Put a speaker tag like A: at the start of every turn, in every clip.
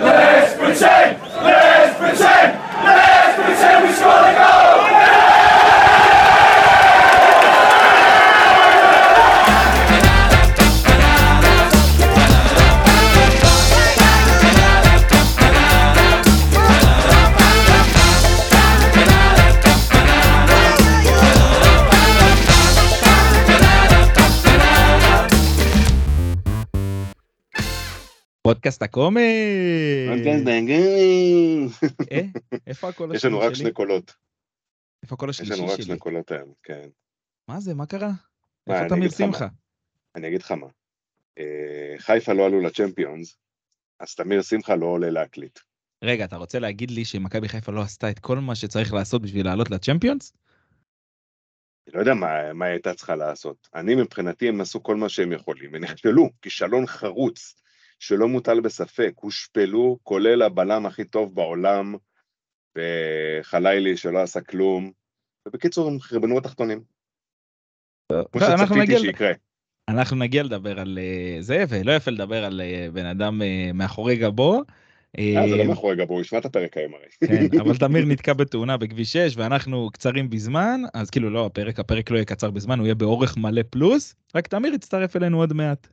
A: Let's pretend! Let's pretend! Let's pretend we score the goal!
B: פודקאסט הקומי!
C: פודקאסט דנגרים.
B: אה, איפה הקול
C: אוקיי. יש
B: השני
C: לנו רק
B: שלי?
C: שני קולות.
B: איפה הקול
C: יש
B: השלישי
C: לנו רק
B: שלי?
C: שני קולות היום, כן.
B: מה זה, מה קרה?
C: מה,
B: איפה
C: אני
B: תמיר
C: אגיד לך מה.
B: שמחה?
C: אני אגיד לך מה. אה, חיפה לא עלו לצ'מפיונס, אז תמיר שמחה לא עולה להקליט.
B: רגע, אתה רוצה להגיד לי שמכבי חיפה לא עשתה את כל מה שצריך לעשות בשביל לעלות לצ'מפיונס?
C: אני לא יודע מה, מה היא הייתה צריכה לעשות. אני מבחינתי, הם עשו כל מה שהם יכולים, ונכשלו, כישלון חרוץ, שלא מוטל בספק, הושפלו, כולל הבלם הכי טוב בעולם, וחלילי שלא עשה כלום. ובקיצור, הם חרבנו התחתונים, כמו
B: לא, אנחנו נגיע
C: שצפיתי
B: לזה.
C: שיקרה.
B: אנחנו נגיע לדבר על אה, זה, ולא יפה לדבר על אה, בן אדם אה, מאחורי גבו.
C: אה, זה
B: אה,
C: לא מאחורי גבו, הוא ישמע את הפרק היום הרי.
B: כן, אבל תמיר נתקע בתאונה בכביש 6 ואנחנו קצרים בזמן, אז כאילו לא, הפרק, הפרק לא יהיה קצר בזמן, הוא יהיה באורך מלא פלוס, רק תמיר יצטרף אלינו עוד מעט.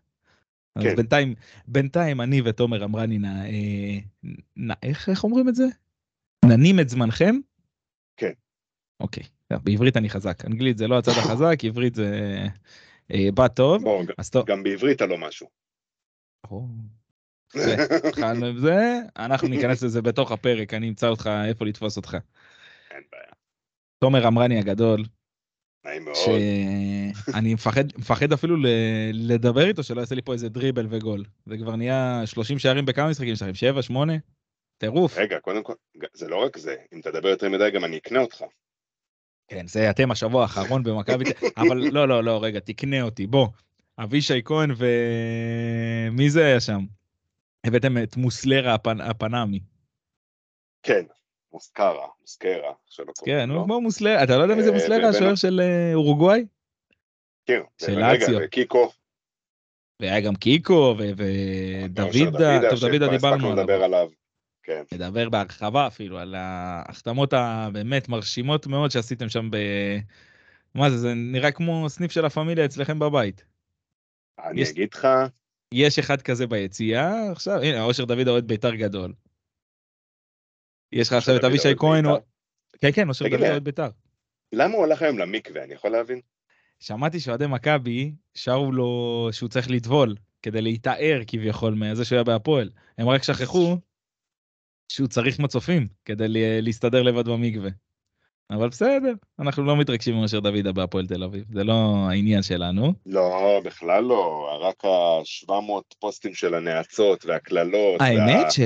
B: אז
C: כן.
B: בינתיים, בינתיים אני ותומר אמרני, נא, אה, נא, איך, איך אומרים את זה? ננים את זמנכם?
C: כן.
B: אוקיי, טוב, בעברית אני חזק, אנגלית זה לא הצד החזק, עברית זה אה, בא טוב.
C: בואו,
B: אז טוב,
C: גם בעברית אתה לא משהו.
B: או, זה, התחלנו עם זה, אנחנו ניכנס לזה בתוך הפרק, אני אמצא אותך איפה לתפוס אותך.
C: אין בעיה.
B: תומר אמרני הגדול,
C: נעים מאוד.
B: שאני מפחד, מפחד אפילו ל- לדבר איתו שלא יעשה לי פה איזה דריבל וגול. זה כבר נהיה 30 שערים בכמה משחקים שלכם? 7, 8? טירוף.
C: רגע, קודם כל, ג- זה לא רק זה, אם תדבר יותר מדי גם אני אקנה אותך.
B: כן, זה אתם השבוע האחרון במכבי, תל- אבל לא, לא, לא, רגע, תקנה אותי, בוא. אבישי כהן ו... מי זה היה שם? הבאתם את מוסלרה הפנ... הפנמי.
C: כן, מוסקרה, מוסקרה, איך שלא קוראים
B: כן,
C: לו.
B: נו, כמו מוסלרה, אתה לא יודע מי זה
C: אה,
B: מוסלרה,
C: ו-
B: השוער
C: ו-
B: של אה, אורוגוואי?
C: כן,
B: של
C: רגע,
B: לאציו. אה,
C: וקיקו.
B: והיה גם קיקו
C: של
B: ודוידה, טוב, דוידה
C: שכבר
B: דיברנו
C: הספקנו
B: עליו.
C: לדבר עליו. כן,
B: נדבר בהרחבה אפילו על ההחתמות הבאמת מרשימות מאוד שעשיתם שם ב... מה זה, זה נראה כמו סניף של הפמיליה אצלכם בבית.
C: אני
B: יש-
C: אגיד לך,
B: יש אחד כזה ביציאה, עכשיו, הנה, אושר דוד אוהד בית"ר גדול. יש לך עכשיו את
C: דוד
B: אבישי
C: אוהד
B: כהן,
C: בית"ר.
B: כן, כן, אושר
C: תגיד
B: דוד
C: לי,
B: אוהד בית"ר.
C: למה הוא הלך היום למקווה, אני יכול להבין?
B: שמעתי שאוהדי מכבי שרו לו שהוא צריך לטבול כדי להיטהר כביכול מזה שהוא היה בהפועל. הם רק שכחו שהוא צריך מצופים כדי ל- להסתדר לבד במקווה. אבל בסדר, אנחנו לא מתרגשים מאשר דוידה בהפועל תל אביב, זה לא העניין שלנו.
C: לא, בכלל לא, רק ה-700 פוסטים של הנאצות והקללות.
B: האמת
C: וה-
B: ש...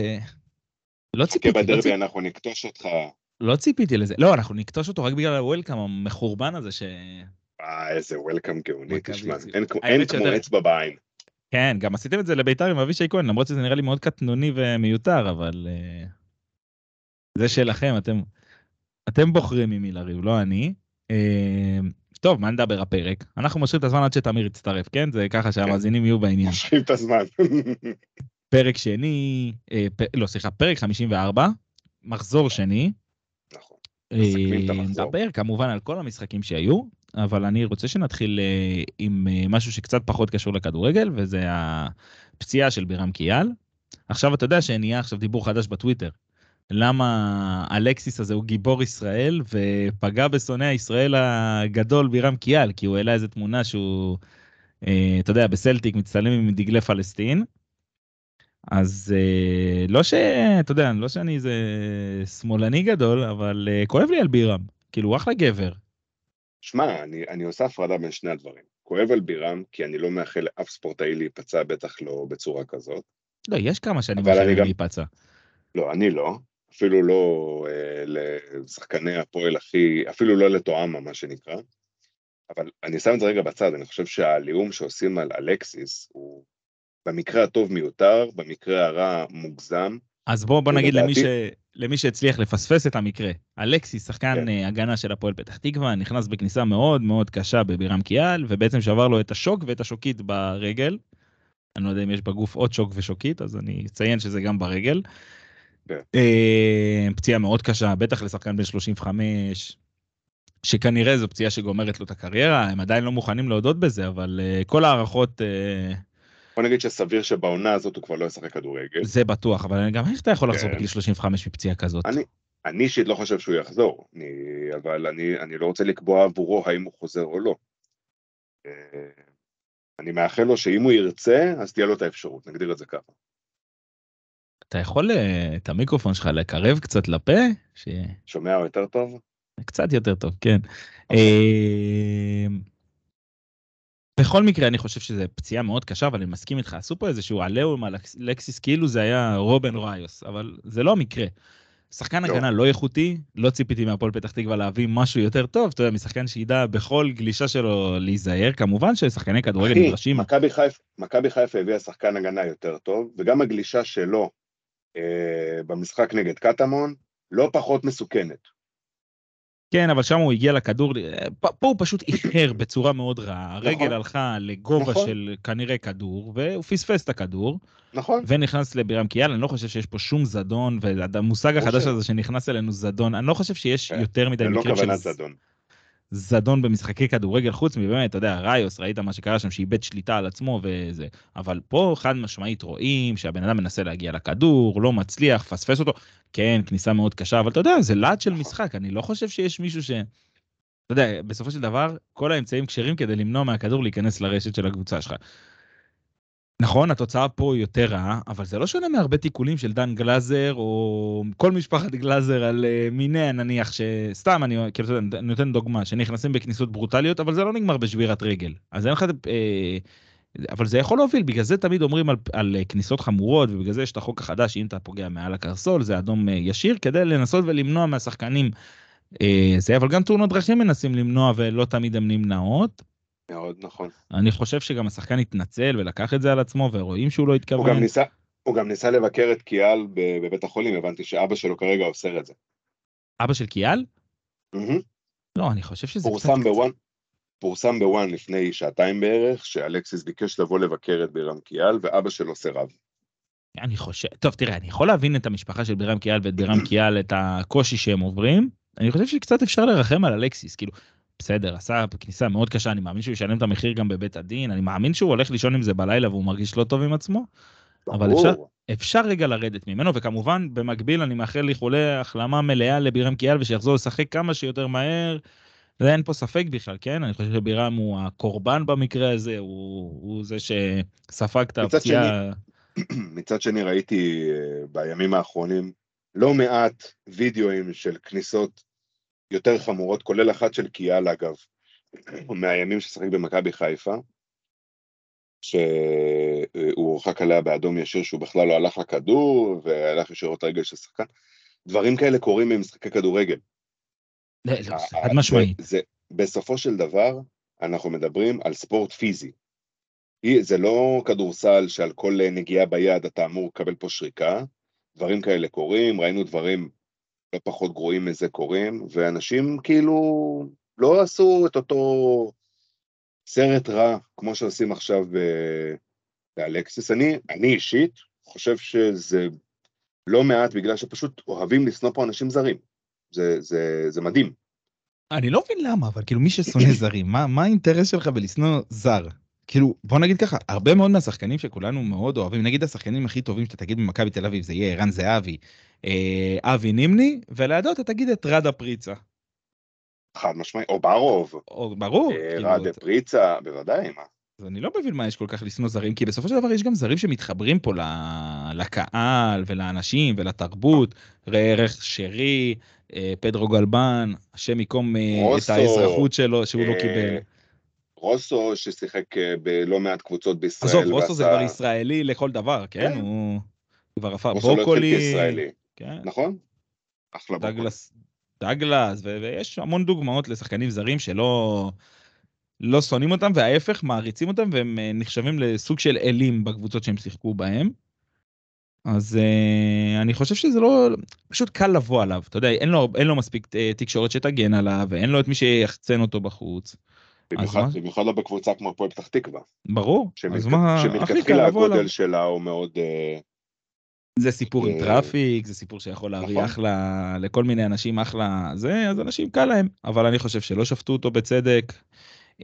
B: לא
C: חכה
B: ציפיתי, לא, ציפ...
C: בדרבי אנחנו נקטוש אותך.
B: לא ציפיתי לזה. לא, אנחנו נקטוש אותו רק בגלל הוולקאם המחורבן הזה ש...
C: אה, איזה וולקאם גאוני,
B: מכבי
C: תשמע,
B: ציון.
C: אין כמו-
B: האמת
C: אין כמו
B: שאתה-
C: אצבע בעין.
B: כן, גם עשיתם את זה לביתר עם אבישי כהן, למרות שזה נראה לי מאוד קטנוני ומיותר, אבל... אה, זה שלכם, אתם, אתם בוחרים עם מי לריב, לא אני. אה, טוב, מה נדבר הפרק? אנחנו מושכים את הזמן עד שתמיר יצטרף, כן? זה ככה שהמאזינים יהיו בעניין.
C: מושכים את הזמן.
B: פרק שני, אה, פ... לא, סליחה, פרק 54, מחזור שני.
C: נכון.
B: אה,
C: מסכמים את המחזור.
B: נדבר כמובן על כל המשחקים שהיו, אבל אני רוצה שנתחיל אה, עם אה, משהו שקצת פחות קשור לכדורגל, וזה הפציעה של בירם קיאל. עכשיו אתה יודע שנהיה עכשיו דיבור חדש בטוויטר. למה אלקסיס הזה הוא גיבור ישראל ופגע בשונא ישראל הגדול בירם קיאל, כי הוא העלה איזה תמונה שהוא, אה, אתה יודע, בסלטיק מצטלם עם דגלי פלסטין. אז אה, לא ש... אתה יודע, לא שאני איזה שמאלני גדול, אבל אה, כואב לי על בירם. כאילו, הוא אחלה גבר.
C: שמע, אני, אני עושה הפרדה בין שני הדברים. כואב על בירם, כי אני לא מאחל לאף ספורטאי להיפצע, בטח לא בצורה כזאת.
B: לא, יש כמה שאני
C: אבל אני
B: מאחל
C: גם-
B: להיפצע.
C: לא, אני לא. אפילו לא אה, לשחקני הפועל הכי, אפילו לא לטועמה, מה שנקרא. אבל אני שם את זה רגע בצד, אני חושב שהעליהום שעושים על אלקסיס הוא במקרה הטוב מיותר, במקרה הרע מוגזם.
B: אז בוא, בוא נגיד למי, ש...
C: כן, לדעתי-
B: למי שהצליח לפספס את המקרה. אלכסיס, שחקן
C: כן.
B: אה, הגנה של הפועל פתח תקווה, נכנס בכניסה מאוד מאוד קשה בבירם קיאל, ובעצם שבר לו את השוק ואת השוקית ברגל. אני לא יודע אם יש בגוף עוד שוק ושוקית, אז אני אציין שזה גם ברגל.
C: כן.
B: אה, פציעה מאוד קשה, בטח לשחקן בן 35, שכנראה זו פציעה שגומרת לו את הקריירה, הם עדיין לא מוכנים להודות בזה, אבל אה, כל ההערכות אה,
C: בוא נגיד שסביר שבעונה הזאת הוא כבר לא ישחק כדורגל.
B: זה בטוח, אבל גם איך אתה יכול לחזור
C: כן.
B: בגיל 35 מפציעה כזאת?
C: אני- אני אישית לא חושב שהוא יחזור, אני, אבל אני, אני לא רוצה לקבוע עבורו האם הוא חוזר או לא. אה, אני מאחל לו שאם הוא ירצה, אז תהיה לו את האפשרות, נגדיר את זה ככה.
B: אתה יכול אה, את המיקרופון שלך לקרב קצת לפה? שיהיה
C: שומע יותר טוב?
B: קצת יותר טוב, כן.
C: אוקיי.
B: אמ, בכל מקרה, אני חושב שזו פציעה מאוד קשה, אבל אני מסכים איתך, עשו פה איזשהו עליהום על אקס- לקסיס, כאילו זה היה רובן ריוס, אבל זה לא המקרה. שחקן
C: לא.
B: הגנה לא איכותי, לא ציפיתי מהפועל פתח תקווה להביא משהו יותר טוב, אתה יודע, משחקן שידע בכל גלישה שלו להיזהר, כמובן ששחקני כדורגל
C: אחי,
B: נדרשים,
C: מכבי חיפה- מכבי חיפה הביאה שחקן הגנה יותר טוב, וגם הגלישה שלו אה, במשחק נגד קטמון לא פחות מסוכנת.
B: כן, אבל שם הוא הגיע לכדור, אה, פ- פה הוא פשוט איחר בצורה מאוד רעה, הרגל
C: נכון.
B: הלכה לגובה
C: נכון.
B: של כנראה כדור, והוא פספס את הכדור,
C: נכון?
B: ונכנס לבירם קיאל, אני לא חושב שיש פה שום זדון, והמושג
C: ברור
B: החדש
C: שלא.
B: הזה שנכנס אלינו זדון, אני לא חושב שיש
C: כן,
B: יותר מדי
C: ללא
B: מקרים של
C: כוונת
B: ז-
C: זדון.
B: זדון במשחקי כדורגל, חוץ מבאמת, אתה יודע, ראיוס, ראית מה שקרה שם, שאיבד שליטה על עצמו וזה, אבל פה חד משמעית רואים שהבן אדם מנסה להגיע לכדור, לא מצליח, פספס אותו, כן, כניסה מאוד קשה, אבל אתה יודע, זה להט של
C: נכון.
B: משחק, אני לא חושב שיש מישהו ש... אתה יודע, בסופו של דבר, כל האמצעים כשרים כדי למנוע מהכדור להיכנס לרשת של הקבוצה שלך. נכון, התוצאה פה יותר רעה, אבל זה לא שונה מהרבה תיקולים של דן גלאזר, או כל משפחת גלאזר על uh, מיניה, נניח, שסתם, אני, כאילו, אתה יודע, אני נותן דוגמה, שנכנסים בכניסות ברוטליות, אבל זה לא נגמר בשבירת רגל. אז אין לך... אה, אבל זה יכול להוביל, בגלל זה תמיד אומרים על, על אה, כניסות חמורות, ובגלל זה יש את החוק החדש, אם אתה פוגע מעל הקרסול, זה אדום אה, ישיר, כדי לנסות ולמנוע מהשחקנים אה, זה, אבל גם תאונות דרכים מנסים למנוע, ולא תמיד הן נמנעות.
C: מאוד נכון.
B: אני חושב שגם השחקן התנצל ולקח את זה על עצמו, ורואים שהוא לא
C: הוא גם
B: התכוון.
C: ניסה... הוא גם ניסה לבקר את קיאל ב- בבית החולים, הבנתי שאבא שלו כרגע אוסר את זה.
B: אבא של קיאל?
C: מהמם.
B: לא, אני חושב שזה
C: פורסם
B: קצת...
C: בוואן, פורסם בוואן לפני שעתיים בערך, שאלקסיס ביקש לבוא לבקר את בירם קיאל, ואבא שלו סירב.
B: אני חושב... טוב, תראה, אני יכול להבין את המשפחה של בירם קיאל ואת בירם קיאל, את הקושי שהם עוברים. אני חושב שקצת אפשר לרחם על אלקסיס, כאילו, בסדר, עשה כניסה מאוד קשה, אני מאמין שהוא ישלם את המחיר גם בבית הדין, אני מאמין שהוא הולך לישון עם זה בלילה והוא מרגיש לא טוב עם עצמו. אבל אפשר-
C: ברור,
B: אפשר רגע לרדת ממנו, וכמובן, במקביל אני מאחל איחולי החלמה מלאה לבירם קיאל ושיחזור לשחק כמה שיותר מהר. זה אין פה ספק בכלל, כן? אני חושב שבירם הוא הקורבן במקרה הזה, הוא, הוא זה שספג את
C: מצד
B: הפציעה.
C: מצד שני ראיתי אה, בימים האחרונים לא מעט וידאוים של כניסות יותר חמורות, כולל אחת של קיאל אגב, מהימים ששיחק במכבי חיפה, שהוא הורחק עליה באדום ישיר שהוא בכלל לא הלך לכדור, והלך ישירות רגל של שחקן. דברים כאלה קורים במשחקי כדורגל.
B: לא, לא,
C: ה-
B: חד
C: ה-
B: משמעית.
C: זה, זה, בסופו של דבר, אנחנו מדברים על ספורט פיזי. אי- זה לא כדורסל שעל כל אה, נגיעה ביד אתה אמור לקבל פה שריקה. דברים כאלה קורים, ראינו דברים לא פחות גרועים מזה קורים, ואנשים כאילו לא עשו את אותו סרט רע כמו שעושים עכשיו ב- באלקסיס. אני, אני אישית חושב שזה לא מעט בגלל שפשוט אוהבים לשנוא פה אנשים זרים. זה, זה, זה מדהים.
B: אני לא מבין למה, אבל כאילו מי ששונא זרים, מה, מה האינטרס שלך בלשנוא זר? כאילו, בוא נגיד ככה, הרבה מאוד מהשחקנים שכולנו מאוד אוהבים, נגיד השחקנים הכי טובים שאתה תגיד במכבי תל אביב, זה יהיה ערן זהבי, אה, אבי נימני, ולידו אתה תגיד את ראדה פריצה.
C: חד משמעית, או ברוב,
B: או, ברור.
C: אה,
B: כאילו,
C: רדה פריצה, בוודאי, מה.
B: אז אני לא מבין מה יש כל כך לשנוא זרים, כי בסופו של דבר יש גם זרים שמתחברים פה ל- לקהל ולאנשים ולתרבות, ראה ערך שרי, אה, פדרו גלבן, השם ייקום אה, את
C: רוסו.
B: האזרחות שלו שהוא לא
C: אה,
B: קיבל.
C: רוסו, ששיחק אה, בלא מעט קבוצות בישראל.
B: עזוב, רוסו זה
C: ועשה-
B: כבר ישראלי לכל דבר, כן?
C: כן.
B: הוא כבר עפר
C: רוסו לא התחיל
B: ברוקולי,
C: כישראלי,
B: כן,
C: נכון? אחלה ברוקולי.
B: דגלס, דגלס, ו- ויש המון דוגמאות לשחקנים זרים שלא... לא שונאים אותם וההפך מעריצים אותם והם אה, נחשבים לסוג של אלים בקבוצות שהם שיחקו בהם. אז אה, אני חושב שזה לא פשוט קל לבוא עליו אתה יודע אין לו אין לו מספיק אה, תקשורת שתגן עליו ואין לו את מי שיחצן אותו בחוץ.
C: במיוחד,
B: מה?
C: במיוחד לא בקבוצה כמו הפועל פתח תקווה,
B: ברור, אז
C: שמלכ-
B: מה, הכי קל
C: שמלכתחילה
B: לבוא
C: הגודל
B: אליו.
C: שלה הוא מאוד... אה,
B: זה סיפור עם
C: אה,
B: טראפיק, זה סיפור שיכול להביא
C: נכון.
B: אחלה, לכל מיני אנשים אחלה זה, אז אנשים קל להם, אבל אני חושב שלא שפטו אותו בצדק.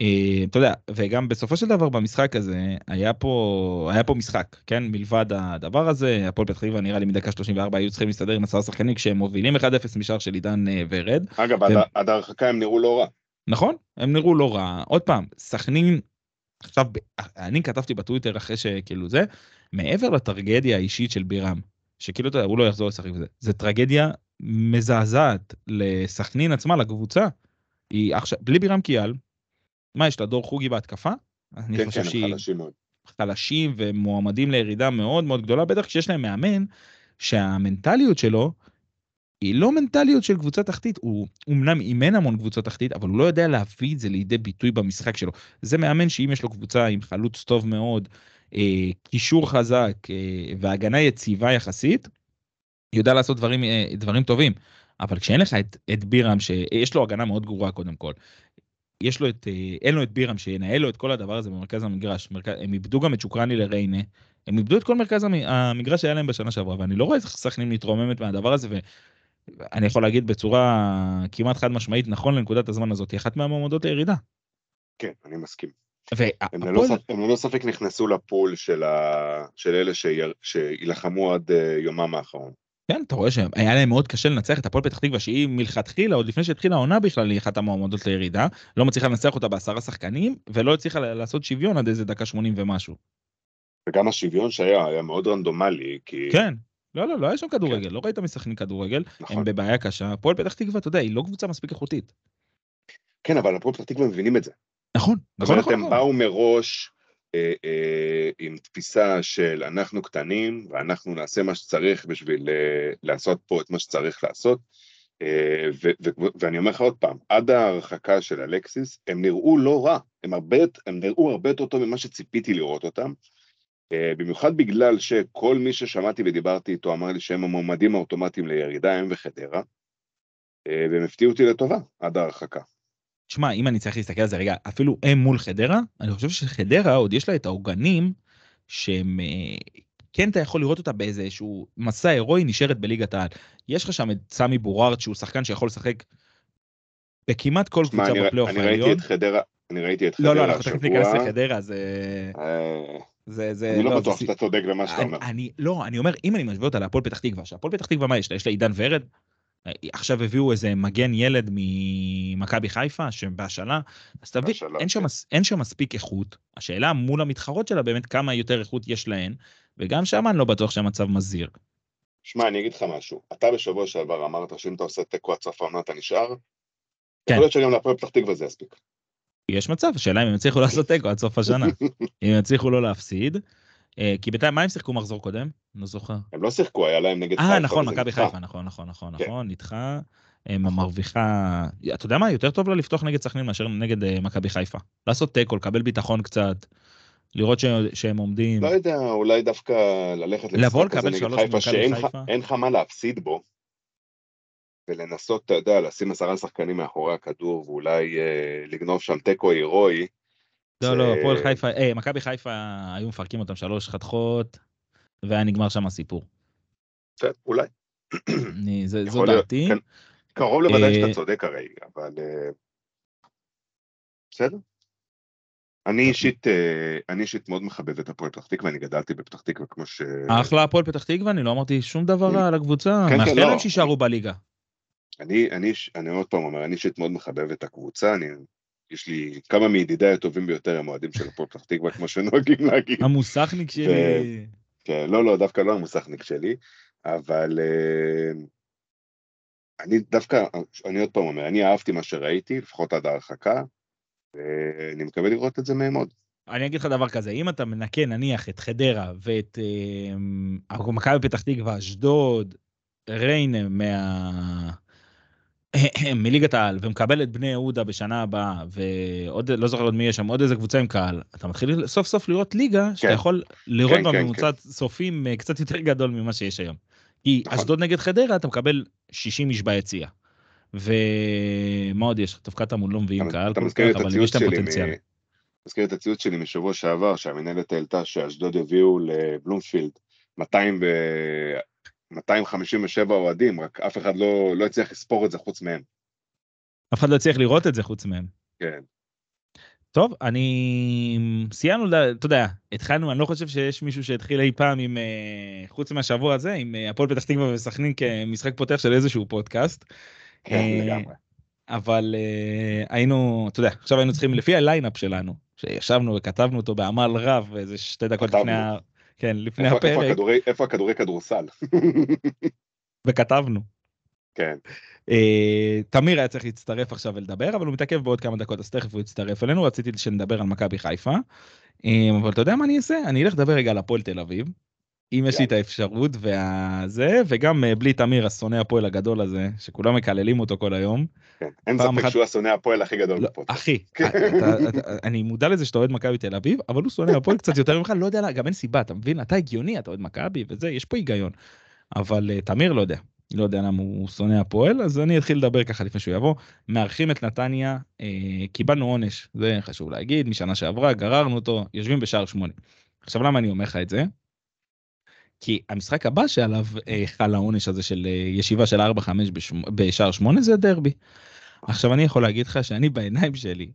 B: אה, אתה יודע, וגם בסופו של דבר במשחק הזה, היה פה, היה פה משחק, כן? מלבד הדבר הזה, הפועל פתח תקווה נראה לי מדקה 34 היו צריכים להסתדר עם עשרה שחקנים כשהם מובילים 1-0 משער של עידן אה, ורד.
C: אגב,
B: כן.
C: עד- עד ההרחקה הם נראו לא רע.
B: נכון, הם נראו לא רע. עוד פעם, סכנין, עכשיו, ב- אני כתבתי בטוויטר אחרי שכאילו זה, מעבר לטרגדיה האישית של בירם, שכאילו אתה יודע, הוא לא יחזור לשחק בזה, זה טרגדיה מזעזעת לסכנין עצמה, לקבוצה. היא עכשיו, בלי בירם קיאל, מה יש לה, דור חוגי בהתקפה? אני
C: כן, כן,
B: חושב
C: הם
B: שהיא
C: חלשים מאוד.
B: חלשים ומועמדים לירידה מאוד מאוד גדולה, בטח כשיש להם מאמן שהמנטליות שלו היא לא מנטליות של קבוצה תחתית, הוא אמנם אימן המון קבוצות תחתית, אבל הוא לא יודע להביא את זה לידי ביטוי במשחק שלו. זה מאמן שאם יש לו קבוצה עם חלוץ טוב מאוד, אה, קישור חזק אה, והגנה יציבה יחסית, יודע לעשות דברים, אה, דברים טובים. אבל כשאין לך את, את בירם, שיש לו הגנה מאוד גרועה קודם כל, יש לו את, אה, אין לו את בירם שינהל לו את כל הדבר הזה במרכז המגרש. מרכז, הם איבדו גם את שוקרני לריינה, הם איבדו את כל מרכז המ- המגרש שהיה להם בשנה שעברה, ואני לא רואה איך סכנין מתרוממת מהדבר הזה, ואני יכול להגיד בצורה כמעט חד משמעית, נכון לנקודת הזמן הזאת, היא אחת מהמועמדות לירידה.
C: כן, אני מסכים. הם ללא,
B: והפועל,
C: ספק, הם ללא ספק נכנסו לפול של, ה... של אלה שיר... שילחמו עד אה, יומם האחרון.
B: כן, אתה רואה שהיה להם מאוד קשה לנצח את הפועל פתח תקווה, שהיא מלכתחילה, עוד לפני שהתחילה העונה בכלל, היא אחת המועמדות לירידה, לא מצליחה לנצח אותה בעשרה שחקנים, ולא הצליחה לעשות שוויון עד איזה דקה 80 ומשהו.
C: וגם השוויון שהיה, היה מאוד רנדומלי, כי...
B: כן. לא, לא, לא היה שם
C: כן.
B: כדורגל, לא ראית משחקנים כדורגל,
C: נכון.
B: הם בבעיה קשה. הפועל פתח תקווה, אתה יודע, היא לא קבוצה מספיק איכותית.
C: כן, אבל הפועל פתח תקווה מבינים את זה.
B: נכון,
C: זאת
B: נכון,
C: אומרת,
B: נכון.
C: הם
B: נכון.
C: באו מראש אה, אה, עם תפיסה של אנחנו קטנים, ואנחנו נעשה מה שצריך בשביל אה, לעשות פה את מה שצריך לעשות. אה, ו- ו- ואני אומר לך עוד פעם, עד ההרחקה של אלקסיס, הם נראו לא רע, הם, הרבה, הם נראו הרבה יותר טוב ממה שציפיתי לראות אותם. אה, במיוחד בגלל שכל מי ששמעתי ודיברתי איתו אמר לי שהם המועמדים האוטומטיים לירידה, הם וחדרה, אה, והם הפתיעו אותי לטובה עד ההרחקה.
B: שמע, אם אני צריך להסתכל על זה רגע, אפילו הם מול חדרה, אני חושב שחדרה עוד יש לה את העוגנים שהם... אה, כן, אתה יכול לראות אותה באיזשהו מסע הירואי נשארת בליגת העל. יש לך שם את סמי בורארד, שהוא שחקן שיכול לשחק בכמעט כל
C: מה,
B: קבוצה
C: אני, רא-
B: בפלייאוף
C: אני ראיתי
B: העליון.
C: את חדרה, אני ראיתי את חדרה
B: לא, לא, אנחנו
C: השבוע.
B: תכף ניכנס לחדרה, זה...
C: אה,
B: זה, זה...
C: אני
B: זה
C: לא בטוח
B: סי-
C: שאתה צודק במה שאתה
B: אני,
C: אומר.
B: אני לא, אני אומר, אם אני משווה אותה להפועל פתח תקווה, שהפועל פתח תקווה, מה יש לה? יש לה עידן ורד? אה, עכשיו הביאו איזה מגן ילד ממכבי חיפה, שבהשאלה, אז תביא,
C: בהשאלה,
B: אין, שם
C: כן.
B: מס- אין שם מספיק איכות. השאלה מול המתחרות שלה באמת כמה יותר איכות יש להן, וגם שם אני לא בטוח שהמצב מזהיר.
C: שמע, אני אגיד לך משהו. אתה בשבוע שעבר אמרת שאם אתה עושה תיקו עד סוף העונה אתה נשאר.
B: כן.
C: יכול להיות שגם להפועל פתח תקווה זה יספיק.
B: יש מצב, השאלה אם הם יצליחו לעשות תיקו עד סוף השנה, אם הם יצליחו לא להפסיד. אה, כי בינתיים, מה הם שיחקו מחזור קודם? לא זוכר.
C: הם לא שיחקו, היה להם נגד
B: אה,
C: חיפה,
B: נכון,
C: וזה
B: מכבי
C: נדחה.
B: חיפה, נכון, נכון, נכון,
C: כן. נכון.
B: נכון, נדחה. הם מרוויחה, אתה יודע מה, יותר טוב לה לפתוח נגד סכנין מאשר נגד אה, מכבי חיפה. לעשות תיקו, לקבל ביטחון קצת, לראות ש- שהם עומדים.
C: לא יודע, אולי דווקא ללכת
B: לבוא
C: למשחק
B: לקבל
C: הזה נגד
B: שלוש
C: חיפה,
B: ממכבי
C: שאין לך-
B: חיפה.
C: אין לך מה להפסיד בו, ולנסות, אתה יודע, לשים עשרה שחקנים מאחורי הכדור, ואולי אה, לגנוב שם תיקו הירואי.
B: לא, לא,
C: זה-
B: הפועל חיפה, אה, מכבי חיפה היו מפרקים אותם שלוש חתכות, והיה נגמר שם הסיפור.
C: בסדר, אולי.
B: אני- זה- זו
C: יכול להיות,
B: דעתי.
C: כן. קרוב לוודאי
B: אה,
C: שאתה צודק הרי, אבל... אה, בסדר. אני אישית, אה, אני אישית מאוד מחבב את הפועל פתח תקווה, אני גדלתי בפתח תקווה כמו ש...
B: אחלה הפועל פתח תקווה, אני לא אמרתי שום דבר רע על הקבוצה,
C: כן, כן,
B: מאחל
C: לא.
B: להם שיישארו בליגה.
C: אני, אני, איש- אני עוד פעם אומר, אני אישית מאוד מחבב את הקבוצה, אני... יש לי כמה מידידיי הטובים ביותר הם אוהדים של הפועל פתח תקווה, כמו שנוהגים להגיד.
B: המוסכניק שלי.
C: כן, לא, לא, דווקא לא המוסכניק שלי, אבל אה, אני דווקא, אני עוד פעם אומר, אני אהבתי מה שראיתי, לפחות עד ההרחקה, ואני מקווה לראות את זה מהם עוד.
B: אני אגיד לך דבר כזה, אם אתה מנקה נניח את חדרה ואת אה, מכבי פתח תקווה, אשדוד, ריינה מה... מליגת העל ומקבל את בני יהודה בשנה הבאה ועוד לא זוכר עוד מי יש שם עוד איזה קבוצה עם קהל אתה מתחיל סוף סוף לראות ליגה שאתה
C: כן.
B: יכול לראות
C: כן,
B: בה
C: כן,
B: ממוצע סופים אה, קצת יותר גדול ממה שיש היום. כי
C: נכון.
B: אשדוד נגד חדרה אתה מקבל 60 איש ביציע ומה עוד יש? טוב, קטמון לא מביאים קהל
C: אתה
B: כל
C: מזכיר
B: כך,
C: את
B: אבל יש
C: הציוץ
B: להם
C: שלי,
B: פוטנציאל.
C: מ- מזכיר את הציוץ שלי משבוע שעבר, שהמנהלת העלתה שאשדוד הביאו לבלומפילד 200 ו... 257 אוהדים, רק אף אחד לא, לא הצליח לספור את זה חוץ מהם.
B: אף אחד לא הצליח לראות את זה חוץ מהם.
C: כן.
B: טוב, אני... סיימנו, ל- אתה יודע, התחלנו, אני לא חושב שיש מישהו שהתחיל אי פעם עם, אה, חוץ מהשבוע הזה, עם אה, הפועל פתח תקווה וסכנין כמשחק פותח של איזשהו פודקאסט.
C: כן,
B: אה,
C: לגמרי.
B: אבל אה, היינו, אתה יודע, עכשיו היינו צריכים, לפי הליינאפ שלנו, שישבנו וכתבנו אותו בעמל רב, איזה שתי דקות
C: כתבנו.
B: לפני ה... כן, לפני
C: איפה- איפה
B: הפרק,
C: הכדורי- איפה הכדורי כדורסל?
B: וכתבנו.
C: כן,
B: אה, תמיר היה צריך להצטרף עכשיו ולדבר, אבל הוא מתעכב בעוד כמה דקות, אז תכף הוא יצטרף אלינו, רציתי שנדבר על מכבי חיפה. אה, אבל אתה יודע מה אני אעשה? אני אלך לדבר רגע על הפועל תל אביב, אם יש לי את האפשרות והזה, וגם אה, בלי תמיר, השונא הפועל הגדול הזה, שכולם מקללים אותו כל היום.
C: כן. אין
B: פעם
C: ספק
B: אחת-
C: שהוא השונא הפועל הכי גדול
B: לא,
C: בפודקאסט. כן.
B: אחי, אתה- אתה- אני מודע לזה שאתה אוהד מכבי תל אביב, אבל הוא שונא הפועל קצת יותר ממך, לא יודע, לה- גם אין סיבה, אתה מבין? אתה הגיוני, אתה אוהד מכבי וזה, יש פה היגיון. אבל אה, תמיר לא יודע, לא יודע למה הוא שונא הפועל, אז אני אתחיל לדבר ככה לפני שהוא יבוא. מארחים את נתניה, אה, קיבלנו עונש, זה חשוב להגיד, משנה שעברה, גררנו אותו, יושבים בשער שמונה. עכשיו למה אני אומר לך את זה? כי המשחק הבא שעליו אה, חל העונש הזה של אה, ישיבה של 4-5 בשמ- בשער 8 זה דרבי. עכשיו אני יכול להגיד לך שאני בעיניים שלי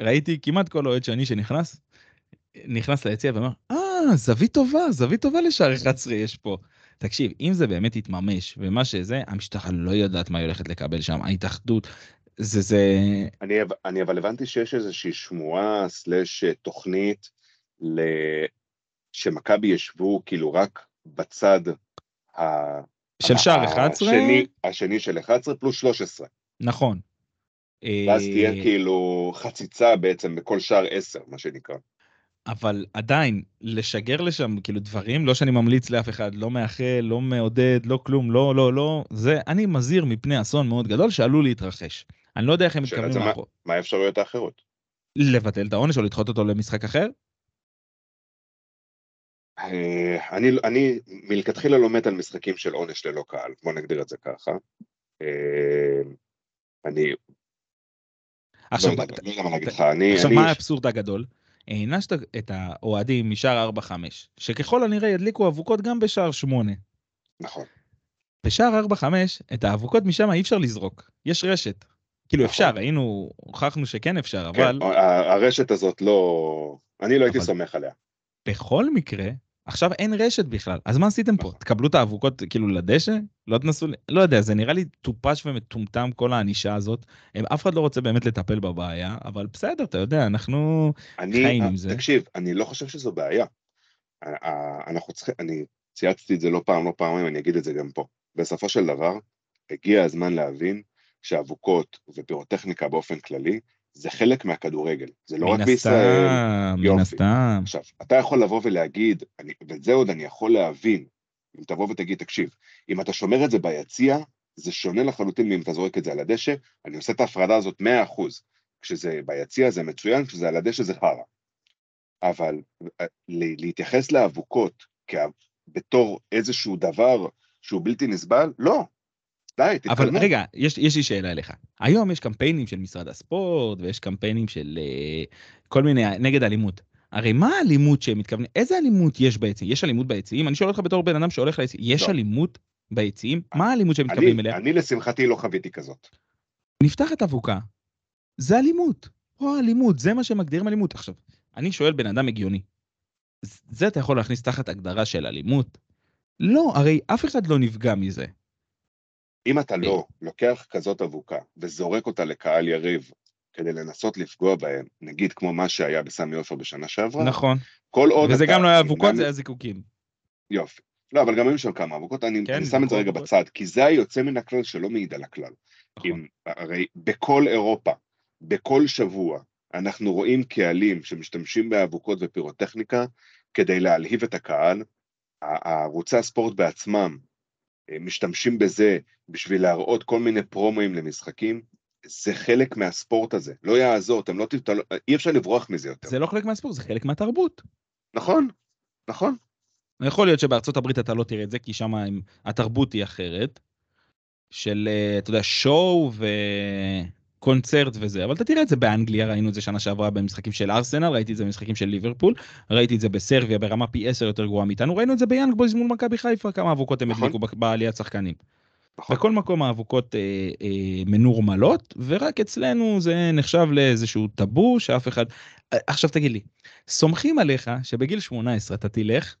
B: ראיתי כמעט כל אוהד שני שנכנס, נכנס ליציע ואמר, אה, זווית טובה, זווית טובה לשער 11 יש פה. תקשיב, אם זה באמת יתממש ומה שזה, המשטרה לא יודעת מה היא הולכת לקבל שם, ההתאחדות, זה זה...
C: אני, אב- אני אבל הבנתי שיש איזושהי שמועה סלאש אה, תוכנית ל... שמכבי ישבו כאילו רק בצד ה...
B: של שער
C: ה-
B: 11?
C: אה, השני, השני של 11 פלוס 13,
B: נכון.
C: ואז
B: אה,
C: תהיה כאילו חציצה בעצם בכל שער 10, מה שנקרא.
B: אבל עדיין, לשגר לשם כאילו דברים, לא שאני ממליץ לאף אחד, לא מאחל, לא מעודד, לא כלום, לא, לא, לא, זה, אני מזהיר מפני אסון מאוד גדול שעלול להתרחש. אני לא יודע איך הם
C: שאלה
B: מתכוונים
C: זה מה-
B: לחו-
C: מה האפשרויות האחרות?
B: לבטל את העונש או לדחות אותו למשחק אחר.
C: אה, אני, אני מלכתחילה לא מת על משחקים של עונש ללא קהל, בוא נגדיר את זה ככה. אה, אני לא
B: עכשיו,
C: יודע
B: ת-
C: לא יודע מה להגיד לך, אני...
B: עכשיו
C: אני-
B: מה האבסורד הגדול? הענשת את האוהדים משער 4-5, שככל הנראה ידליקו אבוקות גם בשער 8.
C: נכון,
B: בשער 4-5, את האבוקות משם אי אפשר לזרוק, יש רשת. כאילו
C: נכון.
B: אפשר, היינו, הוכחנו שכן אפשר, אבל
C: כן, ה- הרשת הזאת לא... אני לא הייתי
B: אבל-
C: סומך עליה.
B: בכל מקרה, עכשיו אין רשת בכלל, אז מה עשיתם פה?
C: נכון.
B: תקבלו את האבוקות כאילו לדשא? לא תנסו, ל- לא יודע, זה נראה לי טופש ומטומטם כל הענישה הזאת. הם- אף אחד לא רוצה באמת לטפל בבעיה, אבל בסדר, אתה יודע, אנחנו...
C: אני, אה,
B: חיים עם זה.
C: תקשיב, אני לא חושב שזו בעיה. ה- ה- אנחנו צריכים, אני צייצתי את זה לא פעם, לא פעמיים, אני אגיד את זה גם פה. בסופו של דבר, הגיע הזמן להבין שאבוקות ופירוטכניקה באופן כללי, זה חלק מהכדורגל. זה לא רק
B: מן
C: בישראל,
B: הסתם, מן
C: יופי.
B: הסתם.
C: עכשיו, אתה יכול לבוא ולהגיד, אני, ואת זה עוד אני יכול להבין, אם תבוא ותגיד, תקשיב, אם אתה שומר את זה ביציע, זה שונה לחלוטין מאם אתה זורק את זה על הדשא, אני עושה את ההפרדה הזאת 100%. כשזה ביציע זה מצוין, כשזה על הדשא זה חרא. אבל אה, ל- להתייחס לאבוקות כ- בתור איזשהו דבר שהוא בלתי נסבל, לא. די, תתקדמו.
B: אבל רגע, יש, יש לי שאלה אליך. היום יש קמפיינים של משרד הספורט, ויש קמפיינים של אה, כל מיני, נגד אלימות. הרי מה האלימות שהם מתכוונים? איזה אלימות יש ביציעים? יש אלימות ביציעים? אני שואל אותך בתור בן אדם שהולך ליציעים, יש
C: לא. אה,
B: אלימות ביציעים? מה האלימות שהם מתכוונים
C: אני,
B: אליה?
C: אני לשמחתי לא חוויתי כזאת.
B: נפתחת אבוקה, זה אלימות. פה אלימות, זה מה שמגדירים אלימות. עכשיו, אני שואל בן אדם הגיוני, ז- זה אתה יכול להכניס תחת הגדרה של אלימות? לא, הרי אף אחד לא נפגע מזה.
C: אם
B: כן.
C: אתה לא לוקח כזאת אבוקה וזורק אותה לקהל יריב כדי לנסות לפגוע בהם, נגיד כמו מה שהיה בסמי עופר בשנה שעברה,
B: נכון.
C: כל עוד
B: וזה
C: אתה
B: גם לא היה
C: נמנע
B: אבוקות,
C: מ-
B: זה היה זיקוקים.
C: יופי. לא, אבל גם היו שם כמה אבוקות, אני,
B: כן,
C: אני שם את זה
B: בכל
C: רגע
B: אבוקות.
C: בצד, כי זה היוצא מן הכלל שלא מעיד על הכלל.
B: נכון.
C: אם, הרי בכל אירופה, בכל שבוע, אנחנו רואים קהלים שמשתמשים באבוקות ופירוטכניקה כדי להלהיב את הקהל. ה- הערוצי הספורט בעצמם אה, משתמשים בזה בשביל להראות כל מיני פרומואים למשחקים. זה חלק מהספורט הזה, לא יעזור, אתם לא תבטלו, אי אפשר לברוח מזה יותר.
B: זה לא חלק מהספורט, זה חלק מהתרבות.
C: נכון, נכון.
B: יכול להיות שבארצות הברית אתה לא תראה את זה, כי שם הם- התרבות היא אחרת. של, אה, אתה יודע, שואו וקונצרט וזה, אבל אתה תראה את זה באנגליה, ראינו את זה שנה שעברה במשחקים של ארסנל, ראיתי את זה במשחקים של ליברפול, ראיתי את זה בסרביה ברמה פי 10 יותר גרועה מאיתנו, ראינו את זה ביאנג בויז מול מכבי חיפה, כמה אבוקות הם
C: נכון.
B: הדליקו ב- בעליית שחקנים.
C: נכון.
B: בכל מקום האבוקות אה, אה, מנורמלות, ורק אצלנו זה נחשב לאיזשהו טאבו שאף אחד... אה, עכשיו תגיד לי, סומכים עליך שבגיל 18 אתה תלך,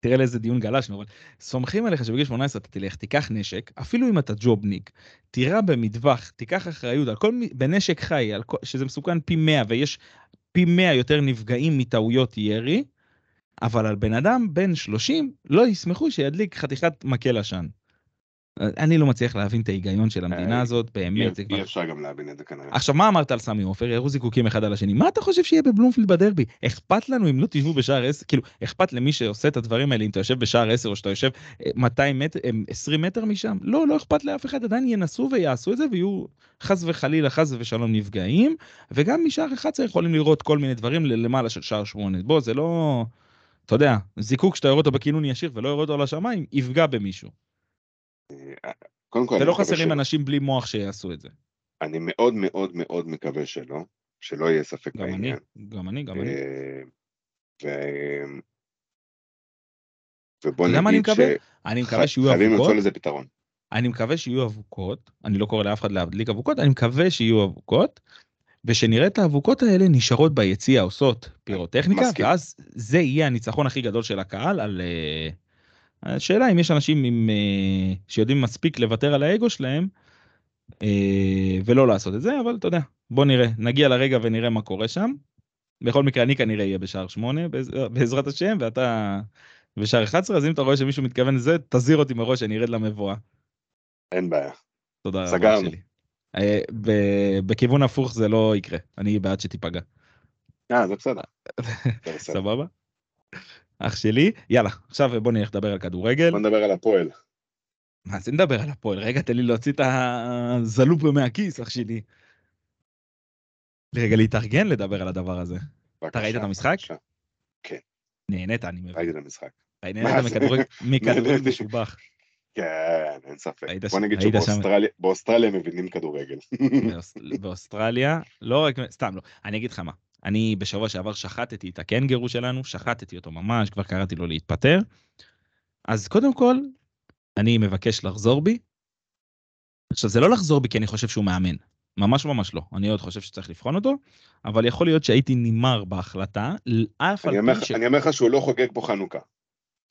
B: תראה לאיזה דיון גלשנו, אבל סומכים עליך שבגיל 18 אתה תלך, תיקח נשק, אפילו אם אתה ג'ובניק, תירה במטווח, תיקח אחריות על כל, מי- בנשק חי, על כל, שזה מסוכן פי 100 ויש פי 100 יותר נפגעים מטעויות ירי, אבל על בן אדם בן 30 לא ישמחו שידליק חתיכת מקל עשן. אני לא מצליח להבין את ההיגיון של המדינה
C: אה,
B: הזאת, באמת, זה
C: אי
B: כבר...
C: אפשר גם להבין את זה כנראה.
B: עכשיו מה אמרת על סמי עופר ירו זיקוקים אחד על השני מה אתה חושב שיהיה בבלומפילד בדרבי אכפת לנו אם לא תשבו בשער 10 כאילו אכפת למי שעושה את הדברים האלה אם אתה יושב בשער 10 או שאתה יושב אה, 200 מטר אה, 20 מטר משם לא לא אכפת לאף אחד עדיין ינסו ויעשו את זה ויהיו חס וחלילה חס ושלום נפגעים וגם משער 11 יכולים לראות כל מיני דברים ל- למעלה של שער 8 בוא זה לא אתה יודע זיקוק שאתה יורה אותו בכינון ישיר ולא יורה אותו לשמיים יפגע במישהו
C: קודם כל, אני
B: ולא
C: מקווה
B: לא חסרים
C: שלא.
B: אנשים בלי מוח שיעשו את זה
C: אני מאוד מאוד מאוד מקווה שלא, שלא יהיה ספק
B: גם אני
C: בעניין.
B: גם אני גם אני.
C: אה, ו- ובוא
B: אתה יודע מה אני
C: נגיד
B: מקווה? אני
C: אה,
B: מקווה שיהיו
C: חייבים למצוא
B: אבוקות,
C: לזה פתרון.
B: אני מקווה שיהיו אבוקות, אני לא קורא לאף אחד להדליק אבוקות, אני מקווה שיהיו אבוקות, ושנראה את האבוקות האלה נשארות ביציע עושות פירוטכניקה,
C: מסכים.
B: ואז זה יהיה הניצחון הכי גדול של הקהל על... אה, השאלה אם יש אנשים עם, אה, שיודעים מספיק לוותר על האגו שלהם, אה, ולא לעשות את זה, אבל אתה יודע, בוא נראה, נגיע לרגע ונראה מה קורה שם. בכל מקרה אני כנראה אהיה בשער 8 בעזרת השם ואתה בשער 11 אז אם אתה רואה שמישהו מתכוון לזה תזהיר אותי מראש אני ארד למבואה.
C: אין בעיה.
B: תודה רבה.
C: סגרנו.
B: שלי. אה, ב- בכיוון הפוך זה לא יקרה אני בעד שתיפגע
C: אה, זה בסדר. זה בסדר.
B: סבבה. אח שלי יאללה עכשיו בוא נלך לדבר על כדורגל
C: בוא נדבר על הפועל.
B: מה זה נדבר על הפועל רגע תן לי להוציא את הזלופ מהכיס אח שלי. רגע להתארגן לדבר על הדבר הזה
C: בבקשה,
B: ראית את המשחק?
C: בבקשה.
B: נהנית אני מבין
C: ראיתי את המשחק.
B: נהנית
C: זה?
B: מכדורגל- מכדורגל
C: נהניתי.
B: משובח.
C: כן, אין ספק.
B: היית
C: בוא
B: ש-
C: נגיד
B: היית שם.
C: שבאוסטרליה באוסטרליה מבינים כדורגל.
B: באוס- באוסטרליה, לא רק, סתם לא. אני אגיד לך מה, אני בשבוע שעבר שחטתי את הקנגרו שלנו, שחטתי אותו ממש, כבר קראתי לו להתפטר. אז קודם כל, אני מבקש לחזור בי. עכשיו, זה לא לחזור בי כי אני חושב שהוא מאמן. ממש ממש לא. אני עוד חושב שצריך לבחון אותו, אבל יכול להיות שהייתי נמהר בהחלטה, אף
C: אני
B: על
C: אומר
B: פי
C: לך-
B: ש...
C: אני אומר לך שהוא לא חוגג פה חנוכה.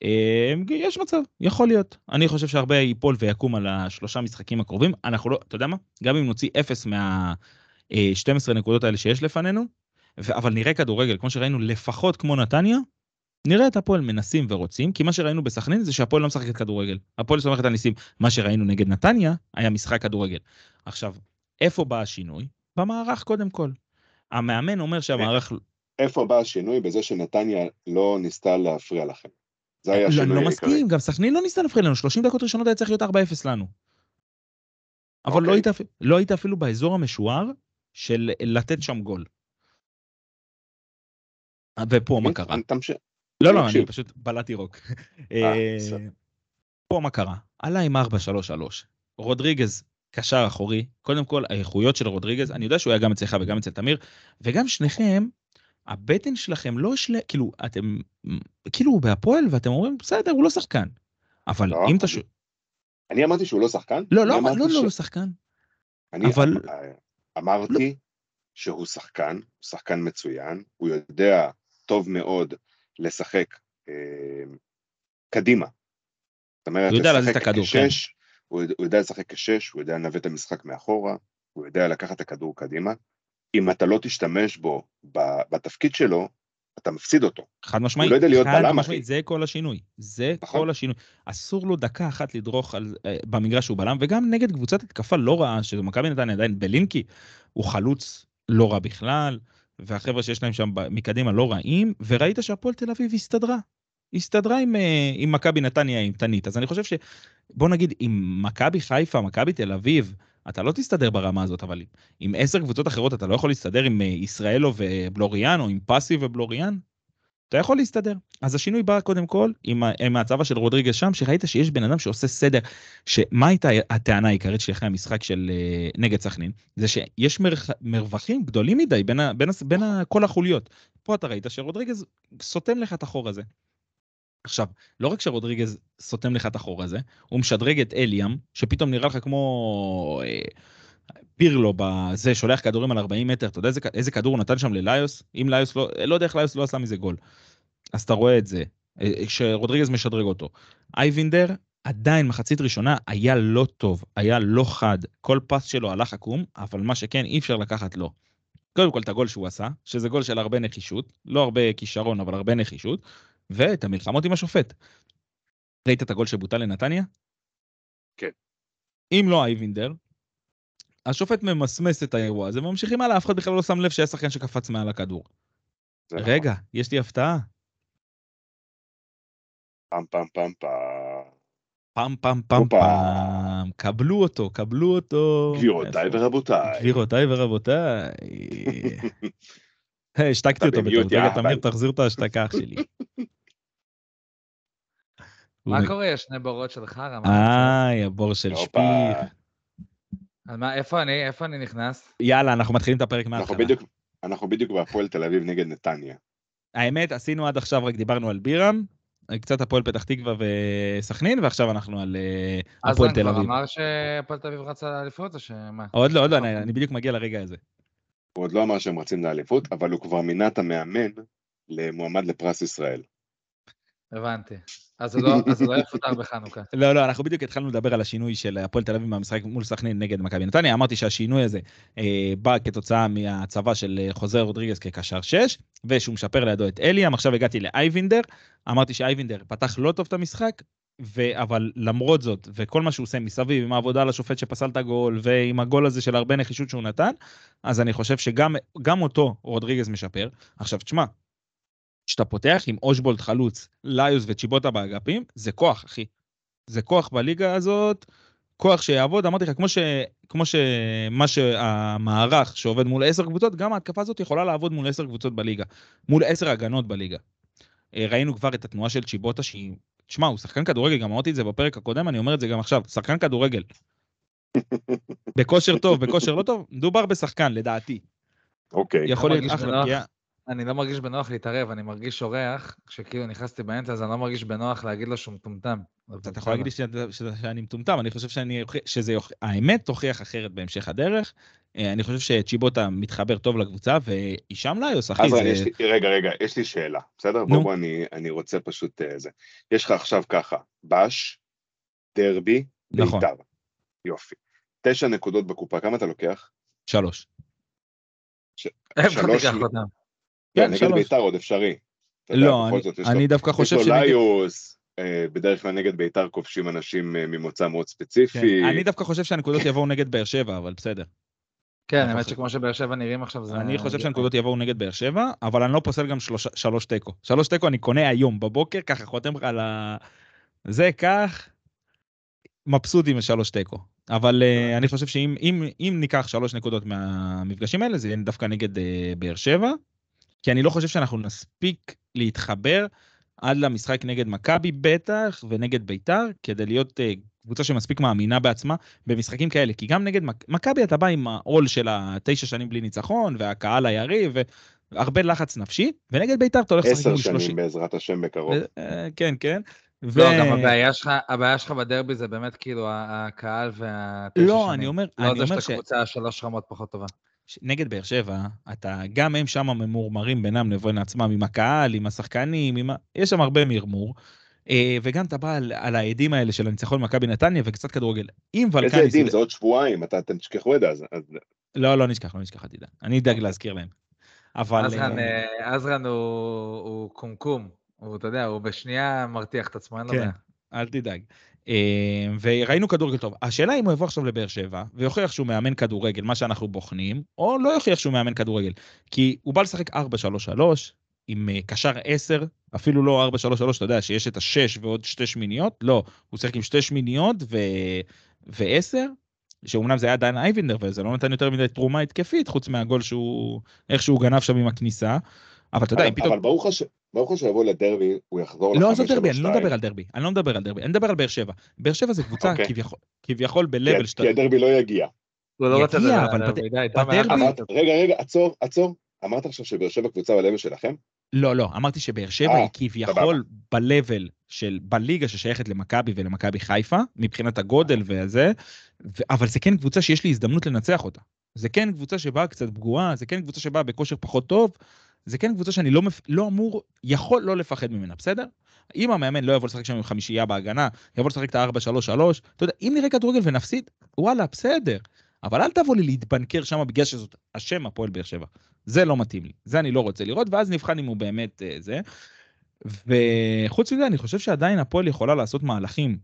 B: אה, יש מצב, יכול להיות. אני חושב שהרבה ייפול ויקום על השלושה משחקים הקרובים. אנחנו לא, אתה יודע מה? גם אם נוציא אפס אה, מה-12 נקודות האלה שיש לפנינו, ו- אבל נראה כדורגל, כמו שראינו, לפחות כמו נתניה, נראה את הפועל מנסים ורוצים, כי מה שראינו בסכנין זה שהפועל לא משחקת כדורגל. הפועל סומכת על ניסים. מה שראינו נגד נתניה היה משחק כדורגל. עכשיו, איפה בא השינוי? במערך קודם כל. המאמן אומר שהמערך...
C: איפה בא השינוי? בזה שנתניה לא ניסתה להפריע לכם. זה היה
B: לא,
C: השינוי
B: אני לא
C: העיקרי.
B: מסכים, גם סכנין לא ניסתה להפריע לנו, 30 דקות ראשונות היה צריך להיות 4-0 לנו. אבל לא
C: אוקיי.
B: היית, אפ- לא היית אפילו באזור המשוער של לתת שם גול. ופה מה
C: אוקיי.
B: קרה?
C: תמשיך.
B: לא, לא,
C: מקשיב.
B: אני פשוט בלעתי רוק.
C: אה, בסדר.
B: אה, פה מה קרה? עלה עם 4-3-3. רודריגז, קשר אחורי, קודם כל האיכויות של רודריגז, אני יודע שהוא היה גם אצלך וגם אצל תמיר, וגם שניכם, הבטן שלכם לא של... כאילו, אתם... כאילו, הוא בהפועל ואתם אומרים, בסדר, הוא לא שחקן. אבל
C: לא,
B: אם אתה...
C: אני-
B: ש-
C: אני אמרתי שהוא לא שחקן?
B: לא, לא,
C: אני
B: אמר-
C: אמרתי
B: לא,
C: ש-
B: לא, לא שחקן.
C: אני
B: אבל-
C: אמ- אמרתי שהוא שחקן, הוא שחקן מצוין, הוא יודע טוב מאוד לשחק אה, קדימה. זאת אומרת,
B: הוא יודע להזיז את
C: לשחק
B: הכדור, כן.
C: כשש, הוא יודע- הוא יודע לשחק כשש, הוא יודע לנווט את המשחק מאחורה, הוא יודע לקחת את הכדור קדימה. אם אתה לא תשתמש בו ב- בתפקיד שלו, אתה מפסיד אותו.
B: חד משמעית.
C: לא יודע להיות
B: חד
C: בלם,
B: משמעית,
C: אחי.
B: זה כל השינוי. זה
C: נכון.
B: כל השינוי. אסור לו דקה אחת לדרוך על, אה, במגרש שהוא בלם, וגם נגד קבוצת התקפה לא רעה, שמכבי נתניה עדיין בלינקי, הוא חלוץ לא רע בכלל, והחבר'ה שיש להם שם ב- מקדימה לא רעים, וראית שהפועל תל אביב הסתדרה. הסתדרה עם, אה, עם מכבי נתניה אימתנית. אז אני חושב ש... בוא נגיד, עם מכבי חיפה, מכבי תל אביב, אתה לא תסתדר ברמה הזאת, אבל עם עשר קבוצות אחרות אתה לא יכול להסתדר עם אה, ישראלו ובלוריאן, או עם פסי ובלוריאן? אתה אתה יכול להסתדר. אז השינוי בא קודם כל עם, ה- עם ההצבה של רודריגז שם, שראית שיש בן אדם שעושה סדר. שמה הייתה הטענה העיקרית שלי אחרי המשחק של אה, נגד סכנין? זה שיש מרח, מרווחים גדולים מדי בין, ה, בין, ה, בין ה, כל החוליות. פה אתה ראית שרודריגז סותם לך את החור הזה. עכשיו, לא רק שרודריגז סותם לך את החור הזה, הוא משדרג את אליאם, שפתאום נראה לך כמו אה, פירלו בזה, שולח כדורים על 40 מטר, אתה יודע איזה, איזה כדור הוא נתן שם לליוס? אם ליוס לא, לא יודע איך ליוס לא עשה מזה גול. אז אתה רואה את זה, אה, אה, שרודריגז משדרג אותו. אייבינדר עדיין מחצית ראשונה היה לא טוב, היה לא חד, כל פס שלו הלך עקום, אבל מה שכן אי אפשר לקחת לו. קודם כל את הגול שהוא עשה, שזה גול של הרבה נחישות, לא הרבה כישרון אבל הרבה נחישות, ואת המלחמות עם השופט. ראית את הגול שבוטל לנתניה?
C: כן.
B: אם לא אייבינדר, השופט ממסמס את האירוע הזה וממשיכים הלאה, אף אחד בכלל לא שם לב שהיה שחקן שקפץ מעל הכדור.
C: זה נכון.
B: רגע, יש לי הפתעה.
C: פעם פעם פעם פעם.
B: פעם פעם פעם
C: הופה.
B: פעם, קבלו אותו, קבלו אותו.
C: גבירותיי
B: איפה?
C: ורבותיי.
B: גבירותיי ורבותיי. היי, השתקתי
C: אתה
B: אותו
C: במיוט,
B: בטעות. רגע,
C: יא
B: תמיר,
C: אהבל.
B: תחזיר את ההשתקה אח שלי.
D: מה
B: אוקיי.
D: קורה? יש שני בורות של חרא? מה המצב?
B: איי, הבור של
C: הופה.
B: שפיך.
D: על מה, איפה אני? איפה אני נכנס?
B: יאללה, אנחנו מתחילים את הפרק
C: אנחנו
B: מההתחלה.
C: בדיוק, אנחנו בדיוק בהפועל תל אביב נגד נתניה.
B: האמת, עשינו עד עכשיו, רק דיברנו על בירם, קצת הפועל פתח תקווה וסכנין, ועכשיו אנחנו על אה, הפועל
D: אזרן
B: תל
D: כבר
B: אביב.
D: אמר שהפועל תל אביב רצה לאליפות או שמה?
B: עוד לא, עוד
D: אוקיי.
B: לא, אני אני בדיוק מגיע לרגע הזה.
C: הוא עוד לא אמר שהם רצים לאליפות, אבל הוא כבר מינה את המאמן למועמד לפרס ישראל.
B: אוקיי.
D: הבנתי. אז זה לא- אז זה לא יפוטר בחנוכה.
B: לא, לא, אנחנו בדיוק התחלנו לדבר על השינוי של הפועל תל אביב מהמשחק מול סכנין נגד מכבי נתניה. אמרתי שהשינוי הזה אה, בא כתוצאה מהצבה של אה, חוזה רודריגז כקשר 6, ושהוא משפר לידו את אליאם. עכשיו הגעתי לאייבינדר, אמרתי שאייבינדר פתח לא טוב את המשחק, ו... אבל למרות זאת, וכל מה שהוא עושה מסביב, עם העבודה על השופט שפסל את הגול, ועם הגול הזה של הרבה נחישות שהוא נתן, אז אני חושב שגם גם אותו רודריגז משפר. עכשיו, תשמע, כשאתה פותח עם אושבולד חלוץ, ליוס וצ'יבוטה באגפים, זה כוח, אחי. זה כוח בליגה הזאת, כוח שיעבוד, אמרתי לך, כמו, ש, כמו שמה שהמערך שעובד מול עשר קבוצות, גם ההתקפה הזאת יכולה לעבוד מול עשר קבוצות בליגה, מול עשר הגנות בליגה. אה, ראינו כבר את התנועה של צ'יבוטה שהיא, תשמע, הוא שחקן כדורגל, גם אמרתי את זה בפרק הקודם, אני אומר את זה גם עכשיו, שחקן כדורגל. בכושר טוב, בכושר לא טוב, מדובר בשחקן, לדעתי.
C: אוקיי.
B: יכול להיות
D: מרגיש
B: אחלה
D: בנוח.
B: פגיעה.
D: אני לא מרגיש בנוח להתערב, אני מרגיש אורח, כשכאילו נכנסתי באמצע, אז אני לא מרגיש בנוח להגיד לו שהוא מטומטם. אבל
B: אתה
D: בסדר.
B: יכול להגיד לי שאתה- שאתה- שאני מטומטם, אני חושב שאני, אוכיח- שזה, יוכ- האמת תוכיח אחרת בהמשך הדרך. אה, אני חושב שצ'יבוטה מתחבר טוב לקבוצה, והישאם ליוס, אחי,
C: אז
B: זה...
C: רגע, יש לי- רגע, רגע, יש לי שאלה, בסדר?
B: נו.
C: בוא, בוא, אני- אני רוצה פשוט אה, זה. יש לך עכשיו ככה, בש, דרבי,
B: נכון.
C: בית"ר. יופי. תשע נקודות בקופה, כמה אתה לוקח?
B: שלוש.
D: איפה
C: שלוש-
D: תיקח אותם?
B: כן,
C: נגד
B: שלוש.
C: בית"ר עוד אפשרי. אתה יודע,
B: לא,
C: בכל
B: אני-
C: זאת יש לו-
B: אני דווקא חושב
C: יש לו
B: שנגד...
C: ליוס, אה, בדרך כלל נגד בית"ר כובשים אנשים אה, ממוצא מאוד
B: כן,
C: ספציפי.
B: אני דווקא חושב שהנקודות יבואו נגד באר שבע, אבל בסדר.
D: כן,
B: אני
D: האמת
B: חושב-
D: שכמו שבאר שבע נראים עכשיו, זה...
B: אני חושב שהנקודות יבואו נגד באר שבע, אבל אני לא פוסל גם שלושה- שלוש תיקו. שלוש תיקו אני קונה היום בבוקר, ככה חותם לך על ה... זה כך, מבסוט עם שלוש תיקו. אבל אה, אני חושב שאם אם, אם ניקח שלוש נקודות מהמפגשים האלה, זה יהיה דווקא נגד אה, באר שבע, כי אני לא חושב שאנחנו נספיק להתחבר עד למשחק נגד מכבי בטח, ונגד ביתר, כדי להיות אה, קבוצה שמספיק מאמינה בעצמה במשחקים כאלה. כי גם נגד מכ- מכבי אתה בא עם העול של התשע שנים בלי ניצחון, והקהל היריב, והרבה לחץ נפשי, ונגד ביתר אתה הולך לשחק
C: עשר
B: מול
C: שנים
B: שלושים.
C: בעזרת השם בקרוב.
B: אה, כן, כן. ו-
D: לא, גם הבעיה שלך, הבעיה שלך בדרבי זה באמת כאילו ה- הקהל וה...
B: לא, אני אומר,
D: לא,
B: אני אומר
D: יש לקבוצה שלוש רמות פחות טובה.
B: שנגד באר שבע, אתה, גם הם שם ממורמרים בינם לבין עצמם, עם הקהל, עם השחקנים, עם... ה- יש שם הרבה מרמור. אה, וגם אתה בא על, על העדים האלה של הניצחון מכבי נתניה וקצת כדורגל. אם
C: איזה
B: ולקניס...
C: עדים, זה עוד שבועיים, אתה- אתם תשכחו את זה, אז אז
B: לא, לא נשכח, לא נשכח, אל תדאג. אני
C: אוקיי.
B: אדאג להזכיר להם. אבל...
D: אזרן,
B: אה,
D: אה, אזרן הוא הוא קומקום, הוא, אתה יודע, הוא בשנייה מרתיח את עצמו, לא אין לו
B: כן.
D: בעיה.
B: אל תדאג. אה, וראינו כדורגל טוב. השאלה אם הוא יבוא עכשיו לבאר שבע ויוכיח שהוא מאמן כדורגל, מה שאנחנו בוחנים, או לא יוכיח שהוא מאמן כדורגל. כי הוא בא לשחק 4-3-3 עם אה, קשר 10, אפילו לא 4-3-3, אתה יודע שיש את השש ועוד שתי שמיניות, לא, הוא שיחק עם שתי שמיניות ו... ועשר, שאומנם זה היה דן אייבינדר וזה לא נתן יותר מדי תרומה התקפית, חוץ מהגול שהוא, איך שהוא גנב שם עם הכניסה. אבל אתה יודע, אם פתאום...
C: אבל ברור לך ש- ברור לך שהוא יבוא לדרבי, הוא יחזור
B: לא, עזוב דרבי, אני
C: ל-5-3-2.
B: לא מדבר על דרבי, אני לא מדבר על דרבי, אני מדבר על באר שבע. באר שבע זו קבוצה
C: אוקיי.
B: כביכול- כביכול
C: כי-
B: ב-level שאתה...
C: כי הדרבי לא יגיע.
B: Mm.
D: הוא לא רוצה
B: יגיע,
D: לדבר
B: אבל
D: עליו,
B: בד-
D: די, תומר, אל
B: בדרבי-
D: תעשה
C: אמרת-
D: את זה.
C: רגע, רגע, עצור, עצור. אמרת עכשיו שבאר שבע קבוצה בלבל שלכם?
B: לא, לא, אמרתי שבאר שבע
C: אה,
B: היא כביכול ב-level של, בליגה ששייכת למכבי ולמכבי חיפה, מבחינת הגודל וזה, ו- אבל זה כן קבוצה שיש לי הזדמנות לנצח אותה. זה כן קבוצה שבאה קצת פגועה, זה כן קבוצה שבאה בכושר פחות טוב, זה כן קבוצה שאני לא, מפ... לא אמור, יכול לא לפחד ממנה, בסדר? אם המאמן לא יבוא לשחק שם עם חמישייה בהגנה, יבוא לשחק את ה-4-3-3, אתה יודע, אם נראה כדורגל ונפסיד, וואלה, בסדר. אבל אל תבוא לי להתבנקר שם בגלל שזאת השם הפועל באר שבע. זה לא מתאים לי, זה אני לא רוצה לראות, ואז נבחן אם הוא באמת אה, זה. וחוץ מזה, אני חושב שעדיין הפועל יכולה לעשות מהלכים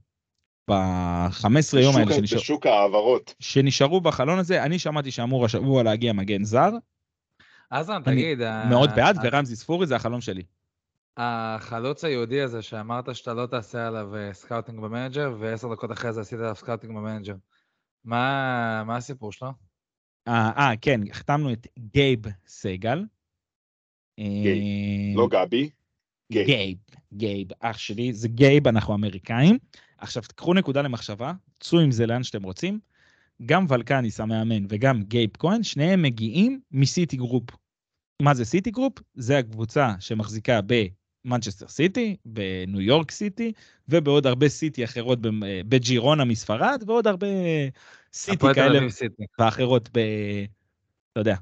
B: ב-15 יום האלה
C: בשוק-
B: שנשאר...
C: בשוק
B: Mm.
C: ההעברות.
B: שנשארו בחלון הזה, אני שמעתי שאמור השבוע להגיע מגן זר,
D: אזרן,
B: אני
D: תגיד, ה-
B: מאוד בעד,
D: ה-
B: ורמזי ספורי זה החלום שלי.
D: החלוץ היהודי הזה שאמרת שאתה לא תעשה עליו אה, סקאוטינג במנג'ר, ועשר דקות אחרי זה עשית עליו סקאוטינג במנג'ר. מה מה הסיפור שלו?
B: אה, אה, כן, החתמנו את גייב סגל. אה,
C: לא גבי, גייב.
B: גייב, גייב, אח שלי, זה גייב, אנחנו אמריקאים. עכשיו, תקחו נקודה למחשבה, צאו עם זה לאן שאתם רוצים. גם ולקניס המאמן וגם גייב כהן, שניהם מגיעים מסיטי גרופ. מה זה סיטי גרופ? זה הקבוצה שמחזיקה במנצ'סטר סיטי, בניו יורק סיטי, ובעוד הרבה סיטי אחרות במ- אה, בג'ירונה מספרד, ועוד הרבה סיטי
D: הפועל תל
B: כאלה
D: אביב סיטי.
B: ואחרות ב... אתה יודע,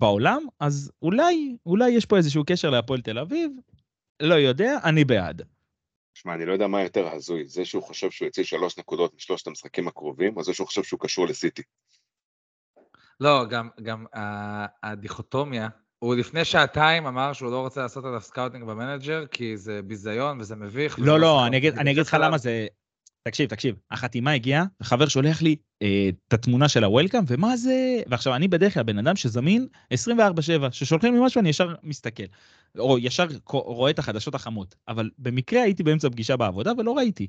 B: בעולם, אז אולי, אולי יש פה איזשהו קשר להפועל תל אביב, לא יודע, אני בעד.
C: שמע, אני לא יודע מה יותר הזוי, זה שהוא חושב שהוא יוציא שלוש נקודות משלושת המשחקים הקרובים, או זה שהוא חושב שהוא קשור לסיטי.
D: לא, גם, גם ה- הדיכוטומיה, הוא לפני שעתיים אמר שהוא לא רוצה לעשות עליו סקאוטינג במנג'ר, כי זה ביזיון וזה מביך. וזה
B: לא, לא,
D: סקאוטינג.
B: אני אגיד אני אגיד לך
D: מתייחס
B: למה
D: אליו-
B: זה... תקשיב, תקשיב, החתימה הגיעה, וחבר שולח לי אה, את התמונה של הוולקאם, ומה זה... ועכשיו, אני בדרך כלל בן אדם שזמין 24-7, ששולחים לי משהו, אני ישר מסתכל, או ישר קו- רואה את החדשות החמות, אבל במקרה הייתי באמצע פגישה בעבודה ולא ראיתי.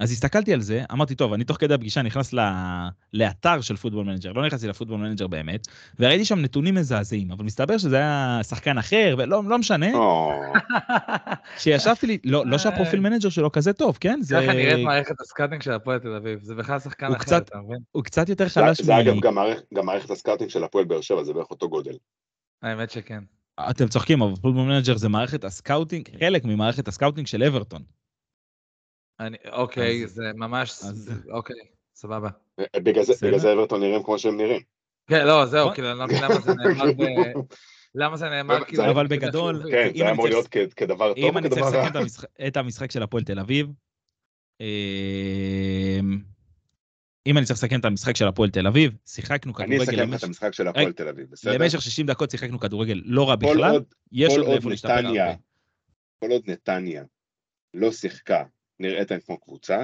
B: אז הסתכלתי על זה, אמרתי, טוב, אני תוך כדי הפגישה נכנס ל... לאתר של פוטבול מנג'ר, לא נכנסתי לפוטבול מנג'ר באמת, וראיתי שם נתונים מזעזעים, אבל מסתבר שזה היה שחקן אחר, ולא לא משנה.
C: או,
B: כשישבתי לי, לא, לא שהפרופיל מנג'ר שלו כזה טוב, כן? זה...
D: ככה נראית מערכת הסקאוטינג של הפועל תל אביב, זה בכלל שחקן
B: הוא
D: אחר,
B: קצת-
D: אתה מבין?
B: הוא קצת יותר
C: זה-
B: חלש מ...
C: זה אגב גם מערכ- גם מערכת הסקאוטינג של הפועל באר שבע, זה בערך אותו גודל.
D: האמת שכן.
B: אתם צוחקים, אבל פוטבול מנג'ר זה מערכת הסקאוטינג, חלק ממערכת הסקאוטינג של אברטון.
D: אני, אוקיי,
B: אז-
D: זה ממש,
B: אז-
D: אוקיי, סבבה.
C: בגלל זה-
B: בסדר.
C: בגלל זה אברטון נראים כמו שהם נראים.
D: כן, לא, זהו,
B: נכון.
D: כאילו, אני לא מבין למה זה נאמר ב... למה זה נאמר
C: זה-
D: כאילו...
C: אבל
D: בקטע
B: לא, בגדול-
D: חיובי.
C: כן,
B: אם
C: זה היה
B: אני
C: אמור
B: צריך-
C: להיות כ- כדבר טוב
B: אם
C: או
B: אני צריך
C: כדבר רע.
B: לסכם את המשחק- את המשחק של הפועל תל אביב, אמ, אם אני צריך לסכם את המשחק של הפועל תל אביב, שיחקנו
C: אני
B: כדורגל
C: אסכם לך את
B: למש-
C: המשחק של הפועל
B: רגע,
C: תל אביב, בסדר?
B: למשך 60 דקות, שיחקנו כדורגל לא רע
C: כל
B: בכלל,
C: עוד-
B: יש
C: כל
B: עוד
C: עוד
B: לאיפה להשתפר הרבה.
C: נתניה- כל עוד נתניה לא שיחקה, נראית להם כמו קבוצה,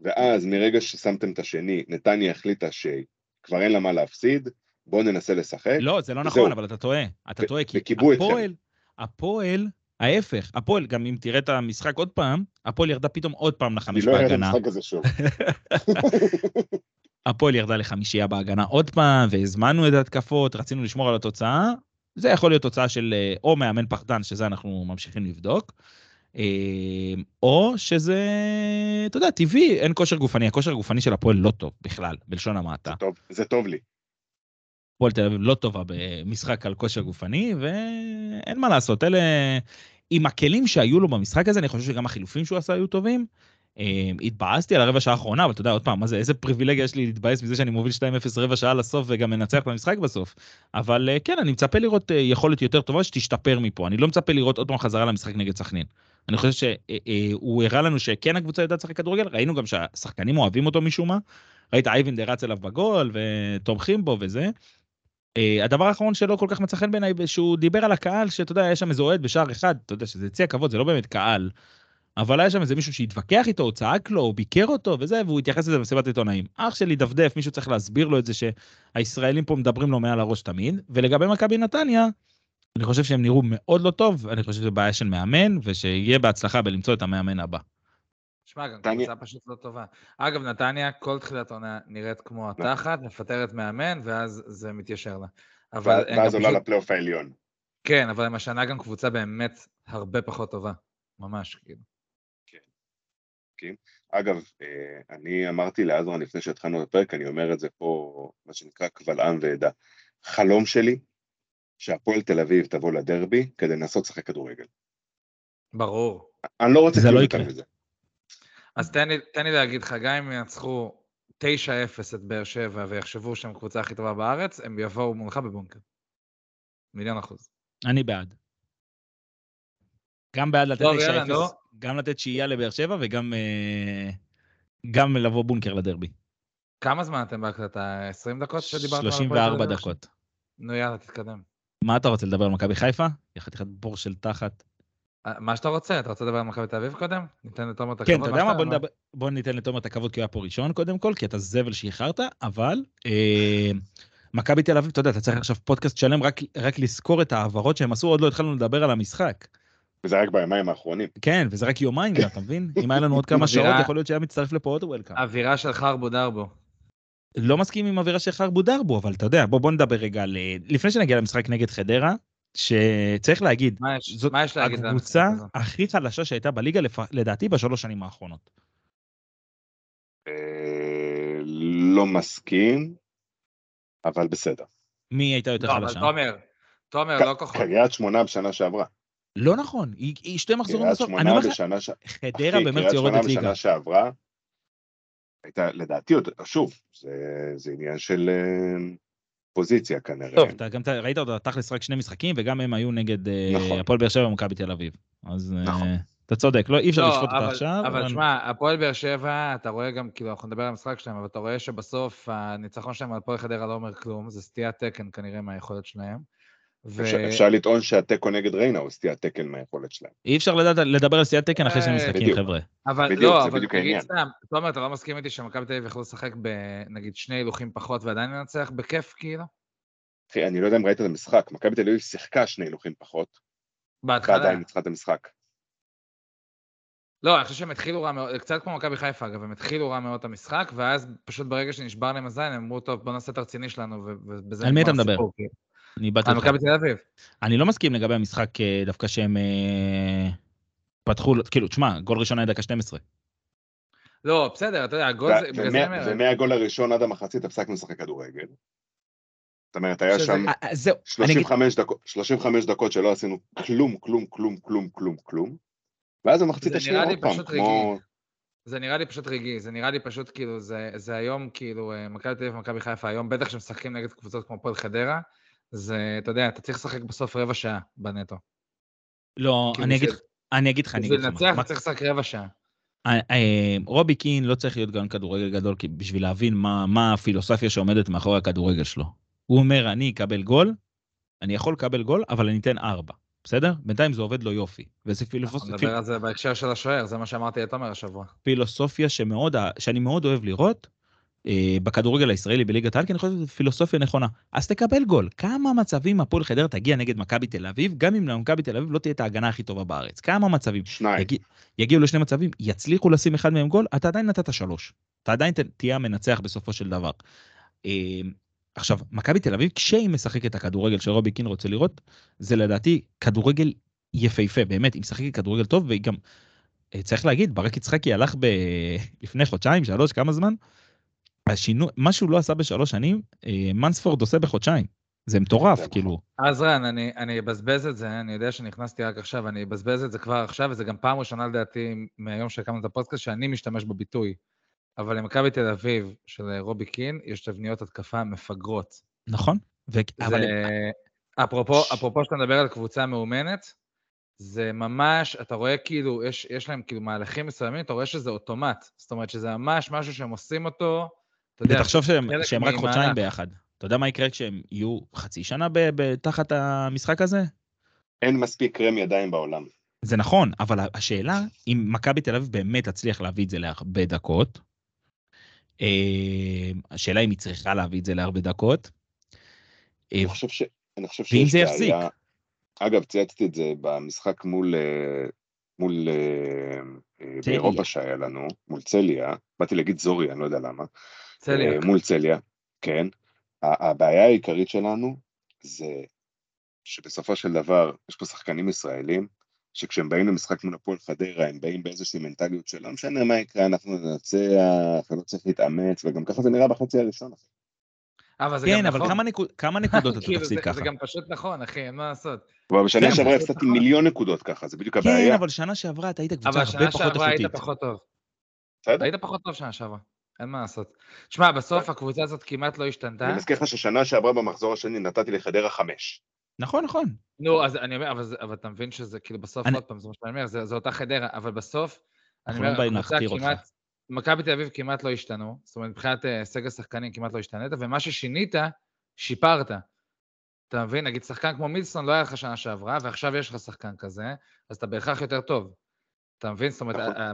C: ואז מרגע ששמתם את השני, נתניה החליטה שכבר אין לה מה להפסיד, בואו ננסה לשחק.
B: לא, זה לא
C: זהו.
B: נכון, אבל אתה טועה. אתה
C: ו-
B: טועה, כי
C: וכיבו אתכם.
B: הפועל, הפועל, ההפך, הפועל, גם אם תראה את המשחק עוד פעם, הפועל ירדה פתאום עוד פעם
C: אני
B: לחמש
C: לא אראה את
B: בהגנה.
C: המשחק הזה שוב.
B: הפועל ירדה לחמישייה בהגנה עוד פעם, והזמנו את ההתקפות, רצינו לשמור על התוצאה. זה יכול להיות תוצאה של אה, או מאמן פחדן, שזה אנחנו ממשיכים לבדוק, אה, או שזה, אתה יודע, טבעי, אין כושר גופני. הכושר הגופני של הפועל לא טוב בכלל, בלשון המעטה.
C: טוב, זה טוב לי.
B: הפועל תל אביב לא טובה במשחק על כושר גופני, ואין מה לעשות, אלה... עם הכלים שהיו לו במשחק הזה, אני חושב שגם החילופים שהוא עשה היו טובים. אה, התבאסתי על הרבע שעה האחרונה, אבל אתה יודע, עוד פעם, מה זה, איזה פריבילגיה יש לי להתבאס מזה שאני מוביל 2-0 רבע שעה לסוף וגם מנצח במשחק בסוף. אבל אה, כן, אני מצפה לראות אה, יכולת יותר טובה שתשתפר מפה. אני לא מצפה לראות עוד פעם חזרה למשחק נגד סכנין. אני חושב שהוא הראה לנו שכן הקבוצה יודעת לשחק כדורגל, ראינו גם שהשחקנים אוהבים אותו משום מה. ראית אייבנדר רץ אליו בגול ותומכים בו וזה. אה, הדבר האחרון שלא כל כך מצא חן בעיניי, שהוא דיבר על הקהל, שאתה יודע, היה שם איזה אוהד בשער אחד, אתה יודע שזה יציע כבוד, זה לא באמת קהל. אבל היה שם איזה מישהו שהתווכח איתו, או צעק לו, או ביקר אותו, וזה, והוא התייחס לזה במסיבת עיתונאים. אח שלי דפדף, מישהו צריך להסביר לו את זה שהישראלים פה מדברים לו מעל הראש תמיד. ולגבי מכבי נתניה, אני חושב שהם נראו מאוד לא טוב, אני חושב שזו בעיה של מאמן, ושיהיה בהצלחה בלמצוא את המאמן הבא.
D: שמע, גם
C: נתניה-
D: קבוצה פשוט לא טובה. אגב, נתניה, כל תחילת עונה נראית כמו
C: נכון.
D: התחת, מפטרת מאמן, ואז זה מתיישר לה. אבל
C: ואז
D: הם
C: ואז
D: גם
C: עולה
D: פשוט...
C: לפלייאוף העליון.
D: כן, אבל הם השנה גם קבוצה באמת הרבה פחות טובה. ממש, כאילו.
C: אגב, אה, אני אמרתי לעזרן לפני שהתחלנו בפרק, אני אומר את זה פה, מה שנקרא קבל עם ועדה. חלום שלי, שהפועל תל אביב תבוא לדרבי כדי לנסות לשחק כדורגל.
D: ברור.
C: אני לא רוצה
B: זה
C: כלום
B: לא
C: יותר
B: יקרה.
C: מזה.
D: אז תן לי, תן לי להגיד לך, גם אם ינצחו 9-0 את באר שבע ויחשבו שהם הקבוצה הכי טובה בארץ, הם יבואו מולך בבונקר. מיליון אחוז.
B: אני בעד. גם בעד לתת
D: טוב,
B: 9-0,
D: יאללה, נו.
B: גם לתת שהייה לבאר שבע וגם אה, גם לבוא בונקר לדרבי.
D: כמה זמן אתם בהקלטה? 20 דקות שדיברתם על הפועל תל אביב
B: 34
D: עכשיו?
B: דקות.
D: נו יאללה, תתקדם.
B: מה אתה רוצה לדבר על מכבי חיפה? היא חתיכת בור של תחת.
D: אה, מה שאתה רוצה, אתה רוצה לדבר על מכבי תל אביב קודם? ניתן לתומר את הכבוד.
B: כן, אתה יודע
D: שאתה-
B: מה? בוא, נדבר, בוא ניתן לתומר את הכבוד כי הוא היה פה ראשון קודם כל, כי אתה זבל שאיחרת, אבל אה, מכבי תל אביב, אתה יודע, אתה צריך עכשיו פודקאסט שלם רק, רק לזכור את ההעברות שהם עשו, עוד לא התחלנו לדבר על המשחק.
C: וזה רק בימיים האחרונים.
B: כן, וזה רק יומיים, גם, אתה מבין? אם היה לנו עוד כמה שעות,
D: אווירה-
B: יכול להיות שהיה מצטרף לפה עוד וולקאם.
D: אווירה של חרבו דרבו.
B: לא מסכים עם אווירה של חרבו דרבו, אבל אתה יודע, בוא, בוא נדבר רגע, על, אה, לפני שנגיע למשחק נגד חדרה, שצריך להגיד,
D: מה יש,
B: זאת
D: מה יש להגיד על המשחק
B: הקבוצה
D: הזה?
B: הכי חלשה שהייתה בליגה, לפ- לדעתי, בשלוש שנים האחרונות.
C: אה, לא מסכים, אבל בסדר.
B: מי הייתה יותר
D: לא, אבל
B: חלשה?
D: תומר, תומר, לא
B: נכון.
D: כוחות.
C: קריית שמונה בשנה שעברה.
B: לא נכון, היא היא שתי מחזורים
C: קריית
B: בסוף. אני
C: שמונה
B: אומר לך,
C: בשנה ש...
B: חדרה
C: אחי,
B: במרץ
C: קריית
B: יורדת
C: שמונה
B: ליגה.
C: בשנה שעברה, הייתה, לדעתי, עוד, שוב, זה, זה עניין של אה, פוזיציה כנראה.
B: טוב, אתה גם אתה ראית אותה תכלס רק שני משחקים, וגם הם היו נגד אה,
C: נכון.
B: הפועל באר שבע ומכבי תל אביב. אז אה,
C: נכון.
B: אתה צודק, לא, אי אפשר
D: לא,
B: לשפוט אותה
D: אבל-
B: עכשיו.
D: אבל שמע, הפועל באר שבע, אתה רואה גם, כאילו, אנחנו נדבר על המשחק שלהם, אבל אתה רואה שבסוף הניצחון שלהם על הפועל חדרה לא אומר כלום, זה סטיית תקן כנראה מהיכולת שלהם. ו-
C: אפשר, אפשר לטעון שהתיקו נגד ריינה הוא סטיית תקן מהיכולת שלהם.
B: אי אפשר לדעת- לדבר על סטיית תקן אחרי שני
D: אה,
B: משחקים,
C: בדיוק.
B: חבר'ה.
D: אבל
C: בדיוק,
D: לא,
C: זה
D: אבל
C: בדיוק
D: תגיד
C: העניין.
D: סתם, תומר, אתה לא מסכים איתי שמכבי תל אביב יכלו לשחק בנגיד שני הילוכים פחות ועדיין לנצח בכיף, כאילו?
C: אחי, אני לא יודע אם ראית את המשחק, מכבי תל אביב שיחקה שני הילוכים פחות,
D: בהתחלה.
C: ועדיין ניצחה את המשחק.
D: לא, אני חושב שהם התחילו רע מאוד, קצת כמו מכבי חיפה אגב, הם התחילו רע מאוד את המשחק, ואז פשוט ברגע שנשבר להם הזין, הם אמרו, טוב, בוא נעשה את הרציני שלנו, ו- ובזה
B: על מי אתה
D: נגמר
B: מדבר?
D: הסיפור, כאילו.
B: אני באתי
D: על
B: איתך.
D: מכבי תל אביב.
B: אני לא מסכים לגבי המשחק אה, דווקא שהם אה, פתחו, כאילו, תשמע, גול ראשון היה דקה 12.
D: לא, בסדר, אתה יודע, הגול זה...
C: ו-
D: בגלל זה אני
C: ומה-
D: אומר,
C: ומהגול הראשון עד המחצית הפסקנו לשחק כדורגל. זאת אומרת, היה
D: שזה-
C: שם
B: אה, אה, זהו, אני אגיד,
C: 35 דקות, 35 דקות שלא עשינו כלום, כלום, כלום, כלום, כלום, כלום. ואז המחצית
D: זה
C: השנייה
D: נראה לי
C: עוד פעם,
D: פשוט
C: כמו...
D: זה נראה לי פשוט רגעי, זה נראה לי פשוט כאילו, זה, זה היום כאילו, אה, מכבי תל אביב ומכבי חיפה היום, בטח כשמשחקים נגד קבוצות כמו הפועל חדרה, זה, אתה יודע, אתה צריך לשחק בסוף רבע שעה בנטו.
B: לא,
D: כאילו,
B: אני אגיד
D: זה-
B: לך, אני אגיד לך, אני אגיד
D: בשביל
B: לך. מה.
D: לנצח
B: מה-
D: אתה צריך לשחק רבע שעה.
B: אה, אה, רובי קין לא צריך להיות גאון כדורגל גדול כי- בשביל להבין מה, מה הפילוסופיה שעומדת מאחורי הכדורגל שלו. הוא אומר, אני אקבל גול, אני יכול לקבל גול, אבל אני אתן ארבע, בסדר? בינתיים זה עובד לו יופי. וזו פילוס...
D: אנחנו נדבר על זה בהקשר של השוער, זה מה שאמרתי לתומר השבוע.
B: פילוסופיה שמאוד, שאני מאוד אוהב לראות אה, בכדורגל הישראלי בליגת העל, כי אני חושב שזו פילוסופיה נכונה. אז תקבל גול. כמה מצבים הפועל חדרה תגיע נגד מכבי תל אביב, גם אם למכבי תל אביב לא תהיה את ההגנה הכי טובה בארץ. כמה מצבים.
C: שניים.
B: יגיע, יגיעו לשני מצבים, יצליחו לשים אחד מהם גול, אתה עדיין נתת שלוש. אתה עדיין ת- תהיה המנצח בסופו של דבר. אה, עכשיו, מכבי תל אביב, כשהיא משחקת את הכדורגל שרובי קין רוצה לראות, זה לדעתי כדורגל יפהפה, באמת, היא משחקת כדורגל טוב, והיא גם, אה, צריך להגיד, ברק יצחקי הלך ב... לפני חודשיים, שלוש, כמה זמן? השינוי, מה שהוא לא עשה בשלוש שנים, אה, מנספורד עושה בחודשיים. זה מטורף,
C: זה
B: כאילו.
D: עזרן, אני, אני אבזבז את זה, אני יודע שנכנסתי רק עכשיו, אני אבזבז את זה כבר עכשיו, וזה גם פעם ראשונה לדעתי מהיום שהקמנו את הפודקאסט, שאני משתמש בביטוי. אבל למכבי תל אביב של אה, רובי קין, יש תבניות התקפה מפגרות.
B: נכון? ו... אבל
D: זה... אפרופו, אפרופו שאתה מדבר על קבוצה מאומנת, זה ממש, אתה רואה כאילו, יש, יש להם כאילו מהלכים מסוימים, אתה רואה שזה אוטומט. זאת אומרת שזה ממש משהו שהם עושים אותו, אתה יודע,
B: ותחשוב שהם,
D: חלק
B: שהם רק
D: ממהלך.
B: חודשיים ביחד. אתה יודע מה יקרה כשהם יהיו חצי שנה ב, ב, תחת המשחק הזה?
C: אין מספיק קרם ידיים בעולם.
B: זה נכון, אבל השאלה אם מכבי תל אביב באמת תצליח להביא את זה להרבה דקות. אה, השאלה אם היא צריכה להביא את זה להרבה דקות. אה,
C: אני חושב ש... אני חושב
B: ואם
C: שיש
B: זה
C: בעיה-
B: יחזיק.
C: אגב, צייצתי את זה במשחק מול... אה, מול... אה, אה,
B: צליה.
C: באירופה שהיה לנו, מול צליה, באתי להגיד זוריה, אני לא יודע למה.
D: צליאק.
C: אה, מול צליה, כן. ה- הבעיה העיקרית שלנו זה שבסופו של דבר יש פה שחקנים ישראלים, שכשהם באים למשחק מול הפועל חדרה, הם באים באיזושהי מנטליות שלא משנה מה יקרה, אנחנו ננצח, לא צריך להתאמץ, וגם ככה זה נראה בחצי הראשון. אחי.
D: אבל זה גם
B: כן,
D: נכון.
B: אבל כמה נקוד- כמה נקודות אתה
D: כאילו,
B: תפסיד
D: זה-
B: ככה?
D: זה גם פשוט נכון, אחי, אין מה לעשות.
C: אבל בשנה
B: כן,
C: שעברה
D: אבל-
C: הפסדתי מיליון נקודות ככה, זה בדיוק
B: כן,
C: הבעיה.
B: אבל שנה שעברה אתה היית קבוצה
D: אבל
B: הרבה
D: שנה
B: פחות
D: שעברה היית
B: איכותית.
D: פחות טוב.
C: בסדר?
D: היית פחות טוב שנה שעברה, אין מה לעשות. שמע, בסוף הקבוצה הזאת כמעט לא השתנתה.
C: אני מזכיר לך ששנה שעברה במחזור השני נתתי לחדרה חמש.
B: נכון, נכון.
D: נו, אז אני אומר, אבל, זה- אבל אתה מבין שזה כאילו בסוף,
B: אני-
D: עוד פעם, זה מה שאני אומר, זה, זה אותה חדרה, אבל בסוף, אני
B: אנחנו לא
D: אומר,
B: באים
D: הקבוצה
B: להכתיר אותך.
D: כמעט, מכבי תל אביב כמעט לא השתנו, זאת אומרת, מבחינת אה, סגל שחקנים כמעט לא השתנית, ומה ששינית, שיפרת. אתה מבין? נגיד שחקן כמו מילסון לא היה לך שנה שעברה, ועכשיו יש לך שחקן כזה, אז אתה בהכרח יותר טוב. אתה מבין? זאת אומרת,
C: נכון.
D: ה-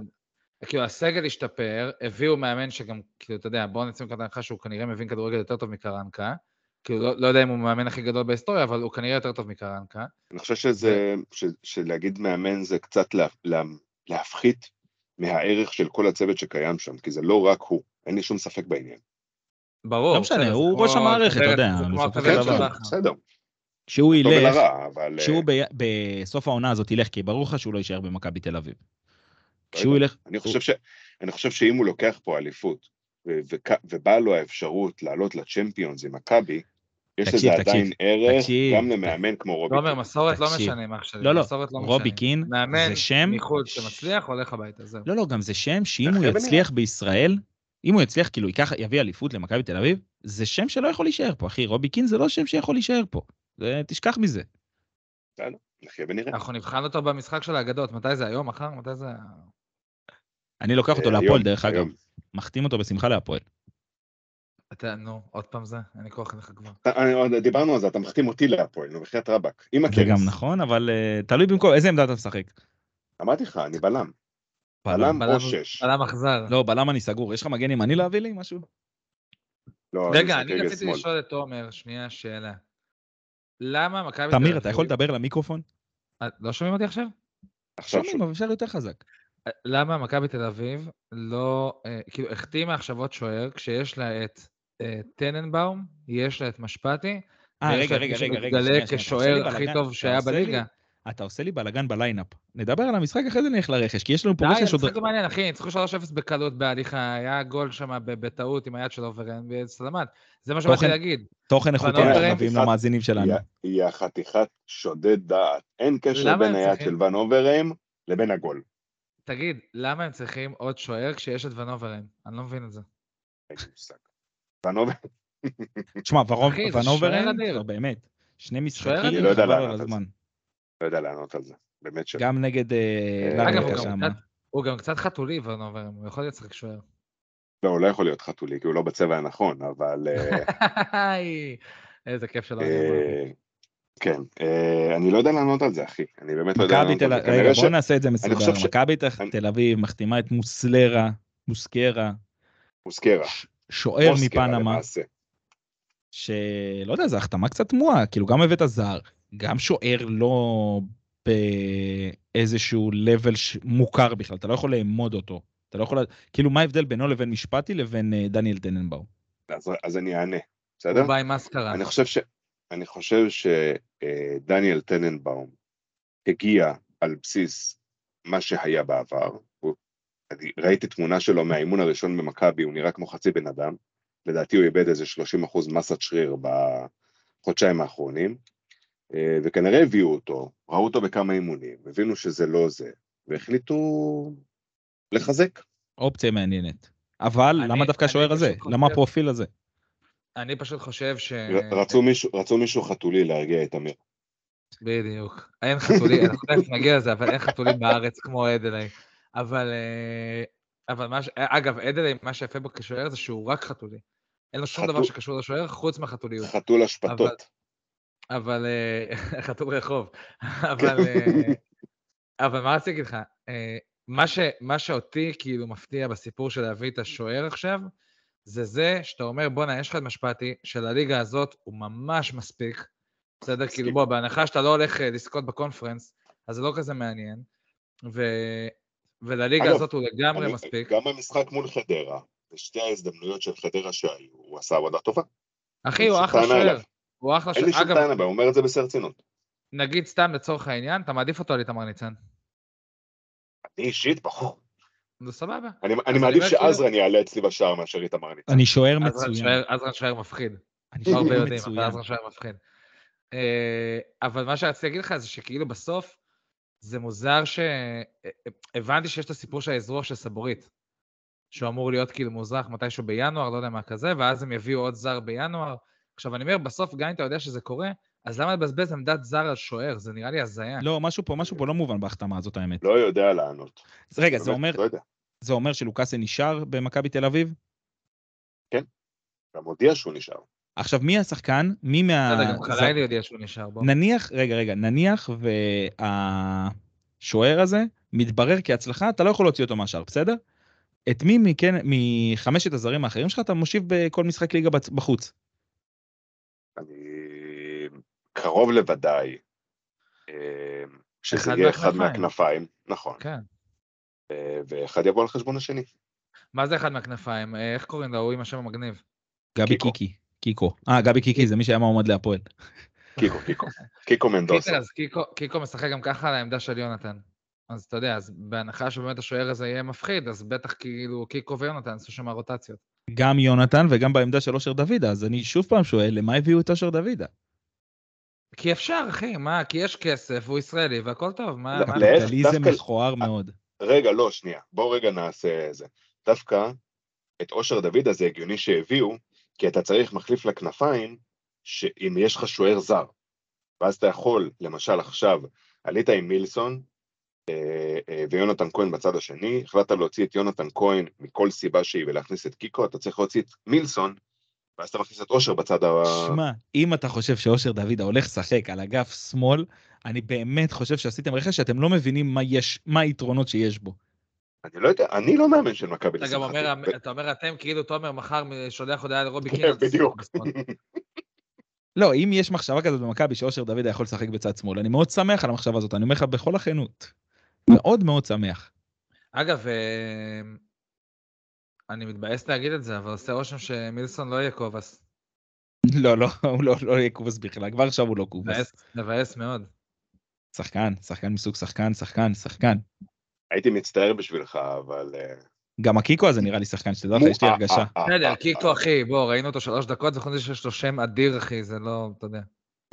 D: ה- כאילו הסגל השתפר, הביאו מאמן שגם, כאילו, אתה יודע, בואו נצא מכאן שהוא כנראה מבין כדורגל יותר טוב מקרנקה. כאילו, לא, לא יודע אם הוא המאמן הכי גדול בהיסטוריה, אבל הוא כנראה יותר טוב מקרנקה.
C: אני חושב שזה, ש, שלהגיד מאמן זה קצת לה, לה, להפחית מהערך של כל הצוות שקיים שם, כי זה לא רק הוא, אין לי שום ספק בעניין.
D: ברור.
B: לא משנה,
D: בסדר, זה
B: הוא
D: כמו
B: ראש המערכת, אתה יודע,
D: זה כמו
B: בסופו של
D: הכוורת
B: דבר.
D: שלך.
C: בסדר,
B: כשהוא
C: טוב
B: ילך,
C: ולרע, אבל... אה,
B: כשהוא ב- בסוף העונה הזאת ילך, כי ברור לך שהוא לא יישאר במכבי תל אביב. כשהוא ילך...
C: אני חושב, ש... אני חושב שאם הוא לוקח פה אליפות, ו... וכ... ובאה לו האפשרות לעלות לצ'מפיונס עם מכבי, יש
B: תקשיב,
C: לזה
B: תקשיב,
C: עדיין ערך
B: תקשיב.
C: גם למאמן כמו רובי.
D: תומר, מסורת לא
B: תקשיב.
D: משנה, אח שלי.
B: לא, לא,
D: מסורת לא משנה.
B: רובי קין
D: מאמן
B: זה שם...
D: מחוץ שמצליח, הולך הביתה, זהו.
B: לא, לא, גם זה שם שאם
C: אחרי
B: הוא
C: בן אדם.
B: יצליח בישראל, אם הוא יצליח, כאילו, ייקח, יביא אליפות למכבי תל אביב, זה שם שלא יכול להישאר פה, אחי. רובי קין זה לא שם שיכול להישאר פה. זה- תשכח מזה.
C: נחיה ונראה.
D: אנחנו נבחן אותו במשחק של האגדות, מתי זה היום, מחר, מתי זה...
B: אני לוקח אותו
C: אה,
B: להפועל,
C: היום,
B: דרך אגב.
C: היום.
B: מחתים אותו בשמחה להפועל.
D: אתה, נו, עוד פעם זה? אין לי כוח אליך כבר.
C: אתה- אני- דיברנו על זה, אתה מחתים אותי להפועל, נו, בחייאת רבאק. עם
B: זה גם
C: הכרס.
B: נכון, אבל אה, תלוי במקום, איזה עמדה אתה משחק?
C: אמרתי לך, אני בלם.
B: בלם?
C: בלם
D: בלם.
C: או שש.
D: עלה מחזר.
B: לא, בלם אני סגור. יש לך מגן ימני להביא לי משהו?
C: לא,
D: רגע,
C: משחק
D: אני
C: רגל
D: רציתי
C: שמאל.
D: לשאול את תומר, שנייה, שאלה. למה מכבי תל אביב...
B: תמיר, אתה יכול לדבר למיקרופון?
D: אה, לא שומעים אותי עכשיו? אה,
C: עכשיו
B: שומעים, אבל אפשר יותר חזק.
D: למה מכבי תל אביב לא, אה, כאילו, החתימה החשבות שוער כשיש לה את אה, טננבאום, יש לה את משפטי,
B: אה,
D: ויש
B: רגע,
D: לה את מי
B: רגע, רגע, רגע.
D: שמתגלה
B: שנייה, שנייה, אתה עושה לי
D: כשוער הכי
B: בלגן,
D: טוב
B: אתה
D: שהיה
B: עושה לי-
D: בליגה.
B: אתה עושה לי בלאגן בליינאפ. נדבר על המשחק, אחרי זה נלך לרכש, כי יש לנו
D: די,
B: פה רכש עוד...
D: המשחק לא מעניין, אחי, ניצחו 3-0 בקלות בהליכה, היה גול שם ב- בטעות עם היד של אוברן וסלמת. זה מה שבאתי
B: תוכן.
D: להגיד.
B: תוכן איכותי אנחנו
D: אוברן.
B: מביאים למאזינים שלנו.
C: היא- היא החתיכת שודד דעת. אין קשר
D: למה
C: בין
D: הם
C: היד
D: צריכים?
C: של ון אוברהם לבין הגול.
D: תגיד, למה הם צריכים עוד שוער כשיש את ונוברן? אני לא מבין את זה.
C: אין לי מושג. ון אוברהם,
B: תשמע, ורוב-
D: אחי, זה
B: ון
D: שוער
B: אוברן,
D: אדיר.
B: לא, באמת, שני
D: שוער אדיר.
B: משחקים,
D: אני לא
C: יודע
B: חבל על
C: לענות על זה.
B: הזמן.
C: לא יודע לענות על זה. באמת שלא.
B: גם נגד אה,
C: אה,
B: לרנקה
D: אגב, הוא גם
B: שם.
D: קצת- הוא גם קצת חתולי, ונוברן, הוא יכול להיות שחק שוער.
C: לא, הוא לא יכול להיות חתולי, כי הוא לא בצבע הנכון, אבל... אה,
D: היי, איזה כיף שלא לא אני אמרתי.
C: אה, כן. אה, אני לא יודע לענות על זה, אחי. אני באמת לא יודע
B: מכבי
C: לענות
B: תל
C: על זה.
B: אביב, רגע,
C: כנראה ש-
B: בואו נעשה את זה מסודר.
C: חושב ש-
B: מכבי תח-
C: אני-
B: תל אביב מחתימה את מוסלרה, מוסקרה,
C: מוסקרה.
B: ש- שוער
C: לא. מוסקרה לא.
B: מפנמה,
C: למעשה.
B: שלא יודע, זו החתמה קצת תמוהה, כאילו גם הבאת זר, גם שוער לא באיזשהו level ש- מוכר בכלל, אתה לא יכול לאמוד אותו. אתה לא יכול, לה- כאילו מה ההבדל בינו לבין משפטי לבין אה, דניאל טננבאום?
C: אז- אז אני אענה. בסדר?
D: הוא בא עם מסקרה.
C: אני חושב ש... אני חושב שדניאל טננבאום הגיע על בסיס מה שהיה בעבר. הוא... אני ראיתי תמונה שלו מהאימון הראשון במכבי, הוא נראה כמו חצי בן אדם. לדעתי הוא איבד איזה 30% מסת שריר בחודשיים האחרונים, אה, וכנראה הביאו אותו, ראו אותו בכמה אימונים, הבינו שזה לא זה, והחליטו לחזק.
B: אופציה מעניינת. אבל
D: אני-
B: למה דווקא
D: אני
B: השוער הזה?
D: פשוט
B: למה
D: חושב-
B: הפרופיל הזה?
D: אני פשוט חושב ש...
C: ר- רצו מישהו, רצו מישהו חתולי להרגיע את אמיר.
D: בדיוק. אין חתולים, אנחנו תכף נגיע לזה, אבל אין חתולים בארץ כמו אדליי. אבל, אה, אבל מה ש... אגב, אדליי, מה שיפה בו כשוער זה שהוא רק חתולי. אין לו שום
C: חתול-
D: דבר שקשור לשוער חוץ מהחתוליות.
C: חתול אשפתות.
D: אבל... אה, חתול רחוב.
C: כן.
D: אבל... אה, אבל מה רציתי להגיד לך? אה, מה, ש, מה שאותי כאילו מפתיע בסיפור של להביא את השוער עכשיו, זה זה שאתה אומר, בואנה, יש לך את משפטי, שלליגה הזאת הוא ממש מספיק. בסדר?
C: מסכים.
D: כאילו, בוא, בהנחה שאתה לא הולך אה, לזכות בקונפרנס, אז זה לא כזה מעניין. ו... ולליגה
C: אגב,
D: הזאת הוא לגמרי
C: אני-
D: מספיק.
C: גם המשחק מול חדרה, בשתי ההזדמנויות של חדרה שהיו, הוא עשה עבודה טובה.
D: אחי,
C: אין
D: הוא
C: שום
D: אחלה
C: טענה
D: שוער.
C: אליו.
D: הוא אחלה
C: אין לי
D: שוער.
C: שום
D: אגב,
C: טענה בה, הוא אומר את זה בשיא הרצינות.
D: נגיד סתם לצורך העניין, אתה מעדיף אותו על איתמר ניצן.
C: אני אישית, בחור.
D: זה סבבה.
C: אני- אני מעדיף
D: אומר כאילו-
C: שעזרן יעלה אצלי בשער מאשר איתמר ניצן.
B: אני שוער
D: עזרן
B: מצוין.
D: שוער- עזרן שוער מפחיד.
B: אני
D: לא
B: שוער
D: הרבה יודעים, אבל
B: מצוין.
D: עזרן שוער מפחיד. אה, אבל מה שרציתי להגיד לך זה שכאילו בסוף, זה מוזר ש... אה, הבנתי שיש את הסיפור של האזרוח של סבורית, שהוא אמור להיות כאילו מוזרח מתישהו בינואר, לא יודע מה כזה, ואז הם יביאו עוד זר בינואר. עכשיו, אני אומר, בסוף, גם אם אתה יודע שזה קורה, אז למה לבזבז עמדת זר על שוער? זה נראה לי הזיה.
B: לא, משהו פה, משהו פה לא מובן בהחתמה הזאת, האמת.
C: לא יודע לענות.
B: אז רגע, זה
C: באמת,
B: אומר,
C: לא יודע.
B: זה אומר שלוקאסן נשאר במכבי תל אביב?
C: גם הודיע שהוא נשאר.
B: עכשיו, מי השחקן? מי מה...
D: בסדר, גם
B: אה, זה-
D: חלילי יודע שהוא נשאר בו.
B: נכון. נניח, רגע, רגע, נניח והשוער הזה מתברר כהצלחה, אתה לא יכול להוציא אותו מהשאר, בסדר? את מי מכן, מחמשת הזרים האחרים שלך אתה מושיב בכל משחק ליגה בצ- בחוץ?
C: אני קרוב לוודאי אה, שזה
D: אחד
C: יהיה אחד
D: מהכנפיים.
C: מהכנפיים, נכון,
D: כן.
C: אה, ואחד יבוא על חשבון השני.
D: מה זה אחד מהכנפיים? אה, איך קוראים לו? הוא עם השם המגניב.
B: גבי
C: קיקו. כן.
B: קיקי. קיקו. אה, גבי קיקי זה מי שהיה מועמד להפועל.
C: קיקו, קיקו, קיקו מנדוסה.
D: קיצר, אז קיקו- קיקו משחק גם ככה על העמדה של יונתן. אז אתה יודע, אז בהנחה שבאמת השוער הזה יהיה מפחיד, אז בטח כאילו קיקו ויונתן עשו שם רוטציות.
B: גם יונתן וגם בעמדה של אושר דוידה, אז אני שוב פעם שואל, למה הביאו את אושר דוידה?
D: כי אפשר, אחי, מה? כי יש כסף, הוא ישראלי והכל טוב, מה?
C: לא,
D: מה-
C: להפך,
B: קפיטליזם
C: דווקא-
B: מכוער מאוד.
C: רגע, לא, שנייה, בואו רגע נעשה זה. דווקא את אושר דוידה זה הגיוני שהביאו, כי אתה צריך מחליף לכנפיים, שאם יש לך שוער זר, ואז אתה יכול, למשל עכשיו, עלית עם מילסון, אה, אה, ויונתן כהן בצד השני, החלטת להוציא את יונתן כהן מכל סיבה שהיא ולהכניס את קיקו, אתה צריך להוציא את מילסון, ואז אתה מכניס את אושר בצד ה...
B: שמע, אם אתה חושב שאושר דוידה הולך לשחק על אגף שמאל, אני באמת חושב שעשיתם רכש שאתם לא מבינים מה יש, מה היתרונות שיש בו.
C: אני לא יודע, אני לא מאמן של מכבי
D: אתה גם אומר, אמ,
C: לשמחתי.
D: אתה אומר אתם, כאילו תומר מחר שולח הודעה לרובי
C: כן,
D: קין. אז תשחק
C: בדיוק.
D: בשמאל.
B: לא, אם יש מחשבה כזאת במכבי שאושר דוידה יכול לשחק בצד שמאל, אני מאוד שמח על המחשבה הזאת, אני אומר לך בכל הכנות. מאוד מאוד שמח.
D: אגב, אה, אני מתבאס להגיד את זה, אבל עושה רושם שמילסון לא יהיה קובס.
B: לא, לא, הוא לא, לא יהיה קובס בכלל, כבר עכשיו הוא לא קובס.
D: מבאס- מבאס מאוד.
C: אה,
B: שחקן, שחקן מסוג שחקן, שחקן, שחקן.
C: הייתי מצטער בשבילך, אבל... אה,
B: גם הקיקו הזה נראה לי שחקן, שתדע לך, יש לי הרגשה. לא,
D: בסדר,
C: אה.
D: קיקו אחי, בוא, ראינו אותו שלוש דקות, וחוץ מזה שיש לו שם אדיר אחי, זה לא, אתה יודע.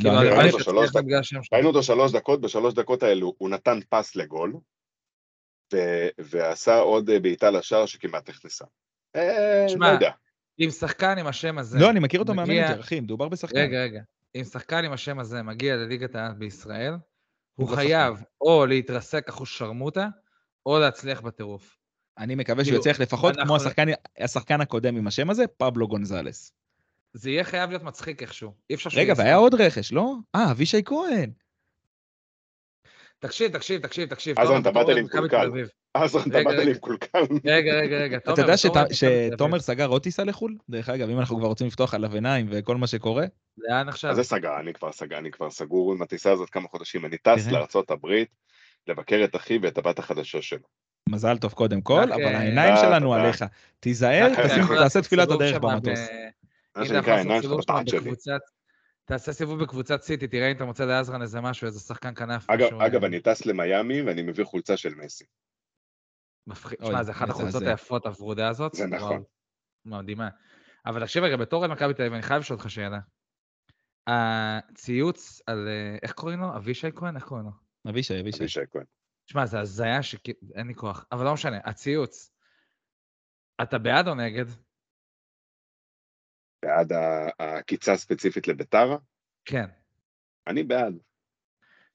D: כאילו,
B: אני-
D: הלוואי
C: ראינו אותו
D: שתצליח
C: שלוש דקות.
D: בגלל השם שלו.
C: ראינו אותו שלוש דקות, בשלוש דקות האלו הוא נתן פס לגול, ו- ועשה עוד אה, בעיטה לשער שכמעט נכנסה. אה,
D: שמע,
C: לא יודע.
D: אם שחקן עם השם הזה,
B: לא, אני מכיר אותו
D: מגיע-
B: מהמנג'ר, אחי, מדובר בשחקן.
D: רגע, רגע, אם שחקן עם השם הזה מגיע לליגת העל בישראל, הוא
B: לא
D: חייב או להתרסק אחוז שרמוטה, או להצליח בטירוף.
B: אני מקווה שהוא
D: כאילו,
B: יצליח לפחות
D: אנחנו-
B: כמו השחקן, השחקן הקודם עם השם הזה, פבלו גונזלס.
D: זה יהיה חייב להיות מצחיק איכשהו, אי אפשר שהוא
B: רגע,
D: יהיה
B: והיה
D: סתם.
B: עוד רכש, לא? אה, אבישי כהן.
D: תקשיב, תקשיב, תקשיב, תקשיב.
C: אז
D: תומר,
C: אתה
D: בתור
C: באת לי עם
D: מכבי תל
C: קולקל.
D: אביב.
C: אז אתה
D: רגע,
C: באת לי
D: רגע.
C: עם קולקל.
D: רגע, רגע, רגע, תומר,
B: אתה יודע
D: בתור
B: שת-
D: מכבי תל אביב.
B: שתומר סגר עוד טיסה לחו"ל? דרך אגב, אם אנחנו כבר רוצים לפתוח עליו עיניים וכל מה שקורה,
D: לאן עכשיו?
C: אז זה סגר, אני כבר סגר, אני כבר סגור עם הטיסה הזאת כמה חודשים. אני טס
B: תראה.
C: לארצות הברית לבקר את אחי ואת הבת החדשה שלו.
B: מזל טוב קודם כל,
D: רק,
B: אבל
D: אה,
B: העיניים
C: תודה,
B: שלנו
C: תודה.
B: עליך. תיזהר,
C: אנחנו
B: תשים-
C: יכולים
B: אה, תעשה תפילת
D: סיבוב
B: הדרך
D: שם
B: במטוס.
D: ב-
C: אה, מה
D: הנה,
C: שנקרא,
D: אנחנו עושים
C: העיניים שלך
D: סיבוב שם
C: בתחת שלי.
D: בקבוצת... תעשה סיבוב בקבוצת סיטי, תראה אם אתה מוצא לעזרן איזה משהו, איזה שחקן כנף.
C: אגב-
D: משהו,
C: אגב,
D: אה,
C: אני טס למיאמי ואני מביא חולצה של מסי.
D: מפחיד.
B: אוי,
D: שמע, זה אחת
B: מזעזע.
D: החולצות היפות, הוורודה הזאת.
C: זה נכון.
D: וואו, מדהימה. אבל תקשיב רגע, בתור אוהד מכבי תל אביב, אני חייב לשאול אותך שאלה. הציוץ על... אה, איך קוראים לו? אבישי כהן? איך קוראים לו?
B: אבישי, אבישי.
C: אבישי כהן.
D: שמע, זה הזיה שכאילו, אין לי כוח. אבל לא משנה, הציוץ. אתה בעד או נגד?
C: בעד ה- הקיצה הספציפית לביתר?
D: כן.
C: אני בעד.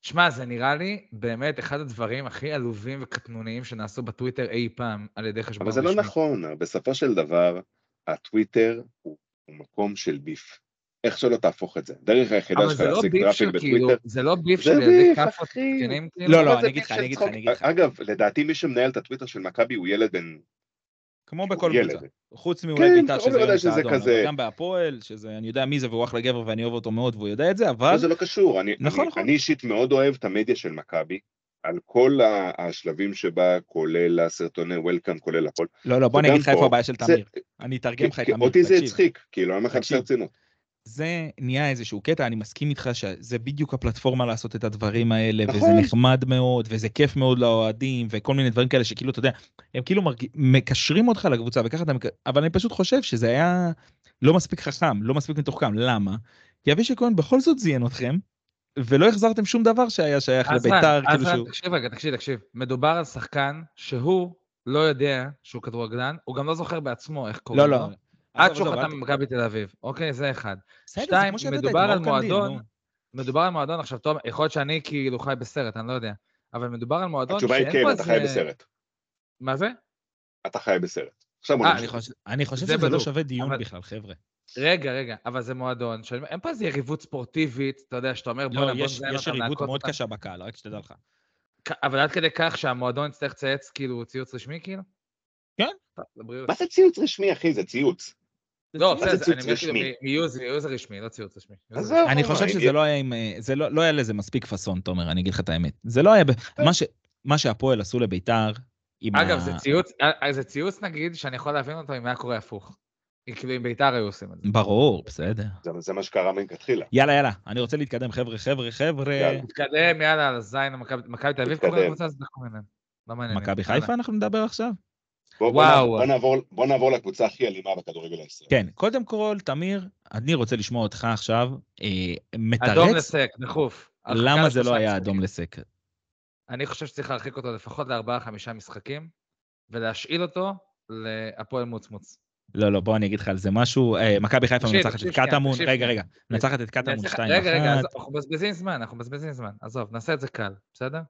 D: שמע, זה נראה לי באמת אחד הדברים הכי עלובים וקטנוניים שנעשו בטוויטר אי פעם על ידי חשבון
C: אבל זה לא
D: רשמי.
C: נכון, בסופו של דבר, הטוויטר הוא, הוא מקום של ביף. איך שלא תהפוך את זה. הדרך היחידה
D: אבל
C: שלך
D: זה לא
C: להשיג
D: ביף
C: טראפיק
D: של כאילו,
C: בטוויטר,
D: זה לא ביף
C: זה
D: של ילדי
C: ביף,
D: כאפות
C: אחי.
D: קטנים כאילו.
B: לא,
C: אבל
B: לא,
C: זה
B: אני אגיד
C: ביף
B: לך,
C: של
B: אני אגיד לך,
C: צחוק.
B: אני אגיד לך.
C: אגב, לדעתי מי שמנהל את הטוויטר של מכבי הוא ילד בן...
B: כמו
C: הוא
B: בכל
C: ילד.
B: קבוצה. חוץ מאולי
C: כן,
B: בית"ר
C: קרוב
B: שזה
C: לוודאי
B: יום
C: שזה
B: האדום,
C: כזה.
B: אבל גם בהפועל, שזה, אני יודע מי זה והוא אחלה גבר ואני אוהב אותו מאוד והוא יודע את זה, אבל...
C: לא, זה לא קשור. אני,
B: נכון,
C: אני,
B: נכון.
C: אני אישית מאוד אוהב את המדיה של מכבי, על כל ה- השלבים שבה, כולל הסרטוני וולקאם, כולל הכל.
B: לא, לא, בוא אני
C: וגם
B: אגיד לך איפה
C: פה,
B: הבעיה של
C: זה-
B: תמיר. אני אתרגם לך את
C: כי-
B: תמיר,
C: אותי זה
B: תקשיב.
C: הצחיק, כאילו, אני אומר לך
B: תקשיב.
C: ברצינות.
B: זה נהיה איזשהו קטע, אני מסכים איתך שזה בדיוק הפלטפורמה לעשות את הדברים האלה, וזה
C: נכון.
B: נחמד מאוד, וזה כיף מאוד לאוהדים, וכל מיני דברים כאלה שכאילו, אתה יודע, הם כאילו מרג... מקשרים אותך לקבוצה, וככה אתה... מק- אבל אני פשוט חושב שזה היה לא מספיק חכם, לא מספיק מתוחכם, למה? כי אבישי כהן בכל זאת זיין אתכם, ולא החזרתם שום דבר שהיה שייך
D: אז
B: לביתר,
D: אז
B: כאילו שהוא...
D: תקשיב רגע, תקשיב, תקשיב. מדובר על שחקן שהוא לא יודע שהוא כדורגלן, הוא גם לא זוכר בעצמו איך קוראים
B: לא,
D: לו. אה,
B: לא.
D: עד
B: עזוב,
D: שהוא
B: עזוב, אל
D: חתם במכבי תל אביב. אוקיי, זה אחד.
B: בסדר, זה
D: שתיים,
B: כמו שהבאת את
D: מדובר על
B: מאור קנדיל,
D: מועדון-
B: נו.
D: מדובר על מועדון, עכשיו, טוב, יכול להיות שאני כאילו חי בסרט, אני לא יודע. אבל מדובר על מועדון
C: התשובה היא
D: שאין
C: כן,
D: פה
C: אתה
D: איזה-
C: חי בסרט.
D: מה זה?
C: אתה חי בסרט. עכשיו בוא
D: אה,
B: אני
C: נמשיך.
B: חושב- אני חושב
D: זה
B: שזה לא
D: בדוק,
B: שווה דיון
D: אבל-
B: בכלל, חבר'ה.
D: רגע, רגע, אבל זה מועדון, שאני- אין פה איזה יריבות ספורטיבית, אתה יודע, שאתה אומר,
B: לא,
D: בוא'נה, בוא
B: יש
D: נזיין
B: יש
D: אותם,
B: יריבות
D: נעקוץ
B: מאוד
D: אותם.
B: קשה בקהל, רק שתדע לך.
D: כ- אבל עד כדי כך שהמועדון יצטרך לצייץ כאילו ציוץ רשמי, כאילו?
B: כן.
D: טוב, לבריאות.
C: מה זה ציוץ רשמי, אחי? זה ציוץ.
D: לא,
C: ציוץ?
D: בסדר,
C: מה זה
D: זה- אני
C: ציוץ
D: אומר כאילו
C: רשמי?
D: מ- מיוזר, מיוזר רשמי, לא ציוץ רשמי. יוזר
C: עזוב,
B: אני
C: מה,
B: חושב
C: אם-
B: שזה לא היה עם... אה, זה לא לא היה לזה מספיק פאסון, תומר, אני אגיד לך את האמת. זה לא היה... ב- מה ש- מה שהפועל עשו לביתר, עם
D: רשמי.
B: ה...
D: אגב, זה ציוץ, אה, זה ציוץ נגיד, שאני יכול להבין אותו אם היה קורה הפוך. אם כאילו אם ביתר היו עושים את זה.
B: ברור, בסדר.
C: זה- זה מה שקרה מלכתחילה.
B: יאללה, יאללה, אני רוצה להתקדם, חבר'ה, חבר'ה, חבר'ה.
C: יאללה.
D: תתקדם, יאללה, על הזין, מכבי מכבי תל אביב
C: תתקדם.
D: קוראים לקבוצה הזאת, אנחנו מעניין. לא מעניין.
B: מכבי
D: יאללה.
B: חיפה אנחנו נדבר עכשיו?
C: בוא- בוא
D: וואו.
C: נעבור- בוא נעבור- בוא נעבור לקבוצה הכי אלימה בכדורגל הישראלי.
B: כן, קודם כל, תמיר, אני רוצה לשמוע אותך עכשיו אה,
D: אדום
B: מתרץ
D: לסק, דחוף. הרחקה
B: למה זה לא
D: לשלושה
B: היה
D: משחקים.
B: אדום לסק.
D: אני חושב שצריך להרחיק אותו לפחות לארבעה-חמישה משחקים, ולהשאיל אותו להפועל מוצמוץ.
B: לא, לא, בוא אני אגיד לך על זה משהו. אה, מכבי חיפה
D: תקשיב,
B: מנצחת
D: תקשיב
B: את
D: שנייה,
B: קטמון,
D: תקשיב
B: רגע,
D: שנייה.
B: רגע, מנצחת את קטמון 2-1.
D: רגע, רגע, אז אנחנו מבזבזים זמן, אנחנו מבזבזים זמן. עזוב, נעשה את זה קל, בסדר?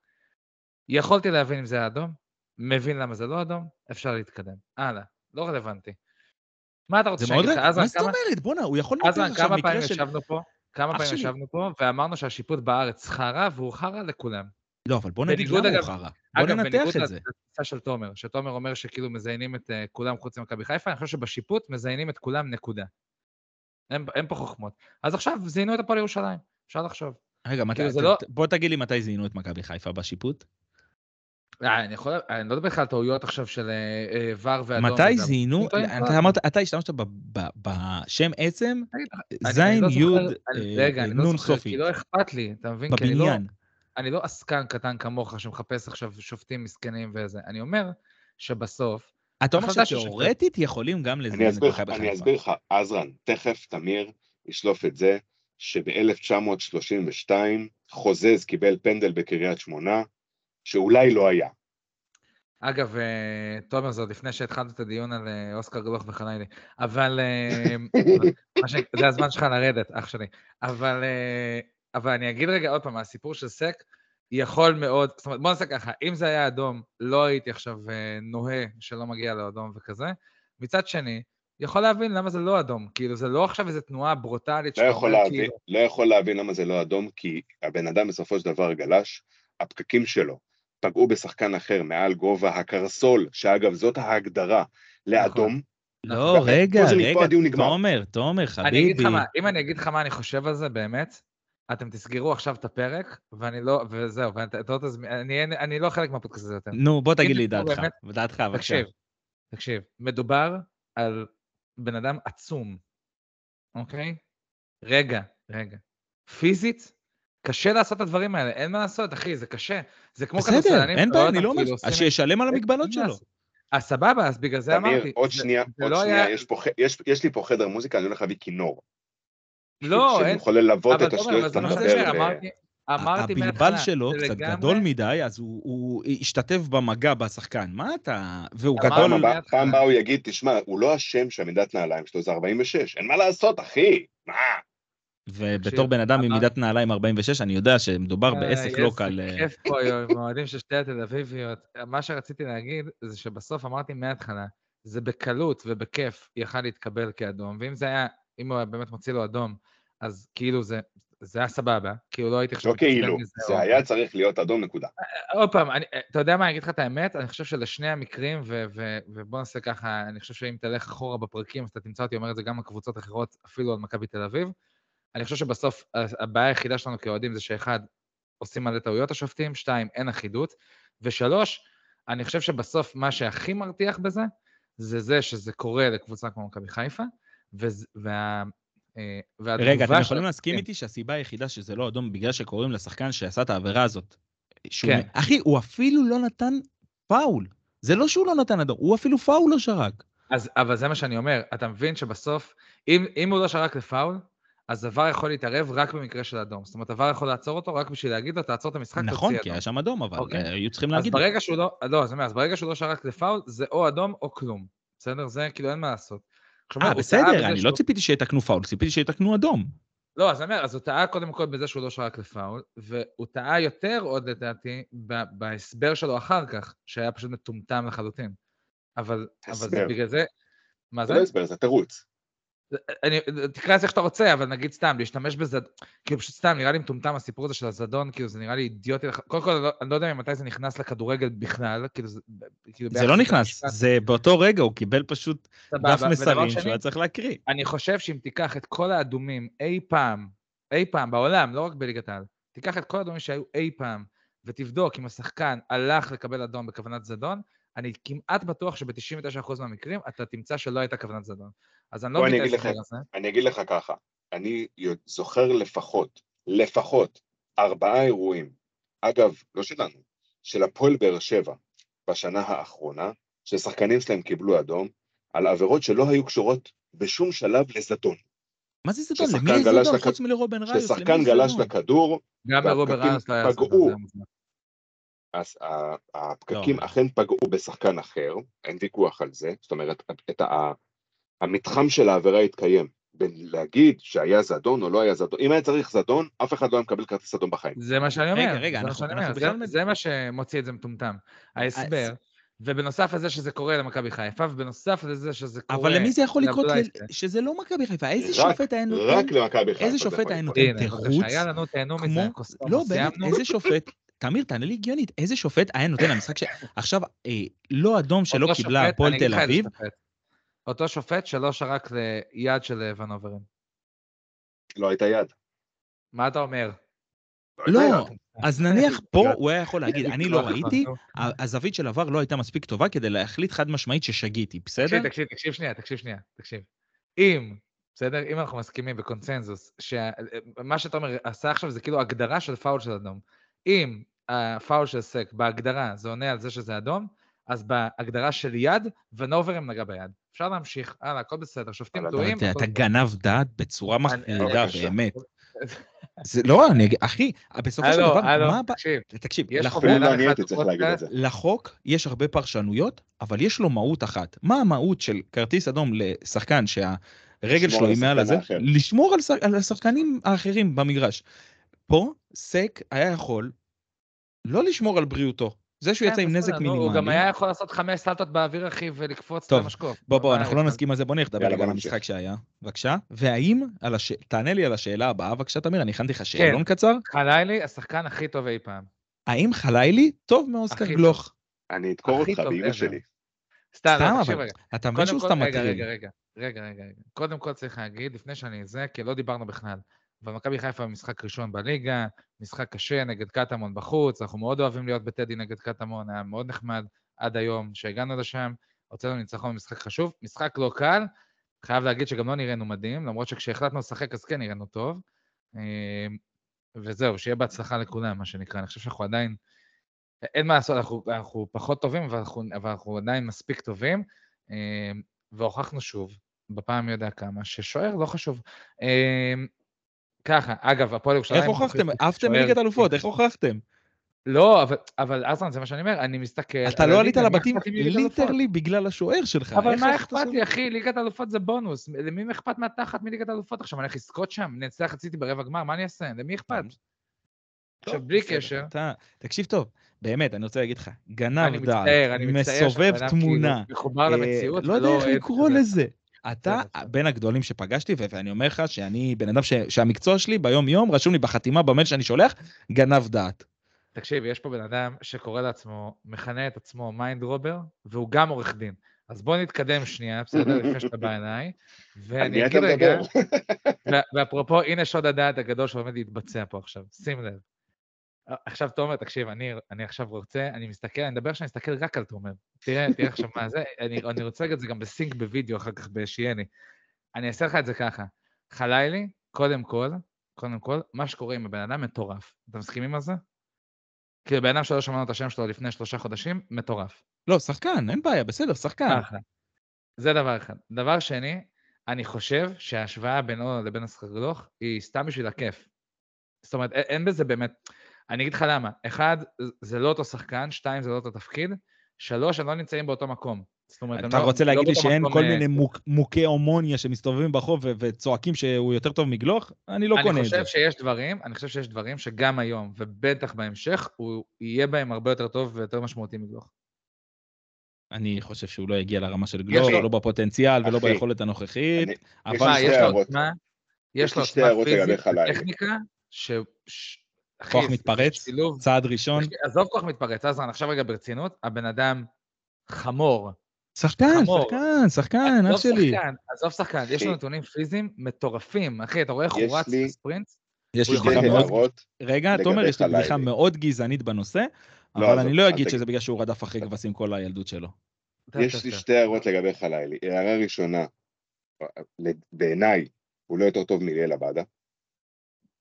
D: יכולתי להבין אם זה היה אדום, מבין למה זה לא אדום, אפשר להתקדם. הלאה, לא רלוונטי. מה אתה רוצה
B: זה
D: שאני
B: מאוד...
D: אגיד לך?
B: רגע,
D: אזן,
B: מה זאת
D: כמה-
B: אומרת? בואנה, הוא יכול לתת
D: אזן,
B: עכשיו
D: כמה פעמים
B: מקרה של...
D: ישבנו פה? כמה
B: אח
D: פעמים
B: שלי.
D: ישבנו פה, ואמרנו שהשיפוט בארץ חרא, והוא חרא לכולם.
B: לא, אבל בוא נגיד
D: בניגוד,
B: למה הוא
D: אגב-
B: חרא. בוא
D: אגב,
B: ננתח
D: בניגוד
B: את זה.
D: לתפיסה של תומר, שתומר אומר שכאילו מזיינים את אה, כולם חוץ ממכבי חיפה, אני חושב שבשיפוט מזיינים את כולם, נקודה. אין אין פה חוכמות. אז עכשיו זיינו את הפועל ירושלים, אפשר לחשוב.
B: רגע, מתי...
D: כאילו, זה
B: ת-
D: לא-
B: ת- בוא תגיד לי מתי זיהינו את מכבי חיפה בשיפוט.
D: אה, אני יכול, אני לא מדבר בכלל על טעויות עכשיו של אה, אה, ור ואדום.
B: מתי
D: וזה, אבל
B: זיהינו...
D: הם טועים כל
B: אתה
D: הזמן.
B: אמרת, אתה השתמשת ב- ב- בשם עצם
D: תגיד, אני- אני
B: זין
D: לא זוכר-
B: יוד
D: אני-
B: אה,
D: רגע, אני לא
B: נון
D: זוכר, כי
B: סופית.
D: לא אכפת לי, אתה מבין? כי אני לא-
B: בבניין.
D: אני לא עסקן קטן כמוך שמחפש עכשיו שופטים מסכנים וזה. אני אומר שבסוף,
B: אתה אומר
D: החלטה של שופט.
B: שתיאורטית יכולים גם
C: אני
B: לזיין את
C: אסביר לך,
B: מכבי
C: אני
B: חיפה.
C: אסביר לך, עזרן, תכף תמיר ישלוף את זה, שב-1932 חוזז קיבל פנדל בקריית שמונה, שאולי לא היה.
D: אגב, אה, תומר, זה עוד לפני שהתחלנו את הדיון על אה, אוסקר גלוך וחנאילי, אבל אה, מה ש- זה הזמן שלך לרדת, אח שלי. אבל, אה, אבל אני אגיד רגע עוד פעם, הסיפור של סק יכול מאוד, זאת אומרת, בוא נעשה ככה, אם זה היה אדום, לא הייתי עכשיו אה, נוהה שלא מגיע לאדום וכזה. מצד שני, יכול להבין למה זה לא אדום, כאילו, זה לא עכשיו איזו תנועה ברוטלית
C: לא
D: שאתה
C: יכול,
D: אומר,
C: להבין,
D: כאילו,
C: לא יכול להבין למה זה לא אדום, כי הבן אדם בסופו של דבר גלש, הפקקים שלו פגעו בשחקן אחר מעל גובה הקרסול, שאגב, זאת ההגדרה לאדום.
B: לא,
C: ואחרי-
B: רגע,
C: פה זה נגמר,
B: רגע,
C: הדיון נגמר.
B: תומר, תומר,
D: אני אגיד לך
B: חביבי.
D: מה, אם אני אגיד לך מה אני חושב על זה, באמת, אתם תסגרו עכשיו את הפרק, ואני לא, וזהו, ואתה אתה לא תזמין, אני, אין- אני לא חלק מהפודקאסט הזה יותר.
B: נו, בוא תגיד
D: אם
B: לי
D: זה פה
B: דעתך,
D: באמת-
B: דעתך, בבקשה.
D: תקשיב, תקשיב, מדובר על בן אדם עצום, אוקיי? רגע, רגע. פיזית, קשה לעשות את הדברים האלה, אין מה לעשות, אחי, זה קשה. זה כמו
B: בסדר, אין
D: אתה רואה
B: בעיה, אני
D: אותם
B: לא אומר...
D: כאילו עושים
B: אז
D: את-
B: שישלם על
D: אין
B: המגבלות
D: מה
B: שלו.
D: לעשות. אז סבבה, אז בגלל זה אמרתי.
C: תמיר, עוד
D: זה-
C: שנייה,
D: זה
C: עוד
D: לא
C: שנייה,
D: היה-
C: יש, פה, ח- יש, יש לי פה חדר מוזיקה, אני הולך להביא כינור.
D: לא,
C: שאני
D: אין,
C: יכול ללוות
D: אבל
C: את
D: תומר, אבל
C: השטויות
D: זה
B: אתה
C: שאתה אה,
D: מה שאני
B: מדבר,
D: אומר,
C: ו-
D: אמרתי, אמרתי
B: הבלבל
D: מההתחלה,
B: שלו
D: זה
B: קצת
D: לגמרי-
B: גדול מדי, אז הוא- הוא השתתף במגע בשחקן. מה אתה... והוא
D: אמרנו
B: גדול...
C: פעם הבאה-
D: מההתחלה.
C: פעם הבאה הוא יגיד, תשמע, הוא לא אשם שהמידת נעליים שלו זה 46, אין מה לעשות, אחי, מה?
B: ובתור
D: תקשיב,
B: בן אדם עם
D: אמר-
B: מידת נעליים 46, אני יודע שמדובר בעסק
D: איי,
B: לא
D: איזה
B: קל. אה,
D: כיף פה היום, עם האוהדים של שתי התל אביביות. מה שרציתי להגיד זה שבסוף אמרתי מההתחלה, זה בקלות ובכיף יכל להתקבל כאדום, ואם זה היה, אם הוא היה באמת מוציא לו אדום, אז כאילו זה, זה היה סבבה, כאילו לא הייתי עכשיו...
C: לא כאילו,
D: מתעצבן מזה,
C: זה
D: או-
C: היה צריך להיות אדום, נקודה.
D: עוד פעם, אני, אה, אתה יודע מה, אני אגיד לך את האמת, אני חושב שלשני המקרים, ו, ו, ובוא נעשה ככה, אני חושב שאם תלך אחורה בפרקים, אז אתה תמצא אותי אומר את זה גם על קבוצות אחרות, אפילו על מכבי תל אביב. אני חושב שבסוף ה- הבעיה היחידה שלנו כאוהדים זה שאחד, עושים מלא טעויות השופטים, שתיים, אין אחידות, ושלוש, אני חושב שבסוף מה שהכי מרתיח בזה, זה זה שזה קורה לקבוצה כמו מכבי חיפה, וזה- וה... אה,
B: רגע, אתם
D: והתגובה
B: יכולים
D: של-
B: להסכים
D: כן.
B: איתי שהסיבה היחידה שזה לא אדום, בגלל שקוראים לשחקן שעשה את העבירה הזאת. שהוא-
D: כן.
B: אחי, הוא אפילו לא נתן פאול. זה לא שהוא לא נתן אדום, הוא אפילו פאול לא שרק.
D: אז, אבל זה מה שאני אומר, אתה מבין שבסוף, אם, אם הוא לא שרק לפאול, אז עבר יכול להתערב רק במקרה של אדום. זאת אומרת, עבר יכול לעצור אותו רק בשביל להגיד לו, תעצור את המשחק,
B: נכון,
D: תוציא
B: כי
D: אדום.
B: היה שם אדום, אבל
D: אוקיי.
B: אה, היו צריכים
D: אז
B: להגיד. לו.
D: ברגע שהוא לא, לא, אז אני אומר, אז ברגע שהוא לא שרק לפאול, זה או אדום או כלום. בסדר? זה כאילו אין מה לעשות. עכשיו,
B: אה,
D: הוא טעה בזה
B: בסדר, אני לא
D: שהוא-
B: ציפיתי שיתקנו פאול, ציפיתי שיתקנו אדום.
D: לא, אז אני אומר, אז הוא טעה קודם כל בזה שהוא לא שרק לפאול, והוא טעה יותר עוד לדעתי ב- בהסבר שלו אחר כך, שהיה פשוט מטומטם לחלוטין. אבל, אבל זה
C: הסבר.
D: בגלל זה... מה
C: זה
D: זה?
C: לא הסבר, זה תירוץ.
D: אני, תקרא לזה איך שאתה רוצה, אבל נגיד סתם, להשתמש בזד... כאילו פשוט סתם, נראה לי מטומטם הסיפור הזה של הזדון, כאילו זה נראה לי אידיוטי. לח- קודם כל, אני לא- אני לא יודע ממתי זה נכנס לכדורגל בכלל, כאילו זה... כאילו
B: זה
D: ביחס
B: לא
D: לבית
B: נכנס,
D: המשפט,
B: זה באותו רגע, הוא קיבל פשוט
D: סבבה.
B: דף
D: ודבר
B: מסרים
D: שני,
B: שהוא היה צריך להקריא.
D: אני חושב שאם תיקח את כל האדומים אי פעם, אי פעם בעולם, לא רק בליגת העל, תיקח את כל האדומים שהיו אי פעם, ותבדוק אם השחקן הלך לקבל אדום בכוונת זדון, אני כמעט בטוח שב-99% מהמקרים אתה תמצא שלא הייתה כוונת זדון. אז אני לא
C: בוא, אני
D: מבין את
C: אגיד לך-
D: ההסבר הזה.
C: אני אגיד לך ככה, אני זוכר לפחות, לפחות, ארבעה אירועים, אגב, לא שלנו, של הפועל באר שבע בשנה האחרונה, ששחקנים שלהם קיבלו אדום, על עבירות שלא היו קשורות בשום שלב לזדון.
B: מה זה זדון?
C: ששחקן
B: למי יש
C: גלש
B: זדון?
C: לכ-
B: חוץ מלרובן ראיוס, למי יש זדון?
C: כששחקן גלש לכדור,
D: גם לרובר
C: והפקקים
D: ארנס לא היה זדון,
C: כאילו פגעו.
D: זה מוזר.
C: אז ה- הפקקים
B: לא.
C: אכן פגעו בשחקן אחר, אין ויכוח על זה, זאת אומרת, את ה- המתחם של העבירה התקיים, בין להגיד שהיה זדון או לא היה זדון, אם היה צריך זדון, אף אחד לא היה מקבל כרטיס אדום בחיים.
D: זה מה שאני אומר.
B: רגע, רגע,
D: זה מה
B: אנחנו-
D: שאני
B: אנחנו
D: אומר,
B: בכלל
D: זה-
B: מד-
D: זה מה שמוציא את זה מטומטם. ההסבר, ובנוסף לזה שזה קורה למכבי חיפה, ובנוסף לזה שזה קורה...
B: אבל למי זה יכול
D: לאבו
B: לקרות?
D: לייסטר.
B: ל- שזה לא מכבי חיפה, איזה
C: רק-
B: שופט היה נותן?
C: רק למכבי חיפה.
B: איזה
C: זה
B: שופט
C: יכול
B: היה
C: לקרות.
B: נותן?
D: הנה,
B: תירוץ
D: בבקשה, היה לנו, תהנו מזה,
B: כמו-
D: כוסות,
B: לא, באמת,
D: סיימנו.
B: איזה שופט, תמיר, תענה לי הגיונית, איזה שופט היה נותן למשחק ש... עכשיו, אה, לא אדום שלא
D: אותו שופט,
B: קיבלה הפועל
D: אני אגיד
B: תל
D: לך איזה
B: אביב,
D: שופט. אותו שופט שלא שרק ליד של ון אוברן.
C: לא הייתה יד.
D: מה אתה אומר?
B: לא,
C: הייתה יד.
B: אז נניח פה
C: יד.
B: הוא היה יכול להגיד, אני לא
D: כבר,
B: ראיתי,
D: נו.
B: ה- הזווית של עבר לא הייתה מספיק טובה כדי להחליט חד משמעית ששגיתי, בסדר?
D: תקשיב, תקשיב, תקשיב שנייה, תקשיב שנייה, תקשיב. אם, בסדר? אם אנחנו מסכימים בקונצנזוס, שמה שתומר עשה עכשיו זה כאילו הגדרה של פאול של אדום. אם הפאול של סק בהגדרה זה עונה על זה שזה אדום, אז בהגדרה של יד, ונוברם נגע ביד. אפשר להמשיך, הלאה, הכל בסדר, שופטים
C: אבל אתה-
B: אבל
D: טועים.
B: אתה-
D: הכל
B: אתה
D: בסדר.
B: גנב דעת בצורה מחרידה,
C: בבקשה.
B: באמת. זה לא, אני אגיד, אחי, בסופו של
D: הלו,
B: דבר,
D: הלו,
B: מה הבעיה?
D: תקשיב,
B: תקשיב,
D: יש פה
B: לחוק-
C: אפילו
D: בן אדם
C: לא אני
D: אחד
C: הייתי צריך להגיד את זה.
B: לחוק יש הרבה פרשנויות, אבל יש לו מהות אחת. מה המהות של כרטיס אדום לשחקן שהרגל
C: לשמור
B: שלו
C: על
B: היא מעל הזה?
C: השחקן האחר.
B: לשמור על, שח- על השחקנים האחרים במגרש. פה סק היה יכול לא לשמור על בריאותו. זה שהוא
D: כן,
B: יצא עם נזק
D: בסדר, נו, הוא גם
B: מינימלי.
D: היה יכול לעשות חמש סלטות באוויר, אחי, ולקפוץ
B: טוב,
D: למשקוף. אה,
B: בוא, בוא,
D: מה,
B: אנחנו לא
D: יש-
B: נסכים על זה, בוא נלך לדבר
C: יאללה,
B: רגע
C: בוא
B: על
C: נמשיך.
B: המשחק שהיה, בבקשה. והאם, על הש... תענה לי על השאלה הבאה, בבקשה, תמיר, אני הכנתי לך שאלון קצר.
D: חלילי, השחקן הכי טוב אי פעם.
B: האם חלילי טוב מאוסקר
D: הכי טוב.
B: גלוך?
C: אני אדקור
D: הכי
C: אותך
D: טוב
C: באימא
D: ever.
C: שלי.
D: סתם,
B: סתם,
D: לא, תקשיב
B: אבל
D: רגע.
B: אתה מבין
D: קודם
B: שהוא
D: כל,
B: סתם
D: רגע,
B: מטריל.
D: רגע, רגע, רגע, רגע, רגע. קודם כל צריך להגיד, לפני שאני זה, כי לא דיברנו בכלל, אבל מכבי חיפה במשחק ראשון בליגה, משחק קשה נגד קטמון בחוץ, אנחנו מאוד אוהבים להיות בטדי נגד קטמון, היה מאוד נחמד עד היום שהגענו לשם, הוצאנו ניצחון במשחק חשוב, משחק לא קל, חייב להגיד שגם לא נראינו מדהים, למרות שכשהחלטנו לשחק אז כן נראינו טוב. אמ, וזהו, שיהיה בהצלחה לכולם, מה שנקרא, אני חושב שאנחנו עדיין, אין מה לעשות, אנחנו, אנחנו פחות טובים, אבל אנחנו, אבל אנחנו עדיין מספיק טובים. אמ, והוכחנו שוב, בפעם מי יודע כמה, ששוער לא חשוב. אמ, ככה, אגב, הפועל ירושלים...
B: איך הוכחתם?
D: הוכיח
B: עפתם
D: שוער-
B: בליגת אלופות, איך הוכחתם?
D: לא, אבל, אבל אסרן, זה מה שאני אומר, אני מסתכל...
B: אתה
D: על
B: לא עלית
D: הליגה, מי
B: לבתים
D: אכפת לי מליגת אלופות?
B: ליטרלי בגלל השוער שלך.
D: אבל
B: איך
D: מה
B: עשית
D: אכפת
B: את זה?
D: לי, אחי? ליגת אלופות זה בונוס. למי אכפת מהתחת מליגת אלופות? עכשיו אני הולך לזכות שם, נצטרך לציתי ברבע גמר, מה אני אעשה? למי אכפת? עכשיו,
B: טוב,
D: בלי
B: בסדר,
D: קשר.
B: אתה- תקשיב טוב, באמת, אני רוצה להגיד לך,
D: אני
B: גנב דעת,
D: מצטער, אני מצטער.
B: מסובב
D: שהבן אדם
B: תמונה,
D: כאילו מחובר
B: אה,
D: למציאות,
B: לא יודע
D: ולא
B: איך
D: אוהד
B: לקרוא
D: כזה.
B: לזה. אתה
D: בסדר.
B: בין הגדולים שפגשתי, ו- ואני אומר לך שאני בן אדם ש- שהמקצוע שלי ביום-יום רשום לי בחתימה במייל שאני שולח, גנב דעת.
D: תקשיב, יש פה בן אדם שקורא לעצמו, מכנה את עצמו מיינד רובר, והוא גם עורך דין. אז בוא נתקדם שנייה, בסדר? לפני שאתה בא אליי.
C: על מי אתה
D: ואני אגיד רגע,
C: מדבר?
D: ו- ואפרופו, הנה שוד הדעת הגדול שעומד להתבצע פה עכשיו, שים לב. אה, עכשיו, תומר, תקשיב, אני, אני עכשיו רוצה, אני מסתכל, אני מדבר שאני מסתכל רק על תומר. תראה, תראה עכשיו מה זה, אני, אני רוצה להגיד את זה גם בסינק בווידאו אחר כך בשיאני. אני אעשה לך את זה ככה. חלילי, קודם כל, קודם כל, מה שקורה עם הבן אדם מטורף. אתם מסכימים על זה? כאילו, בן אדם שלא שמענו את השם שלו לפני שלושה חודשים, מטורף.
B: לא, שחקן, אין בעיה, בסדר, שחקן.
D: אחלה. זה דבר אחד. דבר שני, אני חושב שההשוואה בינו לבין הסחרלוך היא סתם בשביל הכיף. זאת אומרת, א- אין בזה באמת... אני אגיד לך למה. אחד, זה לא אותו שחקן, שתיים, זה לא אותו תפקיד, שלוש, הם לא נמצאים באותו מקום. זאת אומרת, הם
B: אתה
D: לא-
B: רוצה
D: לא
B: להגיד לי
D: באותו
B: שאין
D: מקום,
B: כל
D: אה,
B: מיני מוק- מוכי הומוניה שמסתובבים ברחוב ו- וצועקים שהוא יותר טוב מגלוך? אני לא קונה
D: אני
B: את זה.
D: חושב שיש דברים, אני חושב שיש דברים שגם היום, ובטח בהמשך, הוא יהיה בהם הרבה יותר טוב ויותר משמעותי מגלוך.
B: אני חושב שהוא לא יגיע לרמה של
D: יש
B: גלוך,
D: לו-
B: לא בפוטנציאל ולא
C: אחי,
B: ביכולת הנוכחית,
C: אני-
B: אבל...
D: מה,
C: שתי
D: יש לו
C: הערות.
D: עוצמה,
C: יש
D: יש לו
C: לי שתי
D: עוצמה
C: הערות
D: פיזית
C: לגביך לילה.
D: וטכניקה, ש... ש- אחי,
B: כוח
D: זה- זה
B: מתפרץ,
D: שילוב.
B: צעד ראשון,
D: עזוב כוח מתפרץ, עזרן, עכשיו רגע ברצינות, הבן אדם חמור.
B: שחקן,
D: חמור.
B: שחקן, שחקן, אח
D: עזוב
B: שלי.
D: שחקן, עזוב שחקן, יש לו
C: אחי.
D: נתונים פיזיים מטורפים. אחי, אתה רואה איך
C: יש
D: הוא רץ
C: לי-
D: בספרינט?
B: יש
D: הוא
B: לי
D: יכול
B: בדיחה
C: שתי
B: מאוד...
D: מאוד-
C: הערות.
B: רגע,
C: לגבי
B: תומר, יש לי
C: חלילי.
B: בדיחה מאוד גזענית בנושא,
C: לא,
B: אבל
C: עזוב,
B: אני לא
C: אל
B: אגיד
C: תגיד.
B: שזה בגלל שהוא רדף אחרי כבשים כל הילדות שלו.
D: טוב, טוב,
C: יש לי
D: טוב.
C: שתי הערות לגבי חלילי. הערה ראשונה, בעיניי, הוא לא יותר טוב מליאל עבדה.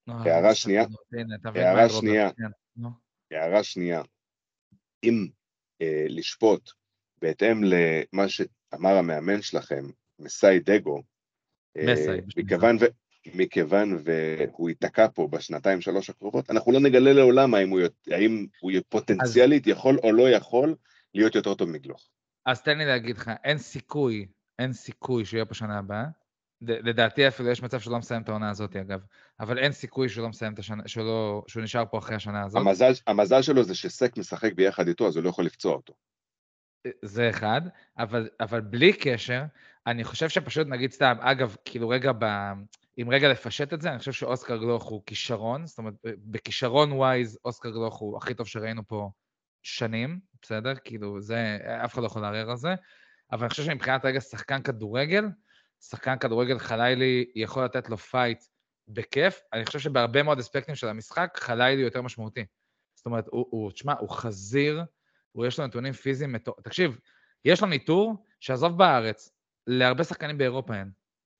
D: אה,
C: הערה
D: בסדר,
C: שנייה.
D: הנה, אתה מבין
C: הערה
D: מה אני רואה.
C: שנייה.
D: כן, נו.
C: הערה שנייה, אם אה, לשפוט בהתאם למה שאמר המאמן שלכם, מסאי דגו, אה,
D: מסאי, בשביל
C: מכיוון, ו... מכיוון והוא ייתקע פה בשנתיים שלוש הקרובות, אנחנו לא נגלה לעולם האם הוא, יות- האם הוא י- פוטנציאלית יכול או לא יכול להיות יותר טוב מגלוך.
D: אז תן לי להגיד לך, אין סיכוי, אין סיכוי שהוא יהיה פה שנה הבאה. ד- לדעתי אפילו יש מצב שהוא לא מסיים את העונה הזאת, אגב. אבל אין סיכוי שהוא לא מסיים את השנה, שהוא, לא, שהוא נשאר פה אחרי השנה הזאת.
C: המזל, המזל שלו זה שסק משחק ביחד איתו, אז הוא לא יכול לפצוע אותו.
D: זה אחד, אבל, אבל בלי קשר, אני חושב שפשוט נגיד סתם, אגב, כאילו רגע, ב, אם רגע לפשט את זה, אני חושב שאוסקר גלוך הוא כישרון, זאת אומרת, בכישרון ווייז, אוסקר גלוך הוא הכי טוב שראינו פה שנים, בסדר? כאילו, זה, אף אחד לא יכול לערער על זה, אבל אני חושב שמבחינת רגע שחקן כדורגל, שחקן כדורגל חלילי יכול לתת לו פייט בכיף, אני חושב שבהרבה מאוד אספקטים של המשחק, חלילי יותר משמעותי. זאת אומרת, הוא, הוא תשמע, הוא חזיר, הוא יש לו נתונים פיזיים מטור... תקשיב, יש לו ניטור שעזוב בארץ, להרבה שחקנים באירופה אין.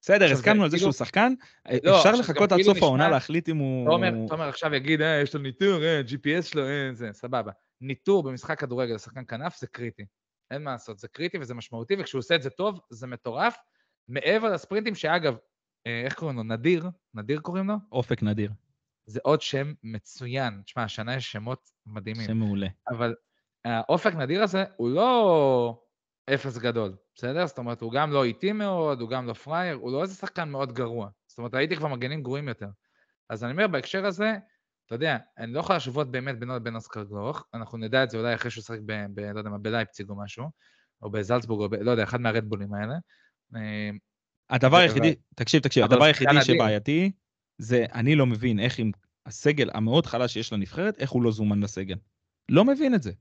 B: בסדר,
D: עכשיו,
B: הסכמנו
D: זה
B: על זה
D: כאילו-
B: שהוא שחקן, אה,
D: לא,
B: אפשר
D: עכשיו, זה
B: לחכות
D: גם
B: עד
D: כאילו
B: סוף העונה
D: נשמע-
B: להחליט אם הוא...
D: תומר, תומר עכשיו יגיד, אה, יש לו ניטור, אה, GPS שלו, אה, זה, סבבה. ניטור במשחק כדורגל לשחקן כנף זה קריטי. אין מה לעשות, זה קריטי וזה משמעותי, וכשהוא עושה את זה טוב, זה מטורף. מעבר לספרינטים, שאגב, אה, איך קוראים לו? נדיר? נדיר קוראים לו?
B: אופק נדיר,
D: זה עוד שם מצוין. תשמע, השנה יש שמות מדהימים.
B: שם מעולה.
D: אבל האופק נדיר הזה הוא לא אפס גדול, בסדר? זאת אומרת, הוא גם לא איטי מאוד, הוא גם לא פראייר, הוא לא איזה שחקן מאוד גרוע. זאת אומרת, ראיתי כבר מגנים גרועים יותר. אז אני אומר, בהקשר הזה, אתה יודע, אני לא יכול להשוות באמת בינו לבין אוסקר גלוך, אנחנו נדע את זה אולי אחרי שהוא שיחק ב... ב לא יודע מה, בלייפציג או משהו, או בזלצבורג, או ב... לא יודע, אחד מהרדבולים האלה. אה,
B: הדבר
D: אבל-
B: היחידי, תקשיב, תקשיב,
D: אבל
B: הדבר
D: השחקן
B: היחידי
D: אדיר.
B: שבעייתי, זה אני לא מבין איך עם הסגל המאוד חלש שיש לנבחרת, איך הוא לא זומן לסגל. לא מבין את זה.
D: אמ,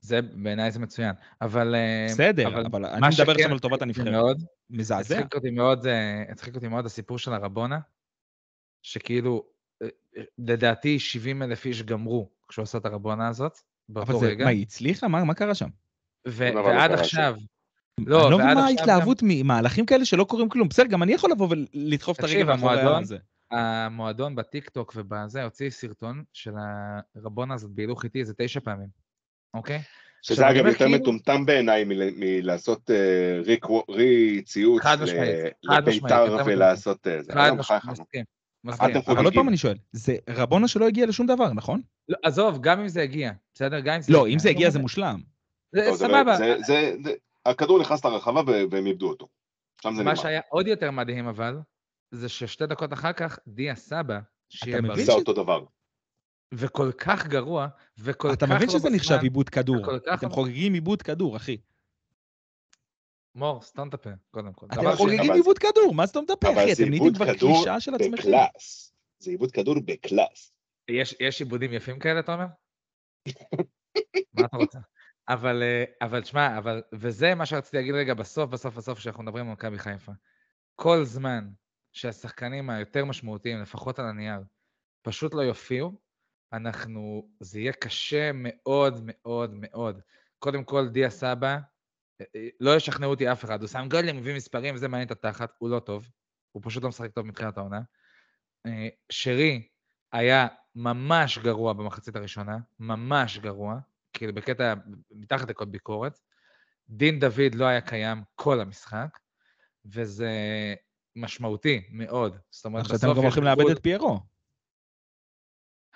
D: זה, בעיניי זה מצוין. אבל... אה,
B: בסדר, אבל אני
D: מה
B: מדבר
D: שכן
B: עכשיו על טובת
D: הצחיק אותי
B: הנבחרת.
D: מאוד,
B: מזעזע.
D: הצחיק אותי מאוד, אה, הצחיק אותי מאוד הסיפור של הרבונה, שכאילו, אה, אה, לדעתי 70 אלף איש גמרו כשהוא עשה את הרבונה הזאת,
B: אבל
D: באותו
B: זה,
D: רגע,
B: מה, היא הצליחה? מה מה קרה שם?
D: ו-
C: דבר לא
D: ועד
C: קרה
D: עכשיו,
B: לא, אני לא מבין
D: ועד
B: מה
D: עכשיו
B: ההתלהבות ממהלכים כאלה שלא קורים כלום. בסדר, גם אני יכול לבוא ולדחוף את
D: תקשיב,
B: הרגל מאחורי
D: המועדון-
B: הזה.
D: המועדון בטיקטוק ובזה הוציא סרטון של הרבונה הזאת בהילוך איתי איזה תשע פעמים, אוקיי? עכשיו,
C: שזה
D: אני
C: אגב
D: אומר,
C: יותר
D: כאילו-
C: מטומטם בעיניי מל- מלעשות אה, רי- רי-ציוץ
D: חד
C: ל-
D: משמעית, חד משמעית, יותר
C: לביתר
D: מטומטם.
C: ולעשות אה, זה.
D: חד
C: לא,
D: משמעית,
C: בחייך, נו.
D: מסכים,
C: אתם
D: מסכים.
B: אבל עוד
C: חוגגים.
B: פעם אני שואל, זה רבונה שלא הגיע לשום דבר, נכון?
D: לא, עזוב, גם אם זה הגיע, בסדר? גם אם זה
B: לא, אם זה
D: אני
B: הגיע
D: אומר,
B: זה מושלם.
D: זה
C: לא, זה לא-
D: סבבה,
C: זה- זה- זה- הכדור נכנס לרחבה ו- והם איבדו אותו. שם זה
D: מה
C: נגמר.
D: שהיה עוד יותר מדהים אבל, זה ששתי דקות אחר כך, דיה סבא, שיהיה
B: מבין
D: בריא,
C: עשה
B: ש-
C: אותו דבר.
D: וכל כך גרוע, וכל כך
B: אתה
D: לא
B: מבין שזה נחשב
D: בזמן,
B: עיבוד כדור.
D: כל כך
B: אתם
D: לא-
B: חוגגים עיבוד כדור, אחי.
D: מור, סתום את הפה, קודם כל.
B: אתם
D: דבר
C: אבל-
B: חוגגים
C: אבל-
B: עיבוד כדור, מה סתום את הפה,
C: אבל
B: אחי?
C: זה
B: אתם נהייתם
C: עיבוד
B: כבר
C: כדור
B: קלישה של עצמכם.
C: בקלאס. זה עיבוד כדור בקלאס.
D: שני, יש- יש עיבודים יפים כאלה, אתה אומר? מה אתה רוצה? אבל, אה, אבל שמע, אבל, וזה מה שרציתי להגיד רגע בסוף, בסוף, בסוף, כשאנחנו מדברים על מכבי חיפה. כל זמן שהשחקנים היותר משמעותיים, לפחות על הנייר, פשוט לא יופיעו, אנחנו, זה יהיה קשה מאוד מאוד מאוד. קודם כל, דיה סבא, אה, אה, לא ישכנעו אותי אף אחד, הוא שם גולים, מביא מספרים, זה מעניין את התחת, הוא לא טוב, הוא פשוט לא משחק טוב מתחילת העונה. אה, שרי היה ממש גרוע במחצית הראשונה, ממש גרוע, כאילו בקטע מתחת לקוד ביקורת. דין דוד לא היה קיים כל המשחק, וזה משמעותי מאוד. זאת אומרת,
B: עכשיו אתם גם הולכים
D: יש
B: לאבד
D: גבול-
B: את פיירו.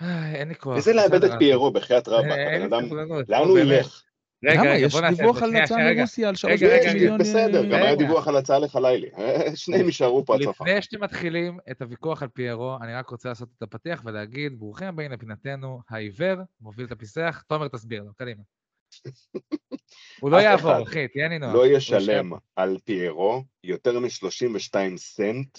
D: אה, אין לי כוח.
C: וזה לאבד את
D: בסדר,
C: פיירו בחייאת
D: אה,
C: רבאק,
D: אין
C: הבן
D: לי
C: אדם,
D: סבלנות,
C: לאן
D: נו,
C: הוא
D: באמת.
C: ילך?
D: רגע,
B: למה?
D: רגע,
B: יש
D: בוא נעשה את זה,
B: דיווח על
D: שנייה,
B: הצעה
D: שנייה, רגע.
B: מרוסיה על שלוש
D: רגע,
B: וחצי
D: רגע,
B: מיליון...
C: בסדר, גם היה
D: רגע.
C: דיווח על הצעה לחלילי. אה, שניהם יישארו פה הצפה.
D: לפני שאתם מתחילים את הוויכוח על פיירו, אני רק רוצה לעשות את הפתיח ולהגיד, ברוכים הבאים לפינתנו, העיוור מוביל את הפיסח, תומר תסביר לו, קדימה. הוא לא
C: אף
D: יעבור,
C: אחד
D: אחי, תהיה נינוח.
C: לא
D: הוא
C: ישלם על פיירו יותר מ-32 סנט.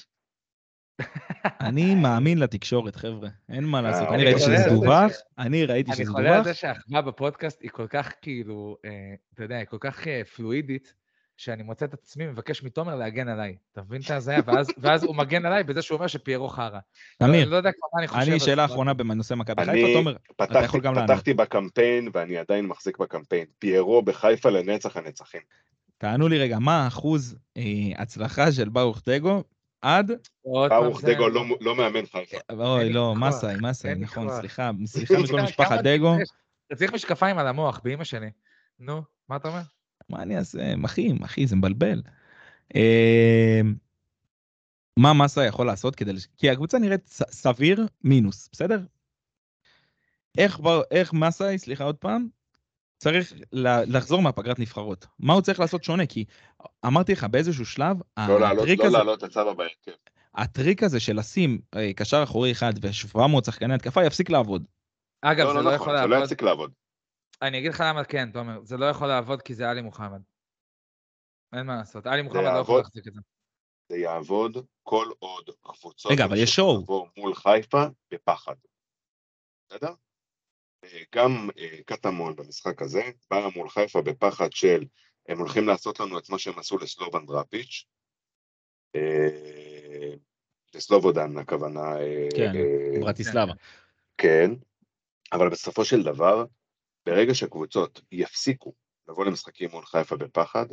B: אני מאמין לתקשורת, חבר'ה. אין מה לעשות.
C: אוקיי.
B: אני ראיתי שזה
D: אני חולה על זה
B: דווח, אני ראיתי
D: אני
B: שזה
D: חולה על
B: דווח.
D: זה שהאחווה בפודקאסט היא כל כך כאילו, אה, אתה יודע, היא כל כך אה, פלואידית, שאני מוצא את עצמי מבקש מתומר להגן עליי. אתה מבין את ההזיה? ואז- ואז הוא מגן עליי בזה שהוא אומר שפיירו חרא. אני
B: תמיר,
D: לא יודע כבר מה אני חושב.
B: אני
D: על
B: שאלה
D: זה.
B: אחרונה בנושא מכבי
C: אני-
B: חיפה, תומר.
C: פתחתי-
B: יכול גם לענות.
C: פתחתי בקמפיין, ואני עדיין מחזיק בקמפיין. פיירו בחיפה לנצח הנצחים.
B: תענו לי רגע, מה האחוז אה, הצלחה של ברוך דגו עד...
D: עוד פעם
C: ברוך
D: זה-
C: דגו לא מ- לא מאמן חיפה.
B: אוי,
D: לי
B: לא,
D: כוח,
B: מסאי, מסאי,
D: אין לי
B: נכון,
D: כוח.
B: סליחה, סליחה מכל
D: כמה-
B: משפחת
D: כמה
B: דגו.
D: יש? אתה צריך משקפיים על המוח, באימא שלי. נו, מה אתה אומר?
B: מה אני אעשה? אחי, אחי, זה מבלבל. אה, מה מסה יכול לעשות כדי... לש- כי הקבוצה נראית ס- סביר מינוס, בסדר? איך, בר- איך מסאי, סליחה עוד פעם, צריך לה- לחזור מהפגרת נבחרות. מה הוא צריך לעשות שונה? כי אמרתי לך, באיזשהו שלב,
D: אה,
C: לא לעלות-
B: הטריק
C: לא
B: הזה-
C: לעלות לצבא בהרכב.
B: הטריק הזה של לשים אה, קשר אחורי אחד ו-700 שחקני התקפה יפסיק לעבוד.
D: אגב,
C: לא,
D: זה
C: לא
D: לא
C: נכון,
D: יכול
C: זה לא
D: לעבוד.
C: יפסיק לעבוד.
D: אני אגיד לך למה כן, תומר. זה לא יכול לעבוד כי זה עלי מוחמד. אין מה לעשות, עלי מוחמד לא יכול
C: יעבוד.
D: להחזיק את זה.
C: זה יעבוד כל עוד הקבוצות...
B: רגע, אבל יש
C: ימשיכו
B: שואו.
C: לעבור מול חיפה בפחד. בסדר? אה, גם אה, קטמון במשחק הזה באה מול חיפה בפחד של הם הולכים לעשות לנו את מה שהם עשו לסלובן דראפיץ', אה, לסלובודן הכוונה, אה,
B: כן,
C: אה,
B: ברטיסלבה.
C: כן, אבל בסופו של דבר, ברגע שהקבוצות יפסיקו לבוא למשחקים מול חיפה בפחד,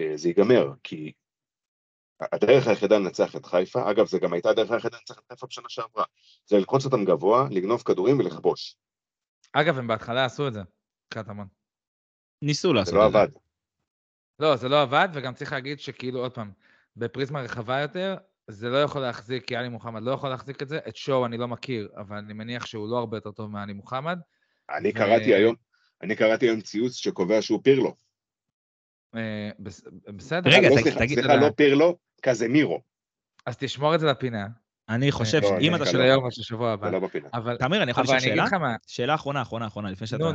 C: אה, זה ייגמר, כי הדרך היחידה לנצח את חיפה, אגב, זו גם הייתה הדרך היחידה לנצח את חיפה בשנה שעברה, זה ללחוץ אותם גבוה, לגנוב כדורים ולכבוש.
D: אגב, הם בהתחלה עשו את זה, קטמון.
B: ניסו לעשות
C: זה לא
B: את זה.
C: עבד.
D: לא, זה לא עבד, וגם צריך להגיד שכאילו, עוד פעם, בפריזמה רחבה יותר, זה לא יכול להחזיק, כי עלי מוחמד לא יכול להחזיק את זה. את שואו אני לא מכיר, אבל אני מניח שהוא לא הרבה יותר טוב מעלי מוחמד.
C: אני
D: ו-
C: קראתי היום, אני קראתי היום ציוץ שקובע שהוא פירלו.
D: אה, בס- בסדר.
B: רגע,
C: לא,
B: תגיד-
C: סליחה,
B: תגיד-
C: סליחה, לא פירלו, קזמירו.
D: אז תשמור את זה לפינה.
B: אני חושב
D: אה,
C: לא,
B: שאם
C: לא,
B: אתה
C: לא.
D: של
B: שואל...
D: היום או של שבוע הבא.
C: זה לא בפינה.
D: אבל
B: תמיר, אני לא, יכול
D: אבל
B: לשאול
D: אני אגיד
B: שאלה?
D: לך מה,
B: שאלה אחרונה, אחרונה, אחרונה, לפני שאתה
D: נו,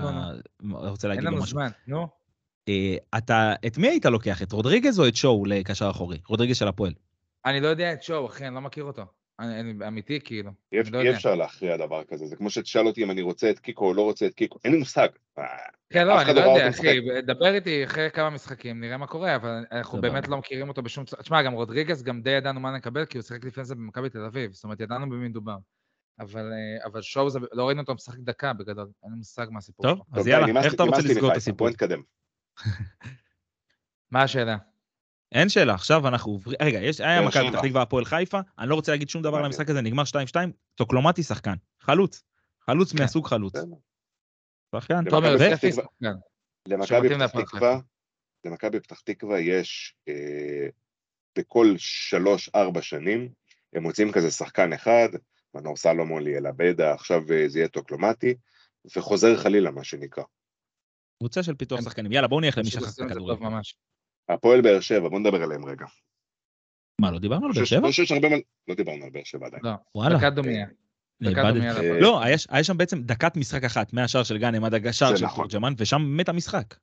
D: נו,
B: רוצה
D: אין
B: להגיד לו
D: לנו
B: משהו.
D: זמן, נו.
B: אה, אתה, את מי היית לוקח? את רודריגז או את שואו לקשר אחורי? רודריגז של הפועל.
D: אני לא יודע את שואו, אחי, אני לא מכיר אותו. אני, אני אמיתי, כאילו.
C: אי
D: אני לא
C: אפ- אי
D: יודע.
C: אפשר להכריע דבר כזה, זה כמו שתשאל אותי אם אני רוצה את קיקו או לא רוצה את קיקו, אין לי מושג. אה,
D: כן, לא,
C: אף
D: אני
C: אחד
D: לא
C: לא ראה
D: יודע,
C: אותו
D: אחי, דבר איתי אחרי כמה משחקים, נראה מה קורה, אבל אנחנו
B: סבבה.
D: באמת לא מכירים אותו בשום צורה. תשמע, גם רודריגז, גם די ידענו מה נקבל, כי הוא שיחק לפני זה במכבי תל אביב, זאת אומרת, ידענו במי מדובר. אבל, אה, אבל שואו, זה, לא ראינו אותו משחק דקה בגדול, אין לי מושג מה הסיפור
B: טוב,
D: שלו.
B: אז
C: טוב, די,
B: יאללה,
C: נמאס
B: איך
C: לי-
B: אתה רוצה
C: נמאס לי
B: לסגור את
C: מחיפה,
B: הסיפור?
C: בוא נתקדם.
D: מה השאלה?
B: אין שאלה, עכשיו אנחנו עוברים... רגע, יש... היה
C: באר
B: מכבי
C: שבע.
B: פתח תקווה הפועל חיפה, אני לא רוצה להגיד שום דבר
C: מעניין.
B: למשחק הזה, נגמר 2-2, טוקלומטי שחקן, חלוץ, חלוץ
D: כן.
B: מהסוג חלוץ.
C: בסדר.
B: שחקן,
C: למכבי
D: תומר,
C: פתח
D: זה
C: תקווה.
D: שחקן.
C: למכבי
D: שמתאים
C: פתח
D: להפועל
C: תקווה, למכבי פתח תקווה יש אה, בכל שלוש-ארבע שנים, הם מוצאים כזה שחקן אחד, מנור סלומון, ליאלה בדה, עכשיו אה, זה יהיה טוקלומטי, וחוזר חלילה, מה שנקרא.
B: קבוצה של פיתוח
D: הם-
B: שחקנים. יאללה, בואו נלך למי
D: כן, פשוט
B: שחק
D: עושים את זה
B: בכדורגל.
D: טוב ממש.
C: הפועל באר שבע, בוא נדבר עליהם רגע.
B: מה, לא דיברנו על באר
C: שיש-
B: שבע?
C: לא שיש הרבה מה... לא דיברנו על באר שבע עדיין.
D: לא,
B: וואלה,
D: דקת דומייה. דקה
B: לאבד
D: דומייה
B: את-
D: לפועל.
B: לא, היה ש- היה שם בעצם דקת משחק אחת, מהשער של גאנם עד השער
C: זה
B: של
C: נכון.
B: תורג'מן, ושם מת המשחק.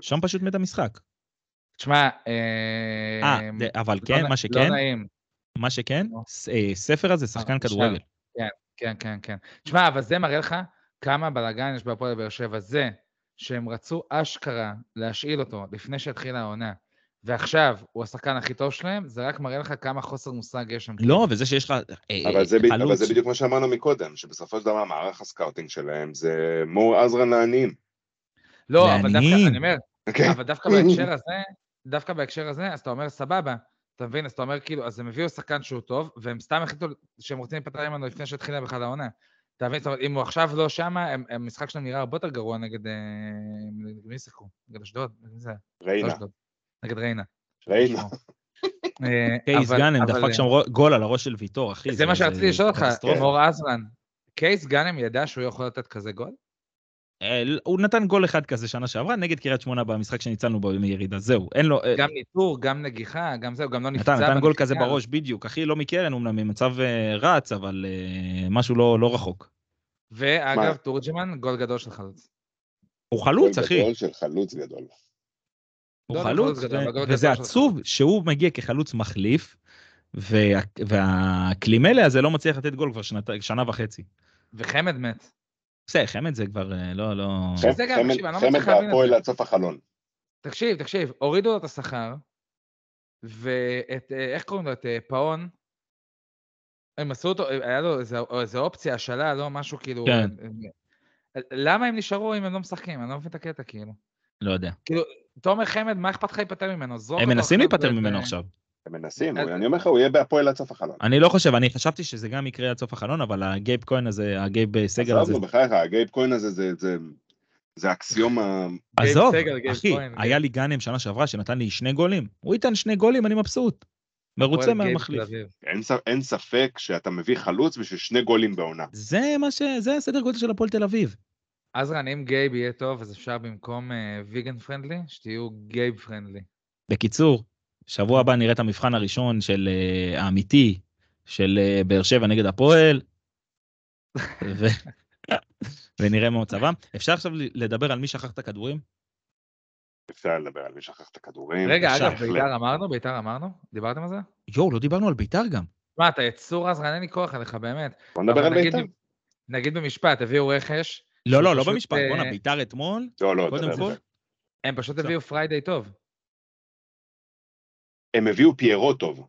B: שם פשוט מת המשחק.
D: תשמע,
B: אה,
D: אה,
B: זה- אבל
D: לא
B: כן,
D: נ-
B: מה
D: לא
B: שכן,
D: נעים.
B: מה שכן,
D: נו.
B: ס- אה, ספר הזה שחקן
D: אה, עכשיו.
B: כדורגל.
D: כן, כן, כן. תשמע, אבל זה מראה לך כמה בלאגן יש בהפועל באר שבע. זה שהם רצו אשכרה להשאיל אותו לפני שהתחילה העונה, ועכשיו הוא השחקן הכי טוב שלהם, זה רק מראה לך כמה חוסר מושג יש שם.
B: לא, וזה שיש לך אה,
C: אבל זה, ב... אבל
B: חלוץ,
C: זה בדיוק מה שאמרנו מקודם, שבסופו של דבר מערך הסקאוטינג שלהם זה מור עזרן לעניים.
D: לא, אבל דווקא,
B: מעניין.
D: אני אומר,
C: אוקיי?
D: אבל דווקא בהקשר הזה, דווקא בהקשר הזה, אז אתה אומר, סבבה, אתה מבין? אז אתה אומר כאילו, אז הם הביאו שחקן שהוא טוב, והם סתם החליטו שהם רוצים להיפטר ממנו לפני שהתחילה בכלל העונה. אתה מבין? זאת אומרת, אם הוא עכשיו לא שמה, הם- המשחק שלהם נראה הרבה יותר גרוע נגד... אה, נגד מי שיחקו? נגד אשדוד? נגד זה? לא
C: ריינה,
D: אשדוד. נגד ריינה.
C: ריינה.
D: אה,
B: קייס
D: אבל-
B: גאנם
D: אבל-
B: דפק שם רו- גול על הראש של ויטור, אחי.
D: זה מה שרציתי לשאול אותך, אה,
B: קטסטרופה.
D: מור עזרן. קייס גאנם ידע שהוא יכול לתת כזה גול?
B: אה, הוא נתן גול אחד כזה שנה שעברה נגד קריית שמונה במשחק שניצלנו בו מירידה, זהו. אין לו... אה,
D: גם ניטור, גם נגיחה, גם זה, הוא גם לא נפצע.
B: נתן, נתן גול
D: בנגיחה.
B: כזה בראש, בדיוק. אחי, לא מקרן, אומנם ממצב אה, רץ, אבל אה, משהו לא לא רחוק.
D: ואגב,
C: מה?
D: תורג'מן, גול גדול של חלוץ.
B: הוא חלוץ,
C: גול
B: אחי.
C: גדול של חלוץ גדול.
B: הוא
D: לא, לא,
B: חלוץ,
D: חלוץ גדול, אבל גול
B: ו-
D: גדול
B: וזה
D: של
B: עצוב שהוא מגיע כחלוץ מחליף, וה- והקלימלה הזה לא מצליח לתת גול כבר שנת- שנה וחצי.
D: וחמד מת.
B: בסדר, חמד זה כבר אה, לא, לא...
D: חמד. שזה גם,
C: חמד-
D: תקשיב, אני לא
C: חמד
D: מצליח להבין את
C: והפועל
D: זה.
C: עד סוף החלון.
D: תקשיב, תקשיב, הורידו לו את השכר, ואת, אה, איך קוראים לו? את אה, פאון? הם עשו אותו, אה, היה לו איזה, או איזה אופציה, השאלה, לא משהו כאילו...
B: כן.
D: אה, אה, למה הם נשארו אם הם לא משחקים? אני לא מבין את הקטע, כאילו.
B: לא יודע.
D: תומר חמד, מה אכפת לך להיפטר ממנו? זרוק
B: הם
D: אותו
B: מנסים
D: עכשיו
B: להיפטר
D: ב-
B: ממנו
D: ב-
B: עכשיו.
C: הם מנסים,
D: אז-
C: אני אומר לך, הוא יהיה בהפועל עד סוף החלון.
B: אני לא חושב, אני חשבתי שזה גם יקרה עד סוף החלון, אבל הגייב כהן הזה, הגייב סגל הזה,
C: עזוב, נו, בחייך, הגייב כהן הזה, זה- זה- זה אקסיומה...
D: גייב
B: עזוב,
D: סגל, גייב
B: אחי,
D: כהן,
B: היה לי גאנם שנה שעברה שנתן לי שני גולים. הוא ייתן שני גולים, אני מבסוט. מרוצה
D: הפועל גייב
B: מהמחליף.
D: תל אביב.
C: אין ס- אין ספק שאתה מביא חלוץ בשביל שני גולים בעונה.
B: זה מה ש... זה הסדר גודל של הפועל תל אביב.
D: עזרן, אם גייב יהיה טוב, אז אפשר במקום אה, ויגן פרנדלי, שתהיו גייב פרנדלי.
B: בקיצור, שבוע הבא נראה את המבחן הראשון של אה, האמיתי של אה, באר שבע נגד הפועל, ו... ונראה מה מצבם. אפשר עכשיו לדבר על מי שכח את הכדורים?
C: אפשר לדבר על מי שכח את הכדורים.
D: רגע,
B: אפשר,
D: אגב,
C: בהחלט.
D: בית"ר אמרנו? בית"ר אמרנו? דיברתם על זה?
B: יואו, לא דיברנו על ביתר גם.
D: מה, אתה יצור עזרן, אין לי כוח עליך, באמת.
C: בוא נדבר על
D: אבל נגיד-
C: בית"ר.
D: נגיד במשפט, הביאו רכש,
B: לא, לא, לא
D: פשוט,
B: במשפט,
D: אה,
B: בואנה, ביתר אתמול,
C: לא, לא,
B: קודם
C: דבר,
B: כל,
C: דבר.
D: הם פשוט
B: עכשיו-
D: הביאו פריידיי טוב.
C: הם הביאו פיירו טוב.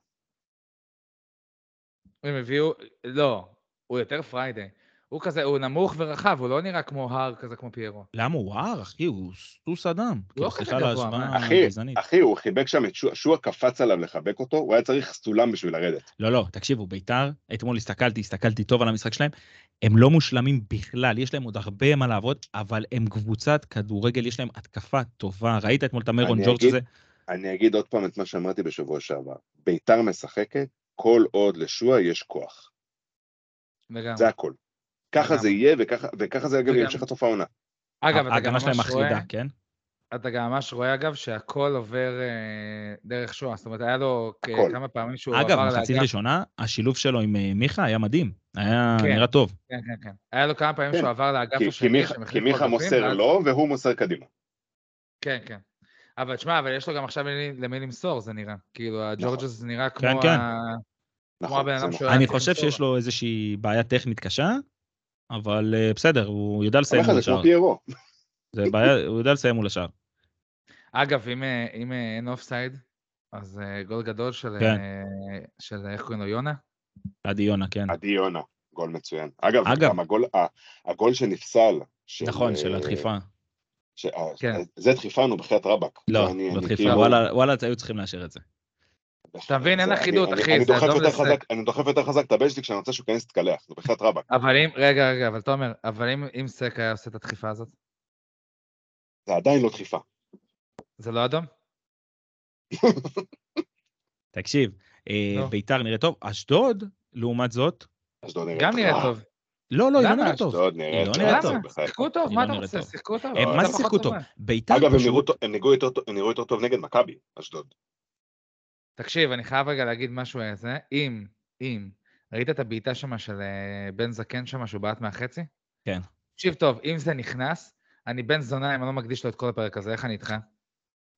D: הם הביאו, לא, הוא יותר פריידיי. הוא כזה, הוא נמוך ורחב, הוא לא נראה כמו הר כזה כמו פיירו.
B: למה הוא הר, אחי? הוא סוס אדם. כאילו,
D: לא כזה
B: סליחה על
D: גבוה,
B: ההשוואה
D: מה?
C: אחי,
B: הגזענית.
C: אחי, הוא חיבק שם את שועה, שועה קפץ עליו לחבק אותו, הוא היה צריך סולם בשביל לרדת.
B: לא, לא, תקשיבו, ביתר, אתמול הסתכלתי, הסתכלתי טוב על המשחק שלהם, הם לא מושלמים בכלל, יש להם עוד הרבה מה לעבוד, אבל הם קבוצת כדורגל, יש להם התקפה טובה. ראית אתמול את המרון
C: אני
B: ג'ורג'
C: אגיד-
B: הזה?
C: אני אגיד עוד פעם את מה שאמרתי בשבוע שעבר. ביתר משחקת כל עוד לשועה יש כוח.
D: לגמרי.
C: זה הכל. ככה
D: לגמרי.
C: זה יהיה, וככה- וככה זה גם
D: וגם-
C: ימשיך עד סוף העונה.
D: אגב, אתה גם לא
B: ההגנה שלהם
D: ממש רואה,
B: מחרידה, כן?
D: אתה גם ממש רואה, אגב, שהכל עובר אה, דרך שואה. זאת אומרת, היה לו כ-
C: הכל.
D: כמה פעמים שהוא עבר
B: אגב,
D: לאגף.
B: מחצית ראשונה, השילוב שלו עם אה, מיכה היה מדהים, היה
D: כן.
B: נראה טוב.
D: כן, כן, כן. היה לו כמה פעמים
C: כן,
D: שהוא עבר לאגף
C: כי-
B: אוקיי,
C: כי
D: השני,
C: מיכה-
D: שהם
C: כי
D: החליפו
C: מיכה
D: אגפים,
C: מוסר לא-
D: ואז-
C: לו, והוא מוסר קדימה.
D: כן, כן. אבל תשמע, אבל יש לו גם עכשיו למי- למי למסור, זה נראה. כאילו, הג'ורג'ס זה נראה כמו
B: כן.
D: ה...
C: נכון, זה
D: הבן אדם
C: נכון.
D: שהוא היה
B: אני
D: צריך
B: חושב
D: למסור
B: שיש לו איזושהי בעיה טכנית קשה, אבל אה, בסדר, הוא יודע
C: אני
B: לסיים
C: אומר
B: מול
C: לך, זה
B: השער.
C: כמו פיירו.
B: זה בעיה, הוא יודע לסיים מול השער.
D: אגב, אם, אה, אם אה, אין אופסייד, אז אה, גול גדול של,
B: כן.
D: אה, של איך קוראים לו, יונה?
B: עדי יונה, כן.
C: עדי יונה, גול מצוין. אגב,
B: אגב.
C: גם הגול, ה- הגול שנפסל. של- אה,
B: נכון, של הדחיפה.
C: ש- אה,
D: כן.
C: זה דחיפה, נו, בחייאת רבאק.
B: לא,
C: זה אני- אני
B: בדחיפה,
C: כאילו-
B: וואלה, וואלה, היו צריכים לאשר את זה.
D: אתה מבין, אין
C: זה-
D: אחידות,
C: נכון. אני-
D: אחי,
C: אני
D: זה
C: דוחף
D: אדום
C: יותר
D: לזה.
C: חזק- אני דוחף יותר חזק את הבן שלי כשאני רוצה שהוא ייכנס להתקלח, זה בחייאת רבאק.
D: אבל אם, רגע, רגע, אבל תומר, אבל אם, אם סק היה עושה את הדחיפה הזאת,
C: זה עדיין לא דחיפה.
D: זה לא אדום?
B: תקשיב, אה,
D: נו.
B: ביתר נראה טוב, אשדוד, לעומת זאת,
C: אשדוד נראית
D: גם נראה
C: רע.
D: טוב.
B: לא, לא, היא לא
D: למה
B: נראית טוב.
C: אשדוד
B: היא
C: נראית
B: לא
C: רע.
B: נראית
D: טוב,
B: טוב.
C: בחייך.
D: שיחקו טוב,
B: היא
D: מה
B: לא
D: אתה
B: נראית
D: רוצה?
B: טוב.
D: שיחקו טוב.
B: הם
D: אבל
B: מה
D: אתה
B: זה
D: פחות
B: שיחקו טוב?
D: טובה.
B: ביתר
C: אגב, הם נראו
B: פשוט...
C: טוב- הם נראו יותר טוב- הם נראו יותר טוב נגד מכבי, אשדוד.
D: תקשיב, אני חייב רגע להגיד משהו על זה. אם, אם, ראית את הבעיטה שם של אה, בן זקן שם, שהוא בעט מהחצי?
B: כן.
D: תקשיב טוב, אם זה נכנס, אני בן זונה אם אני לא מקדיש לו את כל הפרק הזה, איך אני איתך?